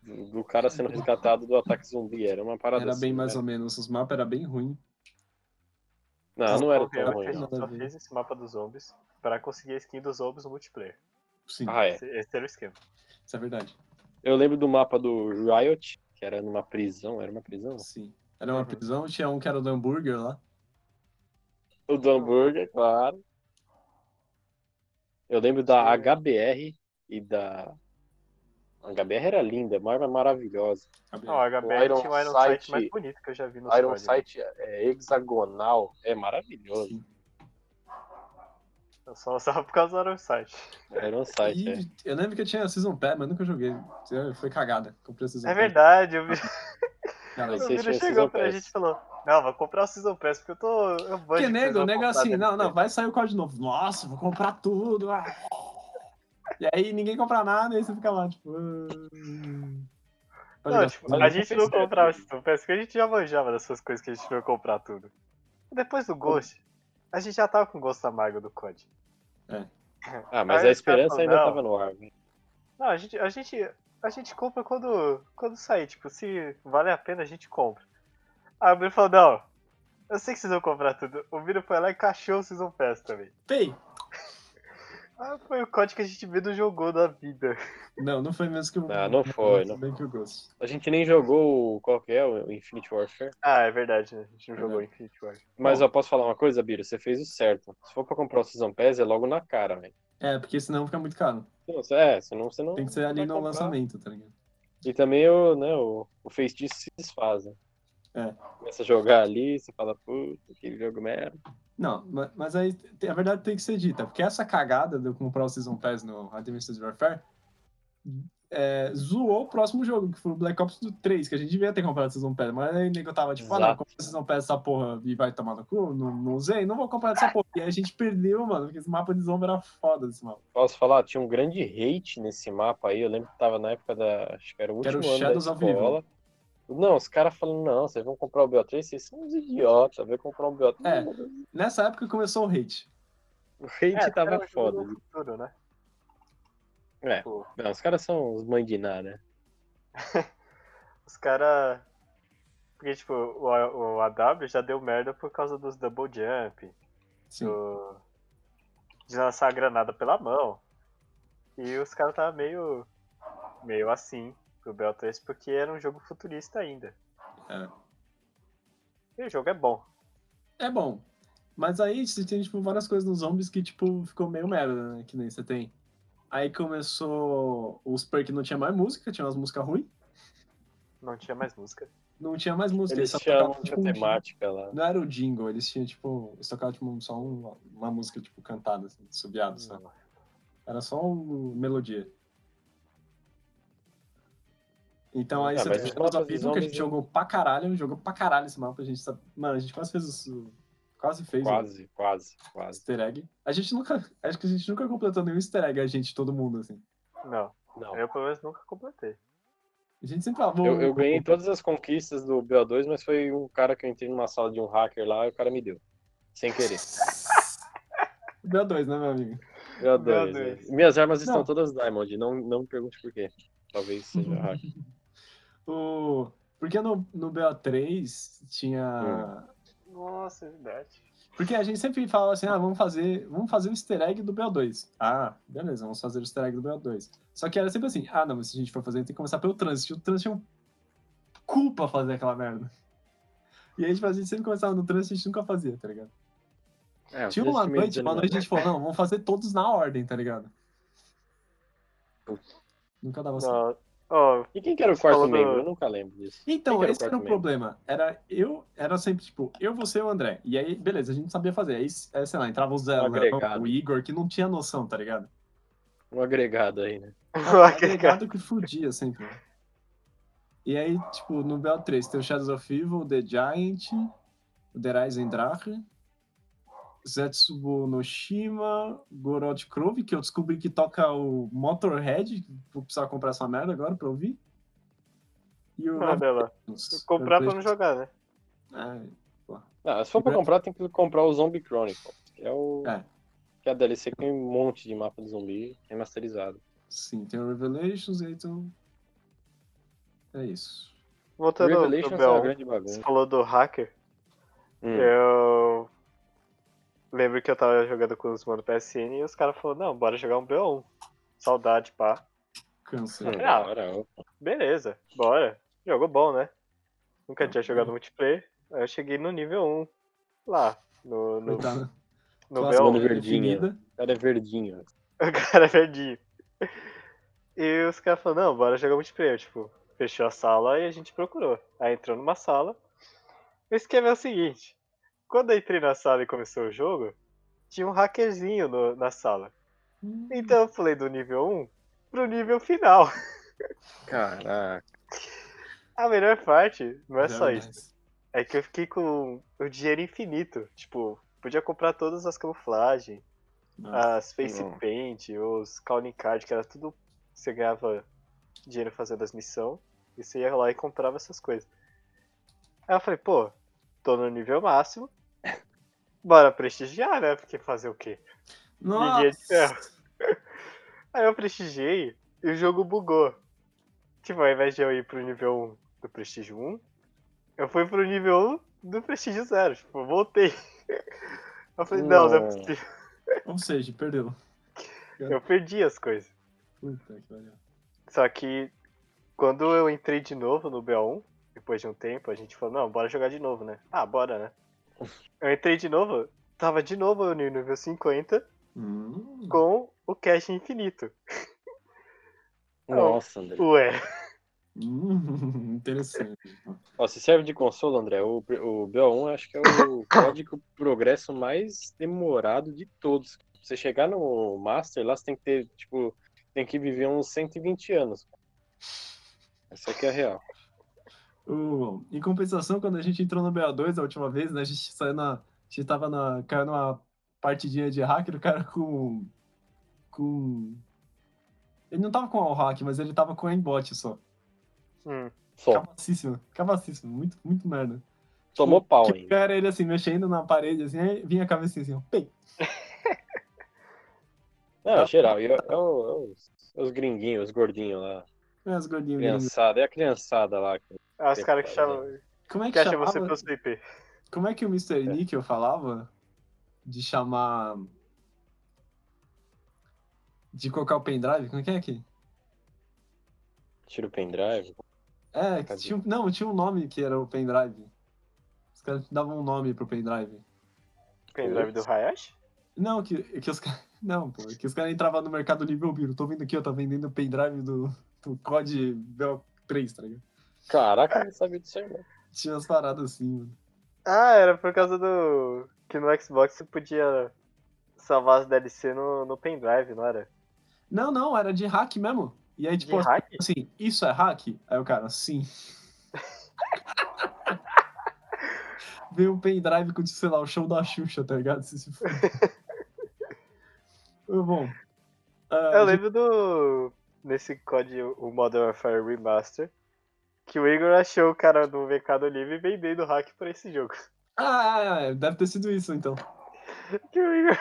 Speaker 4: do, do cara sendo resgatado do ataque zumbi. Era uma parada
Speaker 2: era bem
Speaker 4: assim,
Speaker 2: mais
Speaker 4: né?
Speaker 2: ou menos. Os mapas eram bem ruins.
Speaker 4: Não, Ah, não era tão
Speaker 3: Convenhamos que
Speaker 4: ruim.
Speaker 3: um, A
Speaker 4: não.
Speaker 3: gente só fez esse mapa dos zombies pra conseguir a skin dos zombies no multiplayer.
Speaker 2: Sim,
Speaker 4: Ah, é.
Speaker 3: Esse, esse era o esquema.
Speaker 2: isso é verdade.
Speaker 4: Eu lembro do mapa do Riot, que era numa prisão. Era uma prisão?
Speaker 2: Sim. Era
Speaker 3: Uhum.
Speaker 2: uma prisão, tinha um que era do hambúrguer lá.
Speaker 4: O do hambúrguer, claro. Eu lembro da
Speaker 3: Sim.
Speaker 4: HBR e da. A HBR era linda, uma arma maravilhosa.
Speaker 3: Não, a HBR
Speaker 4: Iron
Speaker 3: tinha o Iron
Speaker 4: Sight-
Speaker 3: Sight mais bonito que eu já vi no
Speaker 4: Iron
Speaker 3: squad, né?
Speaker 4: Sight é hexagonal, é maravilhoso.
Speaker 2: Sim.
Speaker 3: Eu só usava por causa do Iron Sight.
Speaker 4: Iron Sight, é.
Speaker 2: E eu lembro que eu tinha Season Pass, mas nunca joguei. Foi cagada. Comprei a Season
Speaker 3: É
Speaker 2: Pass.
Speaker 3: verdade, o Vira
Speaker 2: Cara,
Speaker 4: Aí
Speaker 3: o
Speaker 4: vocês
Speaker 3: Vira
Speaker 4: tinham
Speaker 3: chegou
Speaker 4: Season
Speaker 3: pra
Speaker 4: Pass.
Speaker 3: gente e falou: Não, vou comprar o Season Pass porque eu tô. Eu banho
Speaker 2: Porque
Speaker 3: de
Speaker 2: nego,
Speaker 3: coisa,
Speaker 2: o
Speaker 3: eu vou
Speaker 2: nego é
Speaker 3: comprar
Speaker 2: assim, não,
Speaker 3: DLC."
Speaker 2: não, vai sair o código novo. Nossa, vou comprar tudo. ah. E aí ninguém compra nada, e aí você fica lá, tipo. "Hum." Pode
Speaker 3: Não,
Speaker 2: gastar,
Speaker 3: tipo,
Speaker 2: né?
Speaker 3: a gente não
Speaker 4: certo.
Speaker 3: comprava isso, parece que a gente já manjava dessas coisas que a gente não ia comprar tudo. Depois do Ghost, a gente já tava com o gosto amargo do COD.
Speaker 4: Ah, mas
Speaker 3: Aí
Speaker 4: a
Speaker 3: os caras
Speaker 4: esperança
Speaker 3: falam,
Speaker 4: ainda
Speaker 3: não.
Speaker 4: tava no ar. né?
Speaker 3: Não, a gente, a gente, a gente compra quando, quando sair, tipo, se vale a pena a gente compra. Aí o Bruno falou, não, eu sei que vocês vão comprar tudo. O Bruno foi lá e cachou o Season Pass também.
Speaker 2: Pei!
Speaker 3: Ah, foi o COD que a gente menos jogou na vida.
Speaker 2: Não, não foi mesmo que o.
Speaker 4: Ah, Não, não foi, não.
Speaker 2: Bem que o Ghost.
Speaker 4: A gente nem jogou o- qual que é o Infinite Warfare.
Speaker 3: Ah, é verdade, né? A gente não
Speaker 2: Verdade.
Speaker 3: jogou Infinity War.
Speaker 4: Mas eu posso falar uma coisa, Biro? Você fez o certo. Se for pra comprar o Season Pass, é logo na cara, velho.
Speaker 2: É, porque senão fica muito caro.
Speaker 4: Não, É, senão você não.
Speaker 2: Tem que ser ali
Speaker 4: vai
Speaker 2: no
Speaker 4: comprar.
Speaker 2: lançamento, tá ligado?
Speaker 4: E também o, né, o, o feitiço se desfaz, né?
Speaker 2: É.
Speaker 4: Começa a jogar ali, você fala, puta, que jogo merda.
Speaker 2: Não, ma- mas aí te- a verdade tem que ser dita, porque essa cagada de eu comprar o Season Pass no Advanced Warfare é, zoou o próximo jogo, que foi o Black Ops 3, que a gente devia ter comprado o Season Pass, mas aí o nego tava tipo, ah, não,
Speaker 4: Exato.
Speaker 2: compra o Season Pass essa porra e vai tomar no cu, não, não usei, não vou comprar essa porra. E aí a gente perdeu, mano, porque esse mapa de zomba era foda desse mapa.
Speaker 4: Posso falar? Tinha um grande hate nesse mapa aí. Eu lembro que tava na época da. Acho que era o
Speaker 2: Que era
Speaker 4: último
Speaker 2: o
Speaker 4: ano
Speaker 2: Shadows né?
Speaker 4: da
Speaker 2: of Evil.
Speaker 4: escola. Não, os caras falando, não, vocês vão comprar o BO3, vocês são uns idiotas, vai comprar um BO3.
Speaker 2: É. Nessa época começou o hate.
Speaker 4: O hate tava
Speaker 3: era um jogo
Speaker 4: foda.
Speaker 3: do Futuro, né?
Speaker 4: É.
Speaker 3: Tipo,
Speaker 4: Não, os caras são os mandiná, né?
Speaker 3: os caras. Porque, tipo, o, A- o AW já deu merda por causa dos double jump,
Speaker 2: Sim.
Speaker 3: do- de lançar a granada pela mão. E os caras estavam meio. meio assim pro BO3, porque era um jogo futurista ainda.
Speaker 2: É.
Speaker 3: E o jogo é bom.
Speaker 2: É bom. Mas aí você tem, tipo, várias coisas nos zombies que, tipo, ficou meio merda, né? Que nem você tem. Aí começou os perks não tinha mais música, tinha umas músicas ruins.
Speaker 3: Não tinha mais música.
Speaker 2: Não tinha mais música,
Speaker 4: Eles
Speaker 2: tocavam,
Speaker 4: chamam de
Speaker 2: tipo, um jingle.
Speaker 4: temática lá.
Speaker 2: Não era o jingle, eles tinham, tipo, eles tocavam, tipo, um- só uma, uma música, tipo, cantada, assim, subiado, sabe?
Speaker 4: Hum.
Speaker 2: Era só uma melodia. Então aí
Speaker 4: Ah,
Speaker 2: você
Speaker 4: mas
Speaker 2: tem
Speaker 4: os
Speaker 2: Shadow of
Speaker 4: mapas dos
Speaker 2: Evil, que a gente
Speaker 4: zombies, né?
Speaker 2: jogou pra caralho, jogou pra caralho esse mapa, a gente sabe... Mano, a gente quase fez isso, quase fez o-
Speaker 4: Quase, quase, quase.
Speaker 2: Easter egg. A gente nunca. Acho que a gente nunca completou nenhum easter egg, a gente, todo mundo, assim.
Speaker 3: Não,
Speaker 4: Não.
Speaker 2: É.
Speaker 3: eu pelo menos nunca completei.
Speaker 2: A gente sempre falava.
Speaker 4: Eu, eu ganhei todas as conquistas do BO2, mas foi um cara que eu entrei numa sala de um hacker lá e o cara me deu. Sem querer.
Speaker 2: BO2, né, meu amigo?
Speaker 4: BO2.
Speaker 3: BO2.
Speaker 4: né? Minhas armas estão
Speaker 2: Não.
Speaker 4: todas Diamond, não, não me pergunte por quê. Talvez seja hacker.
Speaker 2: O... Porque no, no BO3 tinha.
Speaker 3: Nossa, é verdade.
Speaker 2: Porque a gente sempre fala assim, ah, vamos fazer, vamos fazer o easter egg do BO2. Ah, beleza, vamos fazer o easter egg do BO2. Só que era sempre assim, ah, não, mas se a gente for fazer, tem que começar pelo trânsito. E O trânsito é um cu pra fazer aquela merda. E aí, tipo, a gente sempre começava no trânsito, a gente nunca fazia, tá ligado?
Speaker 4: É,
Speaker 2: Tinha
Speaker 4: os
Speaker 2: uma
Speaker 4: times
Speaker 2: noite, uma
Speaker 4: desanimam-
Speaker 2: noite a gente falou, não, vamos fazer todos na ordem, tá ligado? Nunca dava certo.
Speaker 3: Não, ó,
Speaker 4: E quem que era o quarto
Speaker 3: Falando-
Speaker 4: membro? Eu nunca lembro disso.
Speaker 2: Então,
Speaker 4: Quem que era o
Speaker 2: esse era
Speaker 4: quarto
Speaker 2: o problema. Era eu, era sempre tipo, eu, você e o André. E aí, beleza, a gente não sabia fazer. Aí, é, sei lá, entrava o Zé, o, Léo,
Speaker 4: agregado.
Speaker 2: o Igor, que não tinha noção, tá ligado?
Speaker 4: Um agregado aí, né?
Speaker 2: O
Speaker 3: cara.
Speaker 2: agregado que fudia sempre. E aí, tipo, no Bel 3 tem o Shadows of Evil, The Giant, o The Rising Drache, Zetsubo no Shima, Gorod Krove, que eu descobri que toca o Motorhead, vou precisar comprar essa merda agora pra ouvir. E o
Speaker 3: Ah, Bela.
Speaker 2: Robinus,
Speaker 3: Comprar
Speaker 2: pelo
Speaker 3: pra não jogar, né?
Speaker 2: PlayStation. É,
Speaker 4: Ah, se for pra comprar, tem que comprar o Zombie Chronicle, que é o.
Speaker 2: Uhum. É.
Speaker 4: Que é a DLC que tem um monte de mapa de zumbi remasterizado.
Speaker 2: sim, tem o Revelations, e aí então. É isso.
Speaker 3: Voltando ao
Speaker 4: Revelations é uma
Speaker 3: Bel,
Speaker 4: grande
Speaker 3: você
Speaker 4: bagunça.
Speaker 3: falou do hacker.
Speaker 4: Hum.
Speaker 3: É. Eu lembro que eu tava jogando com os mano PSN e os caras falaram, não, bora jogar um BO1. Saudade, pá.
Speaker 2: Câncer.
Speaker 4: Hum,
Speaker 3: Ah.
Speaker 4: agora, ó.
Speaker 3: Beleza, bora. Jogo bom, né? Nunca tinha
Speaker 2: Uhum.
Speaker 3: jogado multiplayer. Aí eu cheguei no nível 1 lá, no, no,
Speaker 2: Coitado.
Speaker 3: no
Speaker 2: Classe
Speaker 4: Mano
Speaker 3: BO1.
Speaker 4: verdinha.
Speaker 2: definida.
Speaker 4: O cara é verdinho.
Speaker 3: O cara é verdinho. E os caras falaram, não, bora jogar multiplayer. Tipo, fechou a sala e a gente procurou. Aí entrou numa sala. O esquema é o seguinte. Quando eu entrei na sala e começou o jogo, tinha um hackerzinho no- na sala.
Speaker 2: Hum.
Speaker 3: Então eu falei do nível 1 pro nível final.
Speaker 4: Caraca.
Speaker 3: A melhor parte não é
Speaker 2: Já,
Speaker 3: só
Speaker 2: mas-
Speaker 3: isso. É que eu fiquei com o dinheiro infinito. Tipo, podia comprar todas as camuflagens.
Speaker 2: Nossa.
Speaker 3: as face
Speaker 4: Não.
Speaker 3: paint, os calling card, que era tudo que você ganhava dinheiro fazendo as missões, e você ia lá e comprava essas coisas. Aí eu falei, pô, tô no nível máximo, bora prestigiar, né? Porque fazer o quê? Liguei de ferro. Aí eu prestigiei e o jogo bugou. Tipo, ao invés de eu ir pro nível 1 do prestígio 1, eu fui pro nível 1 do prestígio 0. Tipo, eu voltei. Eu falei, não, não é
Speaker 4: Nossa.
Speaker 3: possível.
Speaker 2: Ou seja, perdeu.
Speaker 3: Eu perdi as coisas.
Speaker 2: Puta que pariu.
Speaker 3: Só que quando eu entrei de novo no BO1, depois de um tempo, a gente falou, não, bora jogar de novo, né? Ah, bora, né? Eu entrei de novo, tava de novo no nível 50
Speaker 2: Hum,
Speaker 3: com o cash infinito.
Speaker 4: Nossa, André.
Speaker 3: Ué,
Speaker 2: hum, interessante.
Speaker 4: Ó, se serve de consolo, André, o, o BO1 acho que é o código progresso mais demorado de todos. Pra você chegar no Master lá, você tem que ter, tipo, tem que viver uns 120 anos. Essa aqui é a real.
Speaker 2: O- em compensação, quando a gente entrou no BA2 a última vez, né, a gente saiu na. A gente tava na. caiu numa partidinha de hacker, o cara com. com. Ele não tava com o hack, mas ele tava com o aimbot só.
Speaker 3: hum,
Speaker 4: Só,
Speaker 2: Capacíssimo, capacíssimo, muito, muito merda.
Speaker 4: tomou pau
Speaker 2: Que
Speaker 4: ainda.
Speaker 2: era ele assim, mexendo na parede, assim, aí vinha a cabecinha assim, ó, pei. tá
Speaker 4: Não, geral, e é, é o- é os, é os gringuinhos, os gordinhos lá,
Speaker 2: É, os gordinhos. vindo.
Speaker 4: criançada, é a criançada lá.
Speaker 3: ah, os caras que chamam
Speaker 2: Como é
Speaker 3: que
Speaker 2: que
Speaker 3: acham você
Speaker 2: chamava?
Speaker 3: pelo seu IP.
Speaker 2: Como é que o Mr. Nickel falava de chamar. De colocar o pendrive? Como é que é aqui?
Speaker 4: Tira o pendrive.
Speaker 2: É, que
Speaker 4: Cadê?
Speaker 2: tinha, um- não, tinha um nome que era o pendrive. Os caras davam um nome pro pendrive.
Speaker 3: Pendrive do Hayashi?
Speaker 2: Não, que, que os caras. Não, pô, que os caras entravam no mercado livre eu viro. Tô vindo aqui, ó, tá vendendo o pendrive do, do COD Bel 3, tá ligado?
Speaker 4: Caraca, eu não sabia disso aí, não.
Speaker 2: Tinha umas paradas assim, mano.
Speaker 3: Ah, era por causa do. que no Xbox você podia salvar as DLC no, no pendrive, não era?
Speaker 2: Não, não, era de hack mesmo. E aí,
Speaker 3: De
Speaker 2: tipo,
Speaker 3: hack?
Speaker 2: assim, isso é hack? Aí o cara, sim. Veio um pendrive com, sei lá, o show da Xuxa, tá ligado? Se, se for. Bom. ah,
Speaker 3: Eu lembro do. Nesse COD, o Modern Warfare Remaster, que o Igor achou o cara do Mercado Livre vendendo hack pra esse jogo.
Speaker 2: Ah, é, deve ter sido isso, então.
Speaker 3: Que o Igor.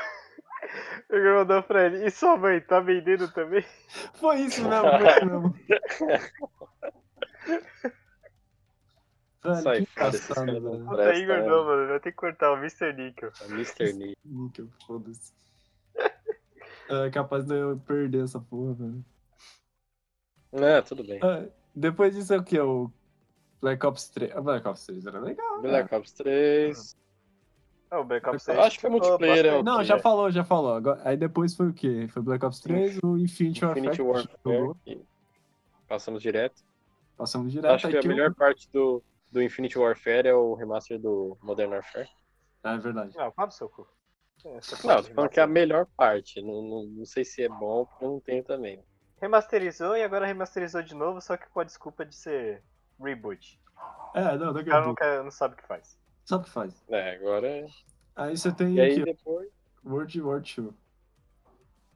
Speaker 3: O Igor mandou pra ele. E sua mãe, tá vendendo também?
Speaker 2: Foi isso mesmo, foi isso mesmo. Velho,
Speaker 4: Sai
Speaker 2: que
Speaker 4: fora, esses
Speaker 2: engraçado,
Speaker 4: caras não
Speaker 2: velho.
Speaker 3: Puta,
Speaker 4: prestam,
Speaker 3: Igor
Speaker 4: né?
Speaker 3: não, mano. Vai ter que cortar o Mr. Nickel.
Speaker 4: É Mr. Nick.
Speaker 2: Ih, que foda-se. É capaz de eu perder essa porra, velho.
Speaker 4: Não, tudo bem.
Speaker 2: Ah, depois disso é o que? O Black Ops 3. Ah, Black Ops 3 era legal.
Speaker 4: Black Ops
Speaker 2: Hum,
Speaker 4: 3.
Speaker 3: Ah, o Black Ops
Speaker 4: Eu
Speaker 3: 6.
Speaker 4: acho que foi
Speaker 3: ficou
Speaker 4: multiplayer, é o-
Speaker 3: bastante-
Speaker 2: Não,
Speaker 4: Ok,
Speaker 2: já
Speaker 4: é.
Speaker 2: falou, já falou. Agora- aí depois foi o quê? Foi Black Ops 3, o Infinity,
Speaker 4: Infinity
Speaker 2: Warfare. que a gente
Speaker 4: Warfare.
Speaker 2: jogou.
Speaker 4: que Passamos direto.
Speaker 2: Passamos direto
Speaker 4: Acho que a
Speaker 2: aqui.
Speaker 4: melhor parte do, do Infinity Warfare é o remaster do Modern Warfare.
Speaker 2: Ah, é verdade.
Speaker 3: Não, fala do seu cu. Essa parte
Speaker 4: Não, tô
Speaker 3: de
Speaker 4: falando que é a
Speaker 3: remaster-
Speaker 4: melhor parte. Não, não, não sei se é bom, porque eu não tenho também.
Speaker 3: Remasterizou e agora remasterizou de novo, só que com a desculpa de ser reboot.
Speaker 2: É, não,
Speaker 3: O
Speaker 2: daqui a
Speaker 4: Ah.
Speaker 3: cara
Speaker 2: pouco.
Speaker 3: não, quer, não sabe o que faz.
Speaker 2: Sabe o que faz?
Speaker 4: É, agora.
Speaker 2: Aí você tem
Speaker 4: E aí
Speaker 2: aqui,
Speaker 4: depois.
Speaker 2: World War II.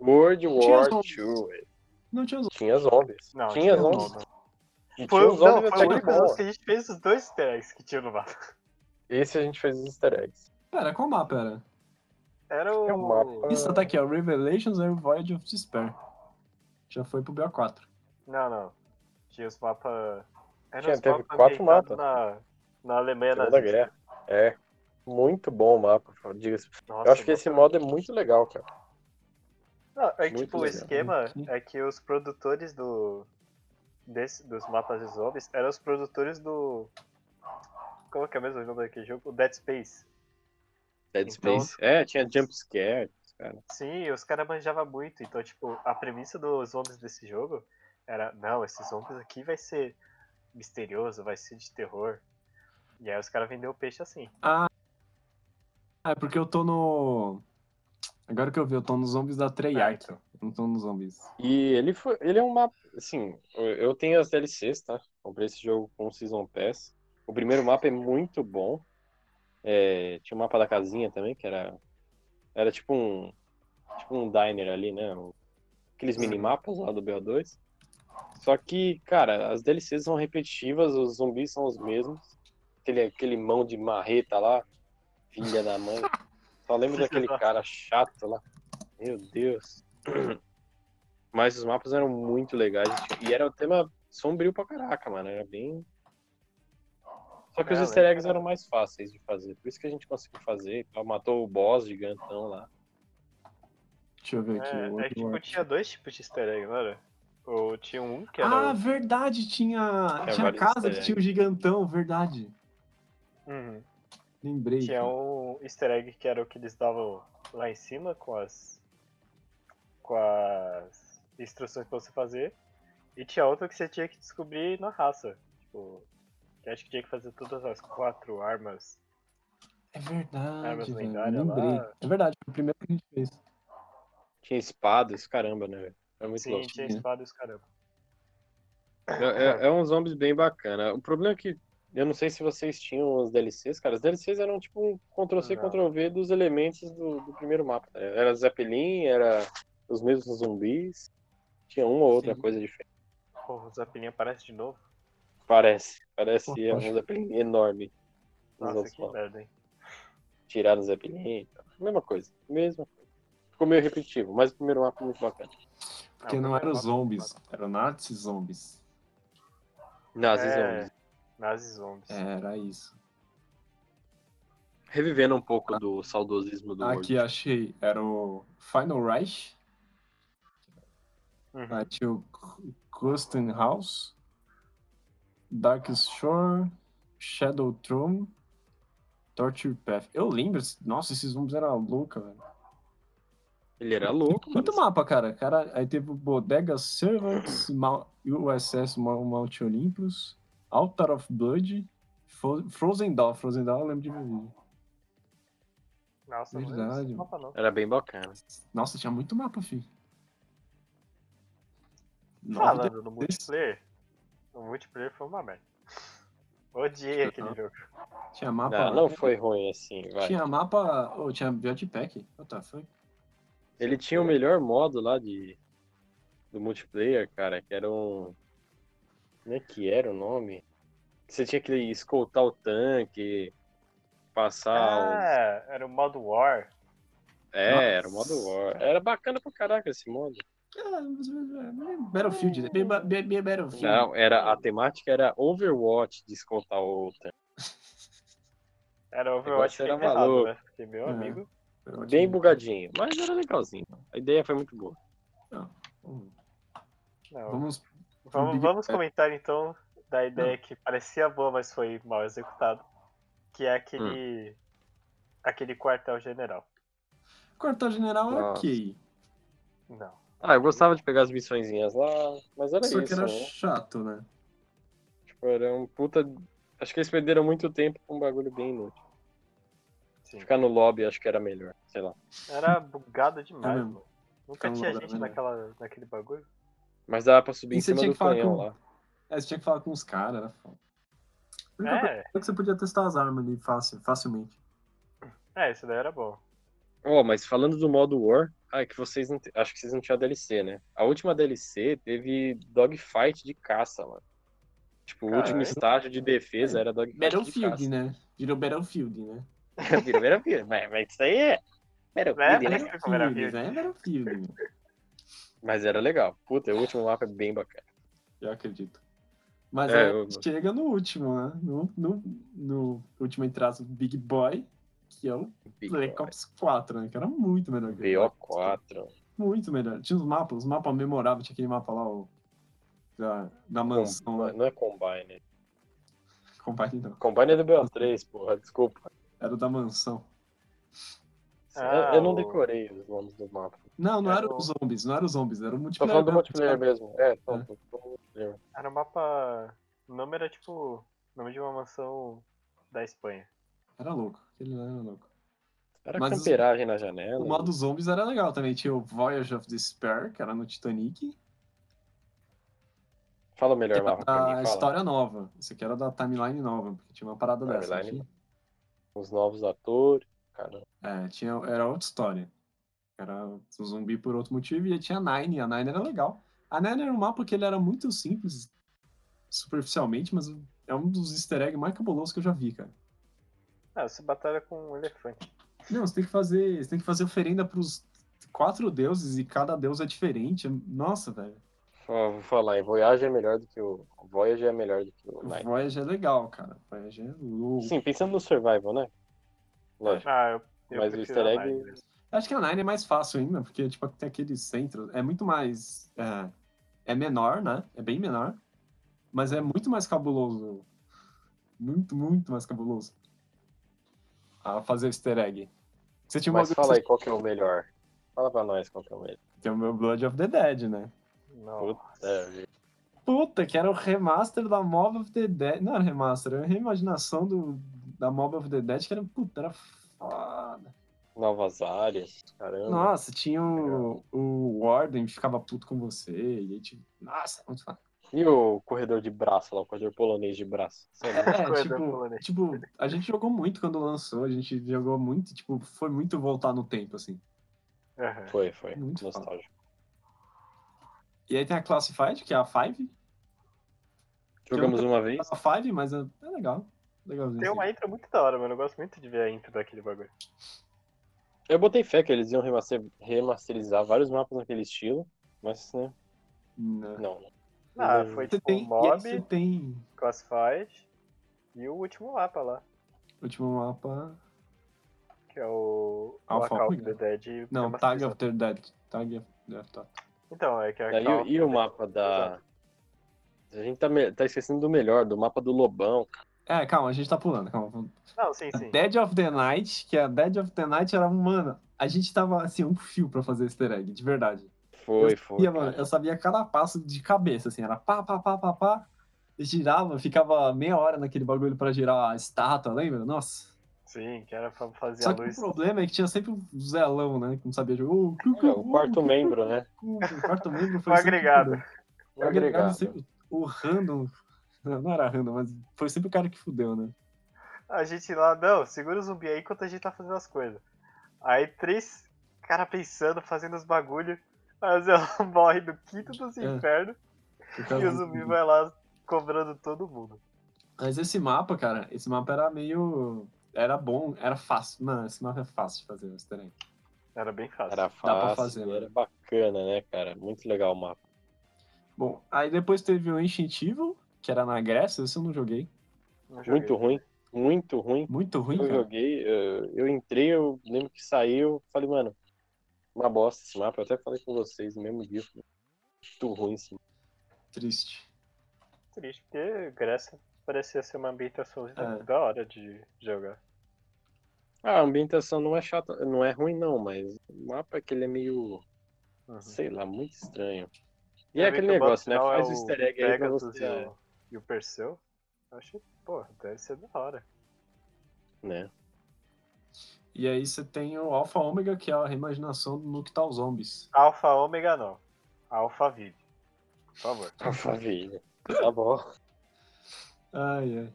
Speaker 4: World
Speaker 2: Tinha
Speaker 4: War é.
Speaker 2: zombies.
Speaker 4: II. velho.
Speaker 2: Não tinha os
Speaker 5: Tinha zombies.
Speaker 3: Não,
Speaker 5: tinha
Speaker 3: não.
Speaker 5: zombies. E
Speaker 3: Foi,
Speaker 5: tinha os zombies
Speaker 3: não,
Speaker 5: na
Speaker 3: foi o único
Speaker 5: Tecnoboa.
Speaker 3: que a gente fez os dois easter eggs que tinha no mapa.
Speaker 5: Esse a gente fez os easter eggs.
Speaker 2: Pera, qual mapa era?
Speaker 3: Era o.
Speaker 5: É um mapa.
Speaker 2: Isso, tá aqui, ó. Revelations and Voyage of Despair. Já foi pro BO4.
Speaker 3: Não, não. Tinha os mapas. Era
Speaker 5: Tinha,
Speaker 3: os
Speaker 5: teve
Speaker 3: mapas
Speaker 5: quatro
Speaker 3: ambientados
Speaker 5: mapas.
Speaker 3: Na, na Alemanha
Speaker 5: Segunda
Speaker 3: nazista.
Speaker 5: Guerra. É. Muito bom o mapa, diga-se.
Speaker 3: Nossa,
Speaker 5: Eu acho que
Speaker 3: mano.
Speaker 5: esse modo é muito legal, cara.
Speaker 3: Não, é que,
Speaker 5: Muito
Speaker 3: tipo, o
Speaker 5: legal.
Speaker 3: esquema
Speaker 2: Aqui.
Speaker 3: é que os produtores do. desse- dos mapas de zombies eram os produtores do. Como que é mesmo o nome daquele jogo? O Dead Space.
Speaker 4: Dead
Speaker 3: Então-
Speaker 4: Space. É, tinha jumpscare. Cara.
Speaker 3: Sim, os caras manjavam muito. Então, tipo, a premissa dos zombies desse jogo era: não, esses zombies aqui vai ser misterioso, vai ser de terror. E aí os caras vendeu o peixe assim.
Speaker 2: Ah, é porque eu tô no. Agora que eu vi, eu tô nos zombies da Treyarch.
Speaker 3: Ah, então.
Speaker 2: Não tô nos zombies.
Speaker 4: E ele foi. Ele é um mapa. Assim, eu- eu tenho as DLCs, tá? Comprei esse jogo com o Season Pass. O primeiro mapa é muito bom. É, tinha o mapa da casinha também, que era. Era tipo um. Tipo um diner ali, né? O- Aqueles minimapas lá do BO2. Só que, cara, as DLCs são repetitivas, os zumbis são os mesmos. Aquele, aquele mão de marreta lá, filha da mãe. Só lembro daquele cara chato lá. Meu Deus. Mas os mapas eram muito legais. E era um tema sombrio pra caraca, mano. Era bem. Só que os
Speaker 3: É,
Speaker 4: easter
Speaker 3: velho,
Speaker 4: eggs eram mais fáceis de fazer. Por isso que a gente conseguiu fazer. e tal. Matou o boss gigantão lá.
Speaker 2: Deixa eu ver aqui.
Speaker 3: É, é
Speaker 2: World
Speaker 3: que
Speaker 2: War
Speaker 3: tipo, tinha dois tipos de easter egg, não era? Ou tinha um que era.
Speaker 2: Ah,
Speaker 3: o-
Speaker 2: verdade, tinha,
Speaker 4: É,
Speaker 2: tinha a
Speaker 4: vários
Speaker 2: casa
Speaker 4: easter
Speaker 2: que tinha o gigantão, verdade.
Speaker 3: Uhum.
Speaker 2: Lembrei.
Speaker 3: Tinha
Speaker 2: cara.
Speaker 3: um easter egg que era o que eles davam lá em cima com as. com as instruções pra você fazer. E tinha outro que você tinha que descobrir na raça. Tipo, que acho que tinha que fazer todas as quatro armas.
Speaker 2: É verdade,
Speaker 3: Armas
Speaker 2: velho,
Speaker 3: lendárias Ah, lá.
Speaker 2: lembrei. É verdade, foi o primeiro que a gente fez.
Speaker 4: Tinha espadas, caramba, né, velho? Era muito
Speaker 3: Sim,
Speaker 4: louco.
Speaker 3: tinha
Speaker 2: né?
Speaker 3: espada e os caramba.
Speaker 4: É, é, é uns zombies bem bacana. O problema é que eu não sei se vocês tinham os DLCs, cara. Os DLCs eram tipo um Ctrl-C,
Speaker 3: Não.
Speaker 4: Ctrl-V dos elementos do, do primeiro mapa. né? Era Zeppelin, era os mesmos zumbis. Tinha uma ou outra
Speaker 2: Sim.
Speaker 4: coisa diferente.
Speaker 3: Pô, o Zapilinha aparece de novo.
Speaker 4: Parece. Parece
Speaker 2: Pô,
Speaker 4: um
Speaker 2: acho-
Speaker 4: Zeppelin enorme. Nos
Speaker 3: Nossa,
Speaker 4: outros
Speaker 3: que
Speaker 4: mapas.
Speaker 3: merda, hein?
Speaker 4: Tiraram o Zeppelin e tal. Mesma coisa. Mesma coisa. Ficou meio repetitivo, mas o primeiro mapa é muito bacana.
Speaker 2: Porque
Speaker 3: o
Speaker 2: não
Speaker 3: primeiro
Speaker 2: eram
Speaker 3: mapa-
Speaker 2: zombies, eram nazis zombies.
Speaker 4: Nazis
Speaker 3: É.
Speaker 4: zombies.
Speaker 3: Nazi zombies.
Speaker 2: Era isso.
Speaker 4: Revivendo um pouco do saudosismo do
Speaker 2: Aqui
Speaker 4: World.
Speaker 2: achei, era o Final Reich,
Speaker 3: Uhum.
Speaker 2: aí tinha o Custom House, Darkest Shore, Shadow Throne, Torture Path. Eu lembro, nossa, esses zombies eram loucos, velho.
Speaker 4: Ele era louco, mano.
Speaker 2: Muito mapa, cara. cara. Aí teve o Bodega Servants, Mal- USS Mal- Mount Olympus, Altar of Blood, Fro- Frozen Down. Frozen Down eu lembro de ver vídeo.
Speaker 3: Nossa, não lembro
Speaker 2: Verdade.
Speaker 3: desse mapa não.
Speaker 4: Era bem bacana.
Speaker 2: Nossa, tinha muito mapa, filho. Nove
Speaker 3: Falando no multiplayer, o multiplayer foi uma merda. Odiei aquele
Speaker 2: Não.
Speaker 3: jogo.
Speaker 2: de- Tinha mapa.
Speaker 4: Não, não foi ruim assim, vai.
Speaker 2: Ah, Tinha mapa. Oh, tinha jetpack. What the fuck?
Speaker 4: Ele tinha o melhor modo lá de do multiplayer, cara, que era um. Como é que era o nome? Que Você tinha que escoltar o tanque, passar. os-
Speaker 3: Ah, era o modo War.
Speaker 4: É, era o modo War. Era bacana pra caraca esse modo.
Speaker 2: Ah, mas- mas- Battlefield, né? Bem, ba- bem- bem Battlefield.
Speaker 4: Não, era, a temática era Overwatch de escoltar o tanque.
Speaker 3: Era
Speaker 4: Overwatch
Speaker 3: Overwatch
Speaker 4: era
Speaker 3: feito errado,
Speaker 4: maluco.
Speaker 3: né? Porque meu
Speaker 2: É.
Speaker 3: amigo.
Speaker 4: Bem bugadinho, mas era legalzinho. A ideia foi muito boa.
Speaker 2: Vamos
Speaker 3: Não.
Speaker 2: Hum, vamos
Speaker 3: Vamos,
Speaker 2: Big-
Speaker 3: vamos comentar então da ideia que parecia boa, mas foi mal executado. Que
Speaker 4: Hum.
Speaker 3: é aquele. aquele quartel-general.
Speaker 2: Quartel General é
Speaker 4: Nossa.
Speaker 2: ok.
Speaker 3: Não.
Speaker 4: Ah, eu gostava de pegar as missõezinhas lá, mas era
Speaker 2: Só que
Speaker 4: isso,
Speaker 2: era
Speaker 4: né?
Speaker 2: chato, né?
Speaker 4: Tipo, era um puta. Acho que eles perderam muito tempo com um bagulho bem inútil.
Speaker 3: Sim.
Speaker 4: Ficar no lobby acho que era melhor, sei lá.
Speaker 3: Era bugado
Speaker 2: É
Speaker 3: demais,
Speaker 2: mesmo.
Speaker 3: mano. Nunca
Speaker 2: Então,
Speaker 3: tinha
Speaker 2: agora
Speaker 3: gente
Speaker 2: melhor.
Speaker 3: naquela, naquele bagulho.
Speaker 4: Mas dava pra subir
Speaker 2: E
Speaker 4: em
Speaker 2: você
Speaker 4: cima
Speaker 2: tinha
Speaker 4: do
Speaker 2: que falar
Speaker 4: canhão
Speaker 2: com-
Speaker 4: lá.
Speaker 2: É, você tinha que falar com os caras, era foda. A única coisa
Speaker 3: É,
Speaker 2: É que você podia testar as armas ali fácil, facilmente.
Speaker 3: é, isso daí era bom.
Speaker 4: Ó, mas falando do modo War, ah, que vocês não. te- Acho que vocês não tinham a DLC, né? A última DLC teve dogfight de caça, mano. Tipo, o último
Speaker 3: Caralho.
Speaker 4: estágio de defesa era dogfight de
Speaker 2: Battlefield,
Speaker 4: caça.
Speaker 2: né? Virou Battlefield, né?
Speaker 4: Vira, vira, vira. Mas, mas isso aí é. Vira,
Speaker 3: Né?
Speaker 4: vira, né?
Speaker 3: Como era Battlefield.
Speaker 2: né? Battlefield,
Speaker 4: Mas era legal. Puta, o último mapa é bem bacana.
Speaker 2: eu acredito. Mas
Speaker 4: É,
Speaker 2: aí
Speaker 4: eu-
Speaker 2: chega no último, né? No, no, no último entrado do Big Boy, que é o
Speaker 4: Big
Speaker 2: Black
Speaker 4: Boy.
Speaker 2: Ops 4, né? Que era muito melhor que o Black Ops
Speaker 4: BO4.
Speaker 2: Muito melhor. Tinha os mapas, os mapas memoráveis, tinha aquele mapa lá, o. Da, da mansão lá.
Speaker 4: Combine, não é Combine.
Speaker 2: Compadre, não.
Speaker 4: Combine é do BO3, porra, desculpa.
Speaker 2: Era o da mansão.
Speaker 3: Ah,
Speaker 4: eu, eu não
Speaker 3: o-
Speaker 4: decorei os nomes do mapa.
Speaker 2: Não, não
Speaker 3: Era
Speaker 2: eram
Speaker 3: o-
Speaker 2: os zombies, não eram os zombies, era o
Speaker 5: Tô
Speaker 2: multiplayer.
Speaker 5: falando do
Speaker 2: né?
Speaker 5: multiplayer mesmo. É, tô,
Speaker 2: É.
Speaker 5: tô, tô falando do multiplayer.
Speaker 3: Era um mapa. O nome era tipo. O nome de uma mansão da Espanha.
Speaker 2: Era louco, aquele lá era louco.
Speaker 4: Era
Speaker 2: Mas os-
Speaker 4: camperagem na janela.
Speaker 2: O modo zombies era legal também. Tinha o Voyage of Despair, que era no Titanic.
Speaker 4: Fala o melhor
Speaker 2: Era
Speaker 4: mapa pra
Speaker 2: da
Speaker 4: mim, fala.
Speaker 2: história nova. Isso aqui era da timeline nova, porque tinha uma parada dessa.
Speaker 4: Timeline
Speaker 2: aqui.
Speaker 4: Os novos atores. Caramba.
Speaker 2: É, tinha, era outra história. Era um zumbi por outro motivo. E aí tinha a Nine, a Nine era legal. A Nine era um mapa que ele era muito simples, superficialmente, mas é um dos easter eggs mais cabulosos que eu já vi, cara.
Speaker 3: Ah, você batalha com um elefante.
Speaker 2: Não, você tem que fazer, você tem que fazer oferenda pros quatro deuses e cada deus é diferente. Nossa, velho.
Speaker 4: Ó, Vou falar, hein? Voyage é melhor do que o. o Voyage é melhor do que o Nine.
Speaker 2: Voyage é legal, cara. Voyage é louco.
Speaker 4: Sim, pensando no Survival, né? Lógico.
Speaker 3: Ah, eu. eu
Speaker 4: Mas o
Speaker 3: prefiro a
Speaker 4: easter egg-
Speaker 3: Nine mesmo.
Speaker 2: Acho que a Nine é mais fácil ainda, porque tipo, tem aquele centro. É muito mais. É, é menor, né? É bem menor. Mas é muito mais cabuloso. Muito, muito mais cabuloso. A fazer o easter egg. Você tinha uma
Speaker 4: Mas fala aí qual que é o melhor. Fala pra nós qual que é o melhor.
Speaker 2: Tem o meu Blood of the Dead, né?
Speaker 3: Nossa.
Speaker 4: É,
Speaker 2: Puta, que era o remaster da Mob of the Dead. Não era remaster, era a reimaginação do, da Mob of the Dead, que era. Puta, era foda.
Speaker 4: novas áreas. Caramba.
Speaker 2: Nossa, tinha o, o Warden que ficava puto com você. E aí, tipo, nossa, era muito foda.
Speaker 4: E o corredor de braço lá, o corredor polonês de braço. Sabe?
Speaker 2: É,
Speaker 3: Coisa
Speaker 2: tipo,
Speaker 3: boa, né?
Speaker 2: tipo, a gente jogou muito quando lançou, a gente jogou muito, e, tipo, foi muito voltar no tempo, assim.
Speaker 3: Aham.
Speaker 2: tipo
Speaker 4: Foi, foi.
Speaker 2: Muito
Speaker 4: Nostálgico.
Speaker 2: E aí tem a Classified, que é a Five.
Speaker 4: Jogamos uma vez.
Speaker 2: A Five, mas é, é legal. Legalzinho.
Speaker 3: Tem uma
Speaker 2: assim.
Speaker 3: intro muito da hora, mano. Eu gosto muito de ver a intro daquele bagulho.
Speaker 4: Eu botei fé que eles iam remaster- remasterizar vários mapas naquele estilo, mas né,
Speaker 2: Não.
Speaker 4: não. né?
Speaker 3: Ah,
Speaker 4: Não.
Speaker 3: foi
Speaker 2: É, Você
Speaker 3: tipo
Speaker 2: tem, e assim. aí
Speaker 3: mob,
Speaker 2: você tem
Speaker 3: classified e o último mapa lá,
Speaker 2: o último mapa.
Speaker 3: que é o o
Speaker 2: Alpha né?
Speaker 3: Call of
Speaker 2: Omega.
Speaker 3: the Dead.
Speaker 2: Não,
Speaker 3: Remasterizado.
Speaker 2: Tag of the Dead. Tag of the Dead. tá.
Speaker 3: Então, é que é
Speaker 4: Daí o-
Speaker 3: Call of
Speaker 4: e o
Speaker 3: the
Speaker 4: mapa da. A gente tá, me- tá esquecendo do melhor, do mapa do Lobão. cara.
Speaker 2: É, calma, a gente tá pulando, calma.
Speaker 3: Dead. Não, sim,
Speaker 2: A
Speaker 3: sim.
Speaker 2: Dead of the Night, que a Dead of the Night era, mano, a gente tava assim, um fio pra fazer easter egg, de verdade.
Speaker 4: Foi,
Speaker 2: eu
Speaker 4: foi.
Speaker 2: sabia, mano,
Speaker 4: cara.
Speaker 2: eu sabia cada passo de cabeça, assim, era pá, pá, pá, pá, pá. Eu girava, ficava meia hora naquele bagulho pra girar a estátua, lembra? Nossa.
Speaker 3: Sim, que era pra fazer a
Speaker 2: Só que
Speaker 3: luz.
Speaker 2: o problema é que tinha sempre um zelão, né? Que não sabia jogar. Ô, cu, cu,
Speaker 4: É, o quarto
Speaker 2: cu,
Speaker 4: membro, né?
Speaker 2: cu, cu. O quarto membro foi
Speaker 3: Um
Speaker 2: sempre o
Speaker 3: agregado.
Speaker 2: cara.
Speaker 4: O
Speaker 2: O agregado
Speaker 4: agregado.
Speaker 2: sempre. O random. Não era random, mas foi sempre o cara que fudeu, né?
Speaker 3: A gente lá, não, segura o zumbi aí enquanto a gente tá fazendo as coisas. Aí três cara pensando, fazendo os bagulho. Aí o Zé morre do quinto dos
Speaker 2: É.
Speaker 3: infernos
Speaker 2: Por
Speaker 3: e
Speaker 2: causa
Speaker 3: o
Speaker 2: do-
Speaker 3: zumbi vai lá cobrando todo mundo.
Speaker 2: Mas esse mapa, cara, esse mapa era meio. Era bom, era fácil. Mano, esse mapa é fácil de fazer, mas também.
Speaker 3: Era bem fácil.
Speaker 4: Era
Speaker 2: pra
Speaker 4: fácil,
Speaker 2: fazer,
Speaker 4: era
Speaker 2: mano.
Speaker 4: bacana, né, cara? Muito legal o mapa.
Speaker 2: Bom, aí depois teve o Ancient Evil, que era na Grécia, esse eu não joguei.
Speaker 3: Não joguei.
Speaker 4: Muito ruim, muito ruim.
Speaker 2: Muito ruim,
Speaker 4: Eu
Speaker 2: cara.
Speaker 4: joguei, eu, eu entrei, eu lembro que saiu, falei, mano, uma bosta esse mapa. Eu até falei com vocês no mesmo dia. falei, Muito ruim esse mapa.
Speaker 2: Triste.
Speaker 3: triste, porque Grécia parecia ser uma ambientação
Speaker 2: É.
Speaker 3: da hora de jogar.
Speaker 4: Ah, a ambientação não é chata, não é ruim não, mas o mapa é que ele é meio,
Speaker 3: Uhum.
Speaker 4: sei lá, muito estranho. E é
Speaker 3: Eu vi
Speaker 4: aquele
Speaker 3: que o boss
Speaker 4: negócio, né?
Speaker 3: final é
Speaker 4: Faz o easter egg aí pra
Speaker 3: Pegasus
Speaker 4: você,
Speaker 3: e, o, e o Perseu. Eu achei, porra, deve ser da hora.
Speaker 4: né?
Speaker 2: E aí você tem o Alpha Omega, que é a reimaginação do Nuke Tal Zombies.
Speaker 3: Alpha Ômega não. Alpha Vive. Por favor.
Speaker 4: Maravilha. Tá bom.
Speaker 2: Ai, ai.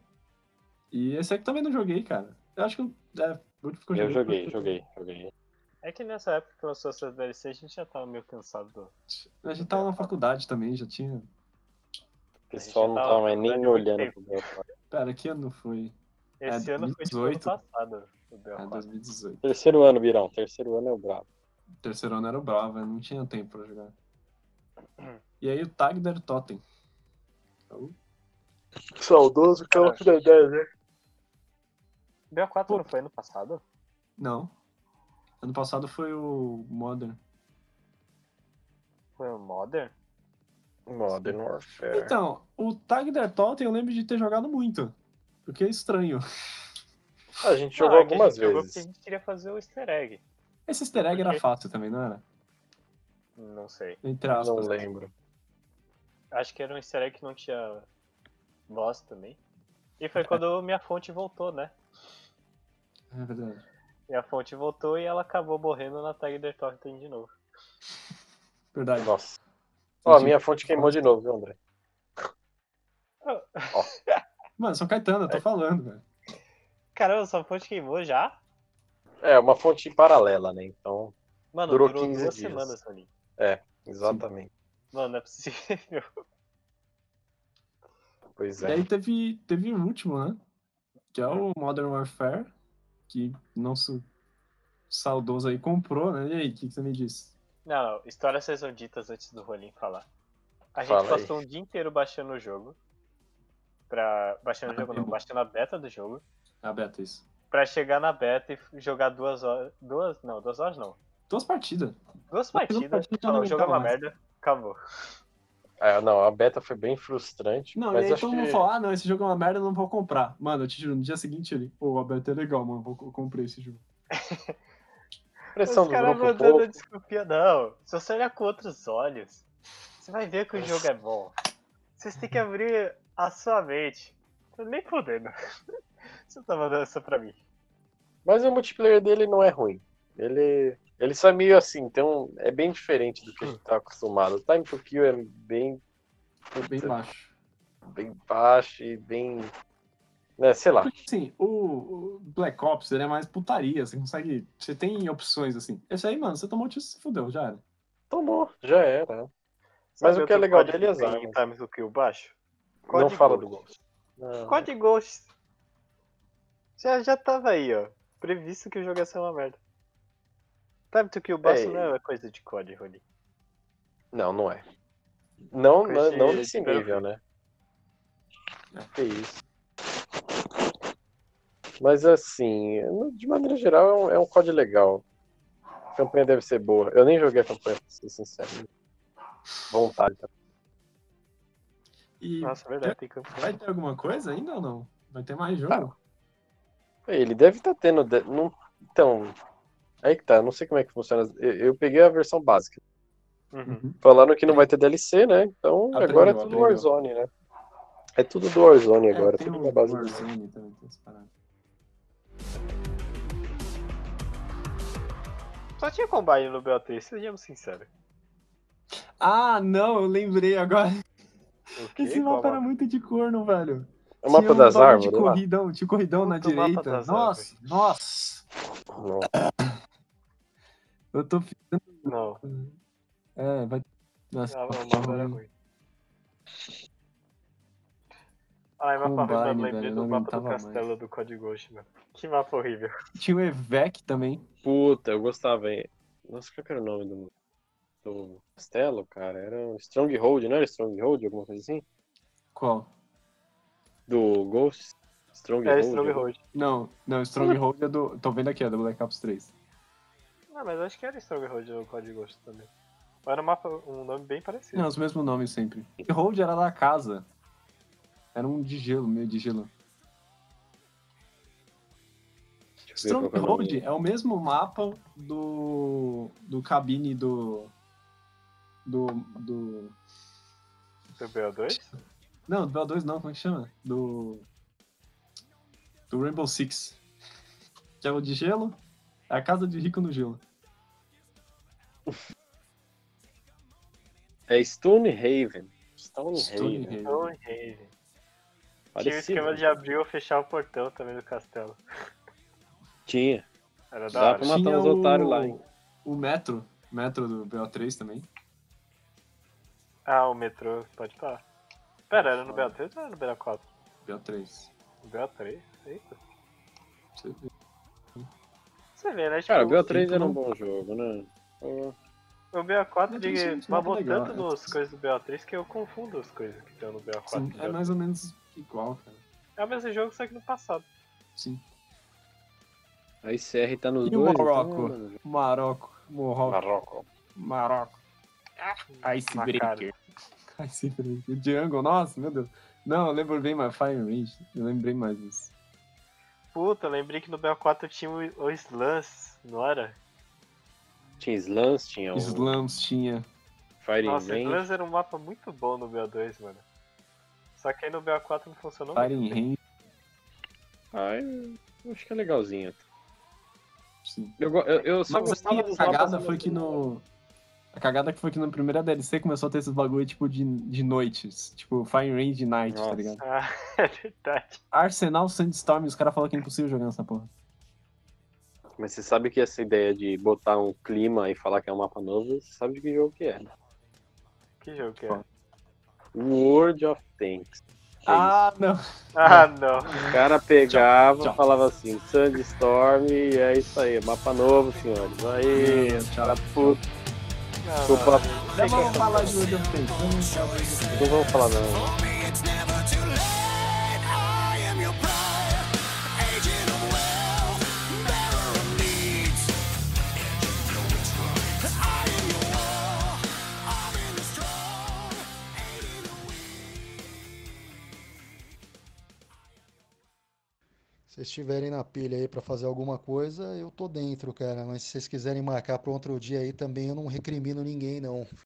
Speaker 2: E esse aqui também não joguei, cara. Eu acho que eu- é, o último que
Speaker 4: Eu joguei,
Speaker 2: foi-
Speaker 4: joguei, joguei.
Speaker 3: É que nessa época que lançou essas DLC, a gente já tava meio cansado do.
Speaker 2: A gente tava na faculdade também, já tinha.
Speaker 4: O
Speaker 3: A gente
Speaker 4: pessoal não
Speaker 3: tava
Speaker 4: tava mais nem
Speaker 3: jogando há muito
Speaker 4: olhando
Speaker 3: tempo.
Speaker 4: pro meu pai.
Speaker 2: Pera, que ano foi?
Speaker 3: Esse
Speaker 2: É,
Speaker 3: ano foi tipo
Speaker 2: 2018.
Speaker 3: ano passado o
Speaker 2: É,
Speaker 3: BO4.
Speaker 2: 2018.
Speaker 4: Terceiro ano, Birão. Terceiro ano é o brabo.
Speaker 2: Terceiro ano era o Brava, não tinha tempo pra jogar. E aí o Tagder Totem.
Speaker 5: Saudoso Call of the Dead, né?
Speaker 3: BO4 não foi ano passado?
Speaker 2: Não. Ano passado foi o Modern.
Speaker 3: Foi o Modern?
Speaker 4: Modern Warfare.
Speaker 2: Então, o Tagder Totem eu lembro de ter jogado muito. Porque é estranho.
Speaker 5: Ah, A gente
Speaker 3: Não,
Speaker 5: jogou
Speaker 3: é que a gente
Speaker 5: algumas
Speaker 3: Jogou porque a
Speaker 5: vezes.
Speaker 3: gente queria fazer o easter egg.
Speaker 2: Esse easter egg
Speaker 3: Por
Speaker 2: era
Speaker 3: quê?
Speaker 2: fácil também, não era?
Speaker 3: Não sei.
Speaker 2: Entre
Speaker 5: Não
Speaker 2: aspas.
Speaker 5: lembro.
Speaker 3: Acho que era um easter egg que não tinha boss também. E foi quando minha fonte voltou, né?
Speaker 2: É verdade.
Speaker 3: Minha fonte voltou e ela acabou morrendo na tag The Totem de novo.
Speaker 2: Verdade.
Speaker 5: Nossa. Ó, a
Speaker 2: Entendi.
Speaker 5: minha fonte queimou de novo, viu, André?
Speaker 2: Mano, São
Speaker 5: É.
Speaker 2: Caetano, eu tô falando, velho.
Speaker 3: Caramba, sua fonte queimou já?
Speaker 5: É, uma fonte paralela, né? Então,
Speaker 3: Mano, durou,
Speaker 5: Durou 15
Speaker 3: duas
Speaker 5: dias.
Speaker 3: semanas ali.
Speaker 5: exatamente.
Speaker 3: Mano, não é possível.
Speaker 5: Pois
Speaker 2: E
Speaker 5: é.
Speaker 2: aí teve, teve o último, né? Que é o Modern Warfare, que nosso saudoso aí comprou, né? E aí, o que, que você me disse?
Speaker 3: Não, não, histórias vocês são ditas antes do Rolim falar. A gente
Speaker 5: Fala aí.
Speaker 3: passou um dia inteiro baixando o jogo. Pra... Baixando o jogo não,
Speaker 2: Amigo.
Speaker 3: baixando a beta do jogo.
Speaker 2: Ah, Beto, isso.
Speaker 3: Pra chegar na beta e f- jogar duas horas. Duas? Não, duas horas não.
Speaker 2: Duas partidas.
Speaker 3: Duas
Speaker 2: Duas
Speaker 3: partidas.
Speaker 2: partidas,
Speaker 3: Falar, o jogo é uma
Speaker 2: não, então,
Speaker 3: merda. Acabou.
Speaker 5: Ah, não, a beta foi bem frustrante,
Speaker 2: Não,
Speaker 5: mas
Speaker 2: e aí
Speaker 5: acho
Speaker 2: todo mundo
Speaker 5: que...
Speaker 2: falou, ah, não, esse jogo é uma merda, eu não vou comprar. Mano, eu te juro, no dia seguinte ele, pô, a beta é legal, mano, eu vou- eu comprei esse jogo.
Speaker 5: pressão
Speaker 3: Os
Speaker 5: do
Speaker 3: caras
Speaker 5: grupo um
Speaker 3: mandando
Speaker 5: pouco.
Speaker 3: desculpinha, não. Se você olhar com outros olhos, você vai ver que o jogo é bom. Vocês têm que abrir a sua mente. Tô nem podendo. Você tá mandando isso pra mim.
Speaker 5: Mas o multiplayer dele não é ruim. Ele, ele só é meio assim, então é bem diferente do que a gente tá acostumado. O time to kill é bem,
Speaker 2: Foi É bem baixo.
Speaker 5: bem baixo e bem. Né, sei lá.
Speaker 2: Porque, assim, o, o Black Ops, ele é mais putaria, você consegue, você tem opções, assim. Esse aí, mano, você tomou tiro, se fudeu, já era.
Speaker 5: Tomou, já era. Mas o que é
Speaker 3: outro
Speaker 5: legal
Speaker 3: código
Speaker 5: dele é as
Speaker 3: que tem
Speaker 5: armas.
Speaker 3: Time do Kill baixo?
Speaker 5: não
Speaker 3: Code
Speaker 5: fala
Speaker 3: Ghost.
Speaker 5: do Ghost. Não.
Speaker 3: Code Ghost. Já, já tava aí, ó. Previsto que o jogo ia ser uma merda. Time to Kill baixo
Speaker 5: É.
Speaker 3: não é coisa de code, Rony.
Speaker 5: Não, não é. Não,
Speaker 3: Com
Speaker 5: não,
Speaker 3: esse-
Speaker 5: não
Speaker 3: esse
Speaker 5: nesse nível, né? É. Que isso. Mas assim, de maneira geral, é um, é um COD legal. A campanha deve ser boa. Eu nem joguei a campanha, pra ser sincero. Vontade. tá?
Speaker 2: E
Speaker 3: Nossa, é verdade, tem campo.
Speaker 2: vai ter alguma coisa ainda ou não? Vai ter mais jogo?
Speaker 5: Ah, Ele deve estar tendo. de- não- então, aí que tá. eu Não sei como é que funciona. Eu, eu peguei a versão básica.
Speaker 3: Uhum.
Speaker 5: Falaram que não vai ter DLC, né? Então
Speaker 2: Aprendeu,
Speaker 5: agora é tudo
Speaker 2: aprendeu.
Speaker 5: Warzone, né? É tudo do Warzone
Speaker 2: É,
Speaker 5: agora.
Speaker 2: tem
Speaker 5: tudo
Speaker 2: o
Speaker 5: na base do
Speaker 2: Warzone também, tem essa parada.
Speaker 3: Só tinha combine no BO3, sejamos sinceros.
Speaker 2: Ah, não, eu lembrei agora.
Speaker 3: O quê?
Speaker 2: Esse
Speaker 3: Qual
Speaker 2: mapa era
Speaker 3: mapa?
Speaker 2: muito de corno, velho.
Speaker 5: É o mapa
Speaker 2: Tinha um
Speaker 5: das
Speaker 2: bagulho
Speaker 5: árvores
Speaker 2: De
Speaker 5: lá?
Speaker 2: corridão, de corridão na
Speaker 3: Puta, o mapa
Speaker 2: direita.
Speaker 3: das
Speaker 2: Nossa, nossa.
Speaker 5: Não.
Speaker 2: Eu tô. fi-
Speaker 3: Não,
Speaker 2: É, vai. Nossa, um-
Speaker 3: ah, o mapa era ruim. Ai, mapa ruim, mano.
Speaker 2: Combine,
Speaker 3: Lembrei
Speaker 2: velho,
Speaker 3: do
Speaker 2: eu não
Speaker 3: mapa do
Speaker 2: aguentava
Speaker 3: castelo
Speaker 2: mais.
Speaker 3: do Code Ghost, mano. Que mapa horrível.
Speaker 2: tinha o Evec também.
Speaker 4: Puta, eu gostava, hein? Nossa, qual que era o nome do, do castelo, cara? Era um Stronghold, não era Stronghold, alguma coisa assim?
Speaker 2: Qual?
Speaker 4: Do Ghost?
Speaker 3: Era
Speaker 4: Stronghold?
Speaker 3: Stronghold.
Speaker 2: Não, não, Stronghold é do. Tô vendo aqui, é do Black Ops 3.
Speaker 3: Ah, mas acho que era Stronghold no Code Ghost também. Mas Era um mapa, um nome bem parecido.
Speaker 2: Não, os mesmos nomes sempre. Stronghold era da casa. Era um de gelo, meio de gelo.
Speaker 5: Deixa eu ver qual que é o nome.
Speaker 2: Stronghold é o mesmo mapa do. do cabine do. Do. do
Speaker 3: Do BO2?
Speaker 2: não, do BO2 não, como é que chama? Do. Do Rainbow Six. Que é o de gelo? É a casa de rico no gelo.
Speaker 4: É Stonehaven. Stonehaven.
Speaker 2: Stonehaven.
Speaker 3: Stonehaven. Tinha o
Speaker 4: Parecido.
Speaker 3: um esquema de abrir ou fechar o portão também do castelo.
Speaker 4: Tinha.
Speaker 3: Era da
Speaker 4: Dá
Speaker 3: hora.
Speaker 4: pra matar
Speaker 2: Tinha
Speaker 4: uns
Speaker 2: o-
Speaker 4: otários lá, hein?
Speaker 2: O Metro. Metro do BO3 também.
Speaker 3: Ah, o metrô, pode parar. Pera, era no BO3 ou era no BO4?
Speaker 2: BO3.
Speaker 3: BO3? Eita.
Speaker 2: Você vê.
Speaker 3: Você vê, né? Tipo,
Speaker 4: Cara, o BO3
Speaker 2: Tipo,
Speaker 4: era um
Speaker 2: não-
Speaker 4: bom jogo, né? Pô,
Speaker 3: o BO4
Speaker 2: Não, isso é um
Speaker 3: ele
Speaker 2: mapa
Speaker 3: babou
Speaker 2: legal,
Speaker 3: tanto
Speaker 2: né?
Speaker 3: nas coisas do BO3 que eu confundo as coisas que estão no BO4.
Speaker 2: Sim,
Speaker 3: e
Speaker 2: é
Speaker 3: BO3.
Speaker 2: mais ou menos igual, cara.
Speaker 3: é o mesmo jogo, só que no passado.
Speaker 2: Sim.
Speaker 4: A ICR tá nos
Speaker 2: E o
Speaker 4: dois. então,
Speaker 2: Morocco?
Speaker 4: mano,
Speaker 2: Maroco. Morroco.
Speaker 5: Marrocos.
Speaker 2: Maroco.
Speaker 6: Icebreaker.
Speaker 2: Ai, sim, peraí. O Django, nossa, meu Deus. Não, eu lembro bem mais Fire Range. Eu lembrei mais disso.
Speaker 3: Puta, eu lembrei que no BO4 tinha o o Slans, não era?
Speaker 4: Tinha Slams, tinha um o
Speaker 2: Slams tinha.
Speaker 4: Fighting
Speaker 3: Nossa, o
Speaker 4: Range.
Speaker 3: Slans era um mapa muito bom no BO2, mano. Só que aí no BO4 não funcionou muito.
Speaker 2: Fire Range.
Speaker 4: Ah, eu- eu acho que é legalzinho.
Speaker 2: Sim.
Speaker 4: Eu, go- eu, eu só
Speaker 2: Mas
Speaker 4: gostava
Speaker 2: assim, a
Speaker 4: dos
Speaker 2: cagada
Speaker 4: mapas-
Speaker 2: foi que no. A cagada que foi que na primeira DLC começou a ter esses bagulho tipo de, de noites. Tipo, Fire Range de Night, tá
Speaker 4: Nossa.
Speaker 2: ligado?
Speaker 3: Ah, é verdade.
Speaker 2: Arsenal Sandstorm, os caras falam que é impossível jogar nessa porra.
Speaker 4: Mas você sabe que essa ideia de botar um clima e falar que é um mapa novo, você sabe de que jogo que é.
Speaker 3: Que jogo que é?
Speaker 4: World of Tanks. Que
Speaker 2: ah, não.
Speaker 3: Ah, não.
Speaker 4: isso? O cara pegava,
Speaker 2: Tchau.
Speaker 4: falava assim, Sandstorm, e é isso aí, mapa novo, senhores.
Speaker 2: Hum.
Speaker 4: Aí, cara, puta, desculpa,
Speaker 2: Não vamos falar de World of Tanks. Vamos falar de
Speaker 4: não vamos falar não.
Speaker 1: Se vocês estiverem na pilha aí pra fazer alguma coisa, eu tô dentro, cara. Mas se vocês quiserem marcar pra outro dia aí também, eu não recrimino ninguém, não.